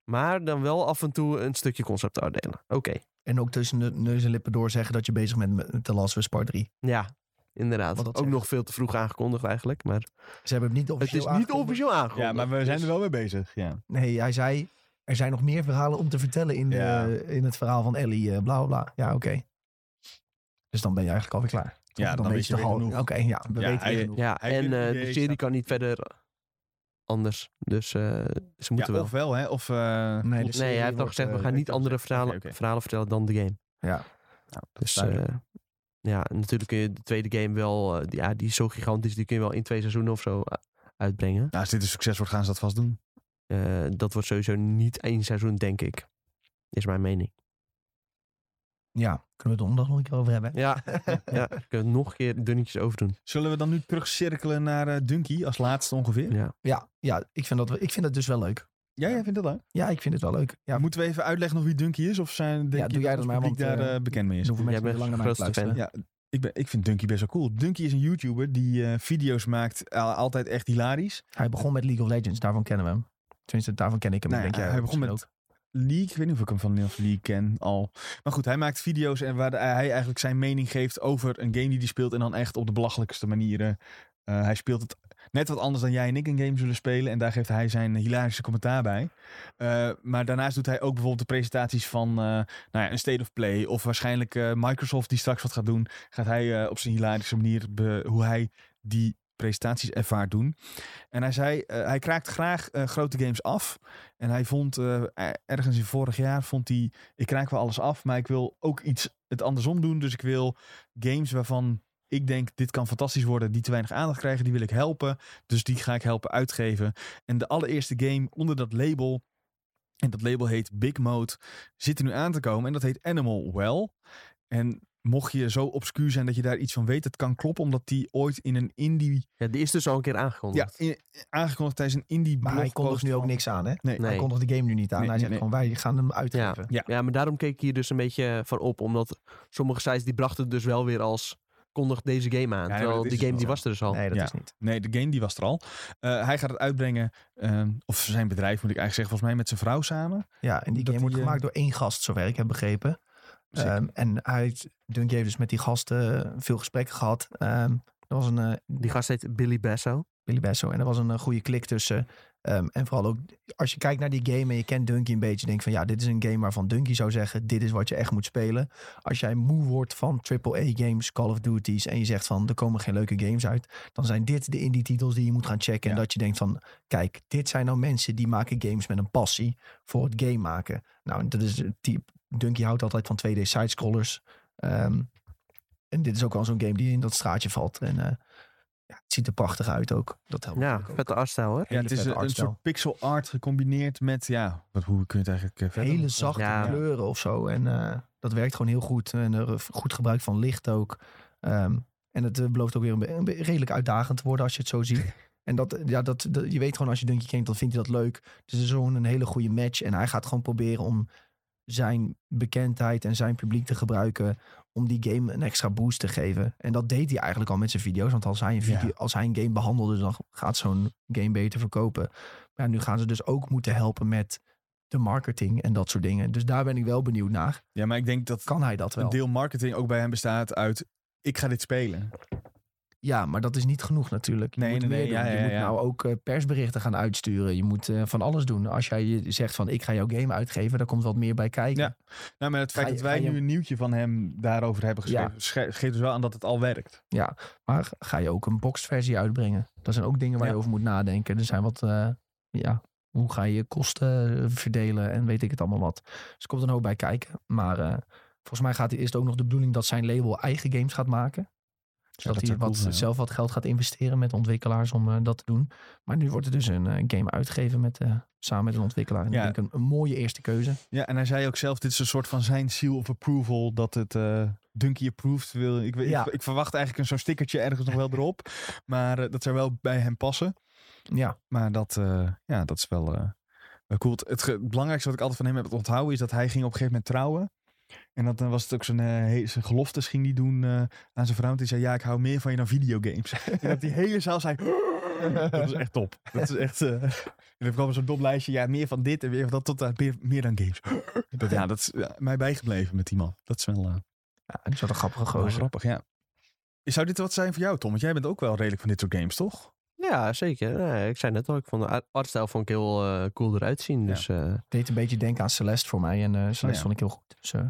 [SPEAKER 2] maar dan wel af en toe een stukje concept art delen. Oké,
[SPEAKER 3] En ook tussen de neus en lippen door zeggen dat je bezig bent met The Last of Us Part 3.
[SPEAKER 2] ja, inderdaad.
[SPEAKER 3] Want
[SPEAKER 2] Ook
[SPEAKER 3] dat zegt-
[SPEAKER 2] nog veel te vroeg aangekondigd eigenlijk. Maar
[SPEAKER 3] Ze hebben het niet
[SPEAKER 2] het
[SPEAKER 3] officieel
[SPEAKER 2] is niet
[SPEAKER 3] aangekondigd.
[SPEAKER 2] officieel aangekondigd.
[SPEAKER 1] Ja, maar we zijn
[SPEAKER 2] Dus-
[SPEAKER 1] er wel mee bezig. Ja.
[SPEAKER 3] Nee, hij zei, er zijn nog meer verhalen om te vertellen in, de-
[SPEAKER 1] Ja.
[SPEAKER 3] in het verhaal van Ellie, eh, bla bla bla. Ja, oké. Dus dan ben je eigenlijk alweer klaar.
[SPEAKER 1] Ja, dan weet je
[SPEAKER 3] toch
[SPEAKER 1] weer
[SPEAKER 3] al-
[SPEAKER 1] genoeg.
[SPEAKER 3] Oké, ja, we
[SPEAKER 1] Ja,
[SPEAKER 3] weten
[SPEAKER 1] hij-
[SPEAKER 3] weer genoeg.
[SPEAKER 2] Ja,
[SPEAKER 1] Hij
[SPEAKER 2] en
[SPEAKER 1] vindt het
[SPEAKER 2] eh,
[SPEAKER 1] idee
[SPEAKER 2] de serie
[SPEAKER 1] staat-
[SPEAKER 2] kan niet verder anders. Dus eh, ze
[SPEAKER 1] Ja,
[SPEAKER 2] moeten wel.
[SPEAKER 1] of wel, hè? Of, eh,
[SPEAKER 3] Nee, dus-
[SPEAKER 2] Nee, hij heeft al
[SPEAKER 1] wordt,
[SPEAKER 2] gezegd, we
[SPEAKER 1] eh,
[SPEAKER 2] gaan niet
[SPEAKER 1] oké,
[SPEAKER 2] andere
[SPEAKER 1] oké,
[SPEAKER 2] verhalen,
[SPEAKER 1] oké. Nou,
[SPEAKER 2] verhalen vertellen dan de game.
[SPEAKER 3] Ja.
[SPEAKER 2] Dus
[SPEAKER 1] duidelijk.
[SPEAKER 2] eh, ja, en natuurlijk kun je de tweede game wel, eh, die- ja, die is zo gigantisch, die kun je wel in twee seizoenen of zo eh, uitbrengen.
[SPEAKER 1] Nou, als dit een succes wordt, gaan ze dat vast doen.
[SPEAKER 2] Eh, dat wordt sowieso niet één seizoen, denk ik. Is mijn mening.
[SPEAKER 3] Ja, kunnen we het donderdag nog een keer over hebben.
[SPEAKER 2] Ja,
[SPEAKER 1] (laughs)
[SPEAKER 2] (laughs)
[SPEAKER 3] (laughs)
[SPEAKER 2] ja. Kunnen we het nog een keer dunnetjes overdoen.
[SPEAKER 1] Zullen we dan nu terugcirkelen naar eh Dunky als laatste ongeveer? Ja,
[SPEAKER 2] Ja.
[SPEAKER 3] Ja, ja ik, vind dat, wel- ik vind dat dus wel leuk.
[SPEAKER 1] jij vindt dat leuk?
[SPEAKER 3] Ja, ik vind het wel leuk. Ja,
[SPEAKER 1] Moeten we even uitleggen nog wie Dunky is? Of zijn, denk
[SPEAKER 3] Ja,
[SPEAKER 1] je
[SPEAKER 3] doe jij
[SPEAKER 1] het
[SPEAKER 3] dat maar,
[SPEAKER 1] publiek
[SPEAKER 3] want,
[SPEAKER 1] daar
[SPEAKER 3] eh,
[SPEAKER 1] eh, bekend mee is?
[SPEAKER 3] hoeven
[SPEAKER 2] Jij
[SPEAKER 3] mensen niet
[SPEAKER 2] bent
[SPEAKER 3] langer
[SPEAKER 2] de
[SPEAKER 3] naar te
[SPEAKER 2] grootste fan.
[SPEAKER 3] luisteren.
[SPEAKER 1] Ja, ik, ben, ik vind Dunky best wel cool. Dunky is een YouTuber die eh, video's maakt, eh, altijd echt hilarisch.
[SPEAKER 3] Hij begon met League of Legends, daarvan kennen we hem. Tenminste, daarvan ken ik hem.
[SPEAKER 1] Nou
[SPEAKER 3] denk
[SPEAKER 1] ja,
[SPEAKER 3] jij
[SPEAKER 1] hij begon
[SPEAKER 3] misschien
[SPEAKER 1] met League. Ik weet niet of ik hem van Nils League ken al. Maar goed, hij maakt video's en waar de- hij eigenlijk zijn mening geeft over een game die hij speelt. En dan echt op de belachelijkste manieren. Eh, hij speelt het net wat anders dan jij en ik een game zullen spelen. En daar geeft hij zijn hilarische commentaar bij. Eh, maar daarnaast doet hij ook bijvoorbeeld de presentaties van eh, nou ja, een State of Play. Of waarschijnlijk eh, Microsoft die straks wat gaat doen. Gaat hij eh, op zijn hilarische manier be- hoe hij die presentaties ervaart doen. En hij zei, eh, hij kraakt graag eh, grote games af. En hij vond eh, er- ergens in vorig jaar vond hij, ik raak wel alles af, maar ik wil ook iets het andersom doen. Dus ik wil games waarvan ik denk dit kan fantastisch worden, die te weinig aandacht krijgen, die wil ik helpen. Dus die ga ik helpen uitgeven. En de allereerste game onder dat label en dat label heet Big Mode zit er nu aan te komen en dat heet Animal Well. En mocht je zo obscuur zijn dat je daar iets van weet, het kan kloppen omdat die ooit in een indie
[SPEAKER 2] Ja, die is dus al een keer
[SPEAKER 1] ja,
[SPEAKER 2] aangekondigd.
[SPEAKER 1] in- aangekondigd tijdens een indie
[SPEAKER 3] Maar hij kondigt
[SPEAKER 1] blogpost
[SPEAKER 3] nu ook
[SPEAKER 1] van-
[SPEAKER 3] niks aan, hè?
[SPEAKER 1] Nee,
[SPEAKER 3] Hij
[SPEAKER 2] Nee.
[SPEAKER 3] kondigt de game nu niet aan.
[SPEAKER 1] Nee,
[SPEAKER 3] hij zegt
[SPEAKER 1] nee,
[SPEAKER 3] gewoon, wij gaan hem uitgeven.
[SPEAKER 1] Ja.
[SPEAKER 2] Ja, maar daarom keek ik hier dus een beetje van op. Omdat sommige sites die brachten het dus wel weer als... Kondig deze game aan.
[SPEAKER 1] maar
[SPEAKER 2] terwijl
[SPEAKER 1] dat
[SPEAKER 2] die
[SPEAKER 1] is
[SPEAKER 2] game
[SPEAKER 1] wel
[SPEAKER 2] die
[SPEAKER 1] zo.
[SPEAKER 2] was er dus al.
[SPEAKER 3] Nee, dat
[SPEAKER 1] Ja.
[SPEAKER 3] is niet.
[SPEAKER 1] Nee, de game die was er al. Eh, hij gaat het uitbrengen, ehm, of zijn bedrijf moet ik eigenlijk zeggen, volgens mij met zijn vrouw samen.
[SPEAKER 3] Ja, en die
[SPEAKER 1] Dat
[SPEAKER 3] game
[SPEAKER 1] die,
[SPEAKER 3] wordt
[SPEAKER 1] eh,
[SPEAKER 3] gemaakt door één gast, zover ik heb begrepen.
[SPEAKER 1] Zeker.
[SPEAKER 3] Ehm, en hij heeft, Dunky heeft dus met die gasten veel gesprekken gehad. Ehm er was een eh,
[SPEAKER 2] Die gast heet Billy Basso.
[SPEAKER 3] Billy Basso en er was een eh, goede klik tussen. Ehm, en vooral ook, als je kijkt naar die game en je kent Dunky een beetje, denk van ja, dit is een game waarvan Dunky zou zeggen, dit is wat je echt moet spelen. Als jij moe wordt van AAA games, Call of Duty's en je zegt van, er komen geen leuke games uit, dan zijn dit de indie titels die je moet gaan checken.
[SPEAKER 1] Ja.
[SPEAKER 3] En dat je denkt van, kijk, dit zijn nou mensen die maken games met een passie voor het game maken. Nou, en dat is het type. Dunky houdt altijd van 2D sidescrollers. Ehm en dit is ook wel zo'n game die in dat straatje valt. En eh, ja, het ziet er prachtig uit ook. Dat helpt.
[SPEAKER 2] Ja,
[SPEAKER 3] natuurlijk ook.
[SPEAKER 2] vette artstijl hoor.
[SPEAKER 1] Ja, het is
[SPEAKER 3] vette
[SPEAKER 1] een, een
[SPEAKER 3] artstyle.
[SPEAKER 1] soort pixel art gecombineerd met, ja, wat, hoe kun je het eigenlijk eh, verder
[SPEAKER 3] Hele
[SPEAKER 1] noemen?
[SPEAKER 3] zachte
[SPEAKER 2] Ja.
[SPEAKER 3] kleuren of zo. En eh, dat werkt gewoon heel goed. En er is goed gebruik van licht ook. Ehm, en het eh, belooft ook weer een, be- een be- redelijk uitdagend te worden als je het zo
[SPEAKER 1] (laughs)
[SPEAKER 3] ziet. En dat, eh, ja, dat, dat- je weet gewoon als je Dunky kent, dan vindt hij dat leuk. Dus het is gewoon een hele goede match. En hij gaat gewoon proberen om zijn bekendheid en zijn publiek te gebruiken. Om die game een extra boost te geven. En dat deed hij eigenlijk al met zijn video's. Want als hij een, video,
[SPEAKER 1] Ja.
[SPEAKER 3] als hij een game behandelde, dan gaat zo'n game beter verkopen. Maar ja, nu gaan ze dus ook moeten helpen met de marketing en dat soort dingen. Dus daar ben ik wel benieuwd naar.
[SPEAKER 1] Ja, maar ik denk dat
[SPEAKER 3] Kan hij dat
[SPEAKER 1] een
[SPEAKER 3] wel?
[SPEAKER 1] deel marketing ook bij hem bestaat uit, ik ga dit spelen.
[SPEAKER 3] Ja, maar dat is niet genoeg natuurlijk. Je
[SPEAKER 1] Nee,
[SPEAKER 3] moet
[SPEAKER 1] nee,
[SPEAKER 3] meer
[SPEAKER 1] nee,
[SPEAKER 3] doen.
[SPEAKER 1] ja,
[SPEAKER 3] je
[SPEAKER 1] ja,
[SPEAKER 3] moet
[SPEAKER 1] ja.
[SPEAKER 3] nou ook eh, persberichten gaan uitsturen. Je moet eh, van alles doen. Als jij je zegt van ik ga jouw game uitgeven, daar komt wat meer bij kijken.
[SPEAKER 1] Ja. Nou, maar het feit
[SPEAKER 3] Ga je-
[SPEAKER 1] dat wij
[SPEAKER 3] ga je-
[SPEAKER 1] nu een nieuwtje van hem daarover hebben
[SPEAKER 3] Ja.
[SPEAKER 1] geschreven, sche- geeft dus wel aan dat het al werkt.
[SPEAKER 3] Maar ga je ook een boxversie uitbrengen? Dat zijn ook dingen waar
[SPEAKER 1] Ja.
[SPEAKER 3] je over moet nadenken. Er zijn wat, eh, ja, hoe ga je je kosten eh, verdelen en weet ik het allemaal wat. Dus er komt een hoop bij kijken. Maar eh, volgens mij gaat, is het ook nog de bedoeling dat zijn label eigen games gaat maken. Dus
[SPEAKER 1] Ja,
[SPEAKER 3] dat,
[SPEAKER 1] dat
[SPEAKER 3] hij
[SPEAKER 1] zou cool
[SPEAKER 3] wat,
[SPEAKER 1] zijn, hoor.
[SPEAKER 3] zelf wat geld gaat investeren met ontwikkelaars om eh, dat te doen. Maar nu wordt er dus een eh, game uitgegeven met, eh, samen met een ontwikkelaar. En
[SPEAKER 1] Ja.
[SPEAKER 3] ik denk een, een mooie eerste keuze.
[SPEAKER 1] Ja, en hij zei ook zelf, dit is een soort van zijn seal of approval, dat het eh Dunky approved wil. Ik, weet-
[SPEAKER 3] Ja.
[SPEAKER 1] ik, ik verwacht eigenlijk een zo'n stickertje ergens nog wel erop, maar eh, dat zou wel bij hem passen.
[SPEAKER 3] Ja,
[SPEAKER 1] Maar dat, eh, ja, dat is wel, eh, wel cool. Het, ge- het belangrijkste wat ik altijd van hem heb onthouden is dat hij ging op een gegeven moment trouwen. En dat, dan was het ook zijn, eh, he- zijn geloftes ging die doen eh, aan zijn vrouw. En die zei, ja, ik hou meer van je dan videogames. (laughs) en dat die hele zaal zei, dat is echt top. Dat is echt, eh en dan kwam zo'n dom lijstje, ja, meer van dit en meer van dat tot aan meer, meer dan games. (laughs) dat, ja, dat is ja, mij bijgebleven met die man. Dat is wel, eh,
[SPEAKER 3] ja dat is wel een grappige
[SPEAKER 1] wel
[SPEAKER 3] gozer.
[SPEAKER 1] grappig, ja. Zou dit wat zijn voor jou, Tom? Want jij bent ook wel redelijk van dit soort games, toch?
[SPEAKER 2] Ja, zeker. Nee, ik zei net al, ik vond de ar- artstijl vond ik heel eh, cool eruit zien.
[SPEAKER 1] Ja.
[SPEAKER 2] Dus eh,
[SPEAKER 3] deed een beetje denken aan Celeste voor mij. En eh Celeste
[SPEAKER 1] Oh ja.
[SPEAKER 3] vond ik heel goed. Dus eh,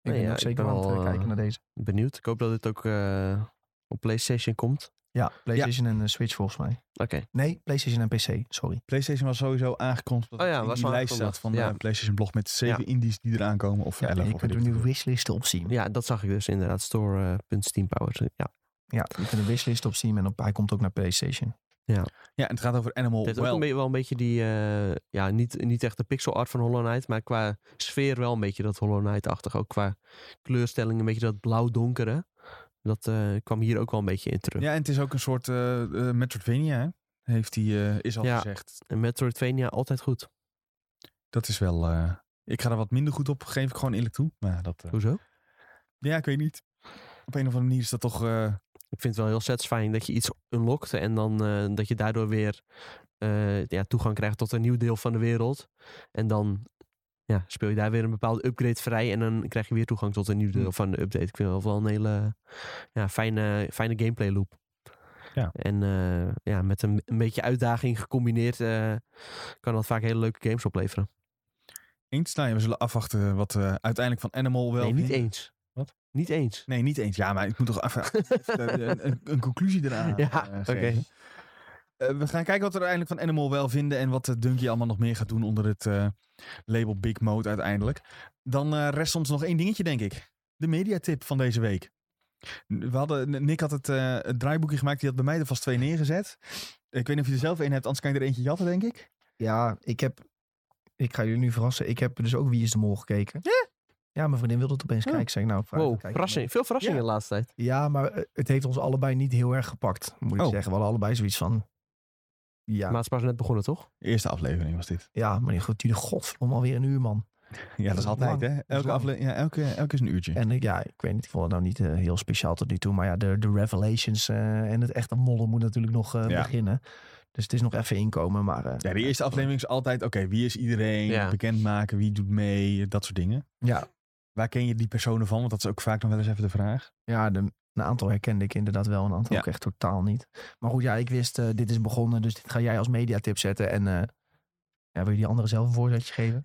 [SPEAKER 3] ik
[SPEAKER 2] Nee,
[SPEAKER 3] ben
[SPEAKER 2] ja,
[SPEAKER 3] ook
[SPEAKER 2] ik
[SPEAKER 3] zeker
[SPEAKER 2] ben
[SPEAKER 3] aan het
[SPEAKER 2] wel,
[SPEAKER 3] eh, kijken
[SPEAKER 2] eh,
[SPEAKER 3] naar deze.
[SPEAKER 2] benieuwd. Ik hoop dat dit ook eh, op PlayStation komt.
[SPEAKER 3] Ja, PlayStation en eh, Switch volgens mij.
[SPEAKER 2] Oké.
[SPEAKER 3] Nee, PlayStation en PC, sorry.
[SPEAKER 1] PlayStation was sowieso aangekondigd. Dat
[SPEAKER 2] Oh ja,
[SPEAKER 1] het in
[SPEAKER 2] was
[SPEAKER 1] die
[SPEAKER 2] al
[SPEAKER 1] lijst
[SPEAKER 2] aangekondigd,
[SPEAKER 1] staat van
[SPEAKER 2] ja.
[SPEAKER 1] de PlayStation blog met zeven indies die eraan komen. Of
[SPEAKER 3] Ja, en
[SPEAKER 1] elf.
[SPEAKER 3] je
[SPEAKER 1] of
[SPEAKER 3] kunt er
[SPEAKER 1] weet ik
[SPEAKER 3] nu
[SPEAKER 1] veel.
[SPEAKER 3] wishlisten op zien. Ja.
[SPEAKER 2] Ja, dat zag ik dus inderdaad. Store.steampower. Ja.
[SPEAKER 3] je kunt een wishlist op zien en op, hij komt ook naar PlayStation.
[SPEAKER 1] Ja, en het gaat over Animal
[SPEAKER 2] Het heeft
[SPEAKER 1] Well.
[SPEAKER 2] ook een beetje, wel een beetje die, eh, ja, niet, niet echt de pixel art van Hollow Knight, maar qua sfeer wel een beetje dat Hollow Knight-achtig. Ook qua kleurstelling een beetje dat blauw-donkere. Dat eh, kwam hier ook wel een beetje in terug.
[SPEAKER 1] Ja, en het is ook een soort eh eh, Metroidvania, hè? heeft hij, eh, is al
[SPEAKER 2] Ja.
[SPEAKER 1] gezegd.
[SPEAKER 2] En Metroidvania altijd goed.
[SPEAKER 1] Dat is wel... eh, ik ga er wat minder goed op, geef ik gewoon eerlijk toe. Maar dat, eh,
[SPEAKER 2] Hoezo?
[SPEAKER 1] ja, ik weet niet. Op een of andere manier is dat toch... eh,
[SPEAKER 2] Ik vind het wel heel satisfying dat je iets unlockt en dan eh, dat je daardoor weer eh, ja, toegang krijgt tot een nieuw deel van de wereld. En dan ja, speel je daar weer een bepaalde upgrade vrij en dan krijg je weer toegang tot een nieuw deel
[SPEAKER 1] Hmm.
[SPEAKER 2] van de update. Ik vind het wel een hele ja, fijne, fijne gameplay loop.
[SPEAKER 1] Ja.
[SPEAKER 2] En eh, ja, met een, een beetje uitdaging gecombineerd eh, kan dat vaak hele leuke games opleveren.
[SPEAKER 1] eens, nou ja, we zullen afwachten wat eh, uiteindelijk van Animal Well...
[SPEAKER 2] nee, niet eens.
[SPEAKER 1] Wat?
[SPEAKER 2] Niet eens.
[SPEAKER 1] Nee, niet eens. Ja, maar ik moet toch even (laughs) eh, een, een- een conclusie eraan
[SPEAKER 2] Ja,
[SPEAKER 1] eh,
[SPEAKER 2] oké.
[SPEAKER 1] geven. Eh, we gaan kijken wat we uiteindelijk van Animal wel vinden en wat eh, Dunky allemaal nog meer gaat doen onder het eh, label Big Mode uiteindelijk. Dan eh, rest ons nog één dingetje, denk ik. De mediatip van deze week. We hadden, Nick had het, eh, het draaiboekje gemaakt, die had bij mij er vast twee neergezet. Ik weet niet of je er zelf één hebt, anders kan je er eentje jatten, denk ik.
[SPEAKER 3] Ja, ik heb... Ik ga jullie nu verrassen. Ik heb dus ook Wie is de Mol gekeken. Ja? Ja, mijn vriendin wilde het opeens
[SPEAKER 1] Ja.
[SPEAKER 3] kijken. Ik Zeg, nou, vraag
[SPEAKER 2] Wow,
[SPEAKER 3] even kijken.
[SPEAKER 2] verrassing. veel verrassingen
[SPEAKER 1] Ja.
[SPEAKER 2] de laatste tijd.
[SPEAKER 3] Ja, maar eh, het heeft ons allebei niet heel erg gepakt, moet ik
[SPEAKER 1] Oh.
[SPEAKER 3] zeggen. We hadden allebei zoiets van... Ja,
[SPEAKER 2] Maar het is pas net begonnen, toch?
[SPEAKER 1] Eerste aflevering was dit.
[SPEAKER 3] ja maar die goed, duurde godverdomme alweer een uur, man.
[SPEAKER 1] Ja, dat is altijd, hè? Elke,
[SPEAKER 3] lang.
[SPEAKER 1] afle- ja, elke, elke is een uurtje.
[SPEAKER 3] En ik- ja, ik weet niet, ik vond het nou niet eh, heel speciaal tot nu toe. Maar ja, de, de revelations eh, en het echte mollen moet natuurlijk nog eh,
[SPEAKER 1] Ja.
[SPEAKER 3] beginnen. Dus het is nog even inkomen, maar... eh,
[SPEAKER 1] Ja, de eerste aflevering is altijd, oké, wie is iedereen?
[SPEAKER 2] Ja.
[SPEAKER 1] Bekendmaken, wie doet mee? Dat soort dingen.
[SPEAKER 3] Ja,
[SPEAKER 1] Waar ken je die personen van? Want dat is ook vaak nog wel eens even de vraag.
[SPEAKER 3] ja de, een aantal herkende ik inderdaad wel, een aantal
[SPEAKER 1] Ja.
[SPEAKER 3] ook echt totaal niet. Maar goed, ja, ik wist, eh, dit is begonnen, dus dit ga jij als mediatip zetten. En eh, ja, wil je die andere zelf een voorzetje geven?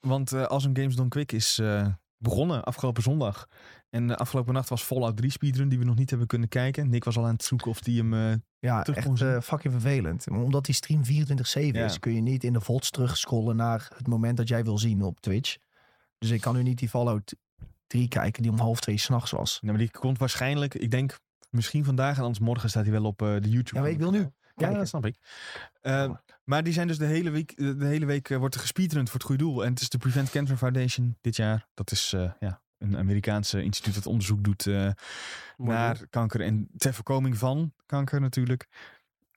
[SPEAKER 1] Want eh Awesome Games Don't Quick is eh, begonnen afgelopen zondag. En eh, afgelopen nacht was Fallout 3 speedrun die we nog niet hebben kunnen kijken. Nick was al aan het zoeken of die hem... eh,
[SPEAKER 3] Ja,
[SPEAKER 1] Terug
[SPEAKER 3] echt
[SPEAKER 1] kon zien.
[SPEAKER 3] eh, fucking vervelend. Omdat die stream 24-7
[SPEAKER 1] Ja.
[SPEAKER 3] is, kun je niet in de VODs terugscrollen naar het moment dat jij wil zien op Twitch. Dus ik kan nu niet die Fallout 3 kijken die om half twee s'nachts was.
[SPEAKER 1] nou, maar die komt waarschijnlijk, ik denk, misschien vandaag en anders morgen staat hij wel op eh, de YouTube.
[SPEAKER 3] Ja, maar ik wil nu.
[SPEAKER 1] Ja,
[SPEAKER 3] kijken.
[SPEAKER 1] dat snap Oh, ik. Eh, maar die zijn dus de hele week, de hele week eh, wordt er gespeedrund voor het goede doel. En het is de Prevent Cancer Foundation dit jaar. Dat is eh, ja, een Amerikaanse instituut dat onderzoek doet eh,
[SPEAKER 2] Mooi
[SPEAKER 1] naar kanker en ter voorkoming van kanker natuurlijk.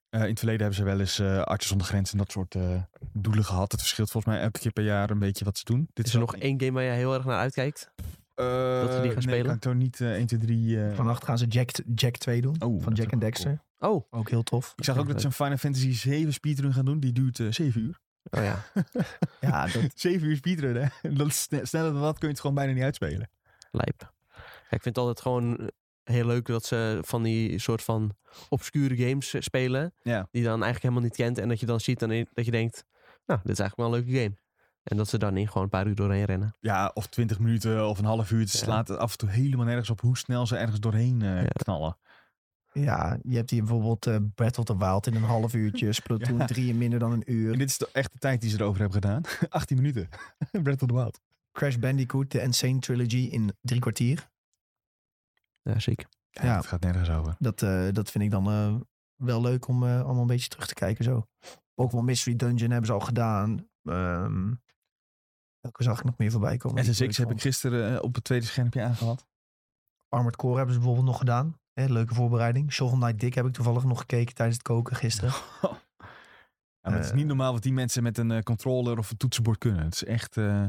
[SPEAKER 1] Eh, in het verleden hebben ze wel eens eh artsen zonder grenzen en dat soort eh, doelen gehad. Het verschilt volgens mij elke keer per jaar een beetje wat ze doen. Dit
[SPEAKER 2] Is er nog één game waar jij heel erg naar uitkijkt? dat we die
[SPEAKER 1] Eh,
[SPEAKER 2] gaan
[SPEAKER 1] Nee,
[SPEAKER 2] spelen?
[SPEAKER 1] kan ik toch niet eh, 1, 2, 3... eh,
[SPEAKER 3] Vannacht gaan ze Jack, Jack 2 doen,
[SPEAKER 1] Oh,
[SPEAKER 3] van
[SPEAKER 1] dat is
[SPEAKER 3] Jack en
[SPEAKER 1] ook
[SPEAKER 3] Dexter.
[SPEAKER 2] Oh, oh
[SPEAKER 3] Ook heel tof.
[SPEAKER 1] Ik zag ook dat ze een Final Fantasy 7 speedrun gaan doen. Die duurt eh 7 uur.
[SPEAKER 2] Oh ja.
[SPEAKER 3] (laughs) Ja, dat,
[SPEAKER 1] 7 uur speedrun, hè? (laughs) Dat is sne- sneller dan dat kun je het gewoon bijna niet uitspelen.
[SPEAKER 2] Lijp. Ja, ik vind het altijd gewoon eh, heel leuk dat ze van die soort van obscure games eh, spelen.
[SPEAKER 1] Ja.
[SPEAKER 2] Die je dan eigenlijk helemaal niet kent. En dat je dan ziet en i- dat je denkt, nou, dit is eigenlijk wel een leuke game. En dat ze dan in gewoon een paar uur doorheen rennen.
[SPEAKER 1] Ja, of 20 minuten of een half uur. Het
[SPEAKER 2] Ja.
[SPEAKER 1] slaat af en toe helemaal nergens op hoe snel ze ergens doorheen eh,
[SPEAKER 2] Ja.
[SPEAKER 1] knallen.
[SPEAKER 3] ja, je hebt hier bijvoorbeeld eh, Battle of the Wild in een half
[SPEAKER 1] (laughs)
[SPEAKER 3] uurtje, Splatoon
[SPEAKER 1] Ja.
[SPEAKER 3] 3 in minder dan een
[SPEAKER 1] En
[SPEAKER 3] uur.
[SPEAKER 1] dit is de echte tijd die ze erover hebben gedaan. (laughs) 18 minuten. Breath of the Wild.
[SPEAKER 3] Crash Bandicoot, de Insane Trilogy in drie kwartier.
[SPEAKER 2] Ja, ziek.
[SPEAKER 1] Ja, het gaat nergens over.
[SPEAKER 3] Dat, eh, dat vind ik dan eh, wel leuk om eh, allemaal een beetje terug te kijken zo. Pokémon Mystery Dungeon hebben ze al gedaan. Ehm welke zag ik nog meer voorbij komen? Die
[SPEAKER 1] SSX
[SPEAKER 3] leuk
[SPEAKER 1] heb ik
[SPEAKER 3] vond.
[SPEAKER 1] gisteren eh, op het tweede schermpje aangehad.
[SPEAKER 3] Armored Core hebben ze bijvoorbeeld nog gedaan. Hè, leuke voorbereiding. Shovel Knight Dick heb ik toevallig nog gekeken tijdens het koken gisteren.
[SPEAKER 1] Ja, maar het is
[SPEAKER 3] Eh.
[SPEAKER 1] niet normaal wat die mensen met een eh, controller of een toetsenbord kunnen. Het is echt eh,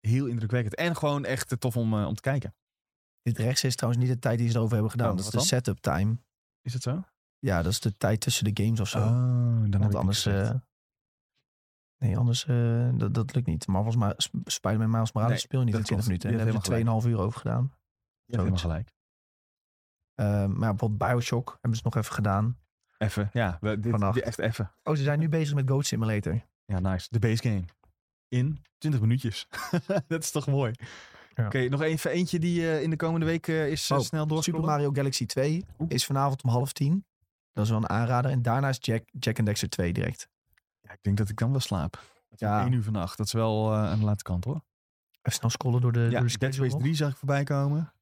[SPEAKER 1] heel indrukwekkend. En gewoon echt eh, tof om, eh, om te kijken.
[SPEAKER 3] Dit rechts is trouwens niet de tijd die ze erover hebben gedaan.
[SPEAKER 1] Oh,
[SPEAKER 3] dat is de
[SPEAKER 1] wat
[SPEAKER 3] setup time.
[SPEAKER 1] Is dat zo?
[SPEAKER 3] Ja, dat is de tijd tussen de games of zo.
[SPEAKER 1] Oh, dan heb
[SPEAKER 3] Want
[SPEAKER 1] ik
[SPEAKER 3] anders...
[SPEAKER 1] niks gezegd.
[SPEAKER 3] eh, nee, anders... eh, dat, dat lukt niet. Marvel's Ma Sp- Spider-Man Miles Morales
[SPEAKER 1] Nee,
[SPEAKER 3] speel je niet
[SPEAKER 1] dat
[SPEAKER 3] in
[SPEAKER 1] klopt.
[SPEAKER 3] 20 minuten. En
[SPEAKER 1] Je
[SPEAKER 3] daar hebben
[SPEAKER 1] hebt
[SPEAKER 3] ze 2,5 uur over gedaan.
[SPEAKER 1] je hebt helemaal
[SPEAKER 3] zoiets.
[SPEAKER 1] gelijk.
[SPEAKER 3] Eh, maar ja, bijvoorbeeld Bioshock hebben ze nog even gedaan.
[SPEAKER 1] Even, ja. We, dit,
[SPEAKER 3] Vannacht.
[SPEAKER 1] dit echt even.
[SPEAKER 3] Oh, ze zijn nu bezig met Goat Simulator.
[SPEAKER 1] Ja, nice. De base game. In 20 minuutjes. (laughs) dat is toch mooi.
[SPEAKER 3] Ja.
[SPEAKER 1] Oké, nog even eentje die eh, in de komende week eh, is eh,
[SPEAKER 3] Oh,
[SPEAKER 1] snel door.
[SPEAKER 3] Super Mario Galaxy 2 is vanavond om half tien. Dat is wel een aanrader. En daarna is Jack, Jack and Dexter 2 direct.
[SPEAKER 1] Ja, ik denk dat ik dan wel slaap. Ja.
[SPEAKER 3] Ja.
[SPEAKER 1] 1 uur vannacht. Dat is wel eh, aan de late kant hoor.
[SPEAKER 3] Even snel scrollen door de,
[SPEAKER 1] Ja,
[SPEAKER 3] door de
[SPEAKER 1] Dead
[SPEAKER 3] schedule
[SPEAKER 1] Space
[SPEAKER 3] nog.
[SPEAKER 1] 3 zag ik voorbij komen.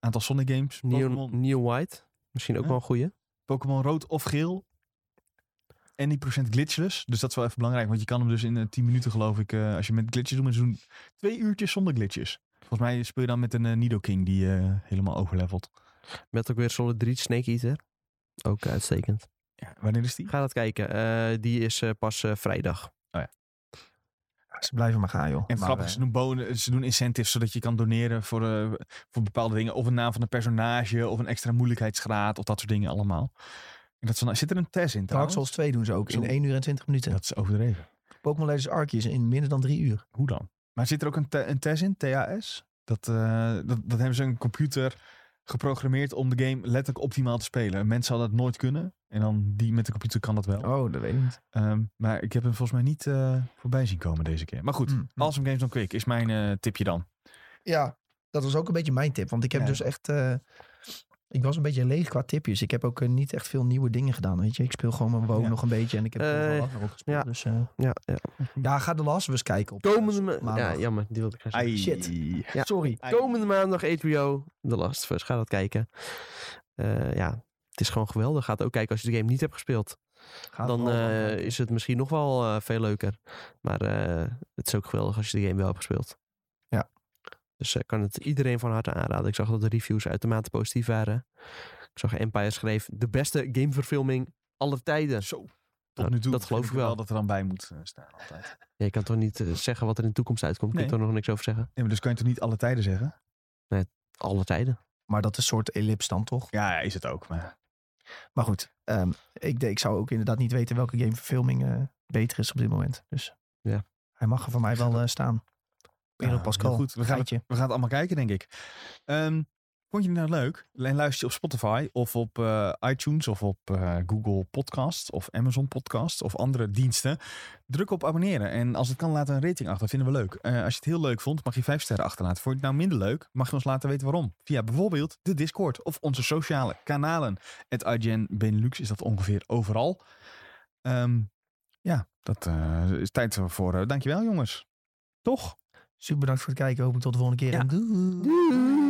[SPEAKER 1] Aantal Sonic games.
[SPEAKER 2] Neon,
[SPEAKER 1] Pokémon.
[SPEAKER 2] Neon White. Misschien ook
[SPEAKER 1] Ja.
[SPEAKER 2] wel een goeie.
[SPEAKER 1] Pokémon rood of geel. En die procent glitchless. Dus dat is wel even belangrijk. Want je kan hem dus in eh, 10 minuten geloof ik. eh, als je met glitches doet. Maar ze doen twee uurtjes zonder glitches. Volgens mij speel je dan met een Nido Nidoking die eh, helemaal overlevelt.
[SPEAKER 2] Met ook weer Solid 3 Snake Eater. Ook uitstekend.
[SPEAKER 1] wanneer is die?
[SPEAKER 2] Ga dat kijken. Eh, die is eh, pas eh, vrijdag.
[SPEAKER 3] Ze blijven maar gaan, joh.
[SPEAKER 1] En
[SPEAKER 3] Maar,
[SPEAKER 1] grappig,
[SPEAKER 3] eh,
[SPEAKER 1] ze doen, bonen, ze doen incentives zodat je kan doneren voor, eh, voor bepaalde dingen. Of een naam van een personage, of een extra moeilijkheidsgraad, of dat soort dingen allemaal. En dat is dan, zit er een test in
[SPEAKER 3] Dark
[SPEAKER 1] trouwens?
[SPEAKER 3] Souls 2 doen ze ook in
[SPEAKER 1] Zo.
[SPEAKER 3] 1 uur en 20 minuten.
[SPEAKER 1] Dat is overdreven.
[SPEAKER 3] Pokémon Legends Arceus in minder dan 3 uur.
[SPEAKER 1] Hoe dan? Maar zit er ook een, te- een test in, TAS? Dat, eh, dat, dat hebben ze een computer geprogrammeerd om de game letterlijk optimaal te spelen. Een mens zal dat nooit kunnen. En dan die met de computer kan dat wel.
[SPEAKER 3] Oh, dat weet ik niet.
[SPEAKER 1] Ehm, maar ik heb hem volgens mij niet eh, voorbij zien komen deze keer. Maar goed,
[SPEAKER 3] Mm.
[SPEAKER 1] Awesome Games dan Quick is mijn eh, tipje dan.
[SPEAKER 3] Ja, dat was ook een beetje mijn tip. Want ik heb
[SPEAKER 1] Ja.
[SPEAKER 3] dus echt... eh, ik was een beetje leeg qua tipjes. Ik heb ook eh, niet echt veel nieuwe dingen gedaan, weet je. Ik speel gewoon mijn WoW
[SPEAKER 1] Ja.
[SPEAKER 3] nog een beetje. En ik heb
[SPEAKER 2] Eh,
[SPEAKER 3] nog wel wat erop gespeeld.
[SPEAKER 2] ja.
[SPEAKER 3] Dus, eh,
[SPEAKER 2] Ja, ja.
[SPEAKER 3] ja, ga de Last of Us kijken op eh,
[SPEAKER 2] Komende ma-
[SPEAKER 3] maandag.
[SPEAKER 2] ja, jammer. Die wilde ik graag zeggen.
[SPEAKER 3] Shit.
[SPEAKER 2] ja.
[SPEAKER 3] Sorry.
[SPEAKER 1] Ai.
[SPEAKER 2] Komende maandag E HBO The Last of Us. Ga dat kijken. Eh, ja, het is gewoon geweldig. Ga het ook kijken als je de game niet hebt gespeeld.
[SPEAKER 3] Ga er
[SPEAKER 2] dan
[SPEAKER 3] wel van.
[SPEAKER 2] eh, is het misschien nog wel eh, veel leuker. Maar eh, het is ook geweldig als je de game wel hebt gespeeld.
[SPEAKER 3] Ja.
[SPEAKER 2] Dus ik kan het iedereen van harte aanraden. Ik zag dat de reviews uitermate positief waren. Ik zag Empire schreef de beste gameverfilming aller tijden.
[SPEAKER 1] Zo. Tot
[SPEAKER 2] Nou,
[SPEAKER 1] nu toe.
[SPEAKER 2] dat geloof
[SPEAKER 1] vind
[SPEAKER 2] ik wel.
[SPEAKER 1] dat er dan bij moet eh, staan altijd.
[SPEAKER 2] Ja, je kan toch niet eh, zeggen wat er in de toekomst uitkomt? Kun je
[SPEAKER 1] Nee.
[SPEAKER 2] toch nog niks over zeggen?
[SPEAKER 1] Ja, maar dus kan je toch niet alle tijden zeggen?
[SPEAKER 2] Alle tijden.
[SPEAKER 3] Maar dat is een soort ellips dan toch?
[SPEAKER 1] Ja, ja, is het ook. Maar
[SPEAKER 3] Maar goed, ehm, ik, de- ik zou ook inderdaad niet weten welke gameverfilming eh beter is op dit moment. Dus
[SPEAKER 2] Ja.
[SPEAKER 3] hij mag er voor mij wel eh, staan. Pedro
[SPEAKER 1] Ah, Ja,
[SPEAKER 3] Pascal.
[SPEAKER 1] heel goed. We gaan, het,
[SPEAKER 3] Geitje.
[SPEAKER 1] we gaan het allemaal kijken, denk ik. Ehm, vond je het nou leuk? En luister je op Spotify of op eh, iTunes of op eh, Google Podcasts of Amazon Podcasts of andere diensten? Druk op abonneren. En als het kan, laat een rating achter. Vinden we leuk. Eh, als je het heel leuk vond, mag je vijf sterren achterlaten. Vond je het nou minder leuk? Mag je ons laten weten waarom? Via bijvoorbeeld de Discord of onze sociale kanalen. Het IGN Benelux is dat ongeveer overal. Ehm, ja, dat eh, is tijd voor. eh, dankjewel, jongens. Toch?
[SPEAKER 3] Super bedankt voor het kijken. Hopelijk tot de volgende keer.
[SPEAKER 1] Ja.
[SPEAKER 3] En doei.
[SPEAKER 2] Doei.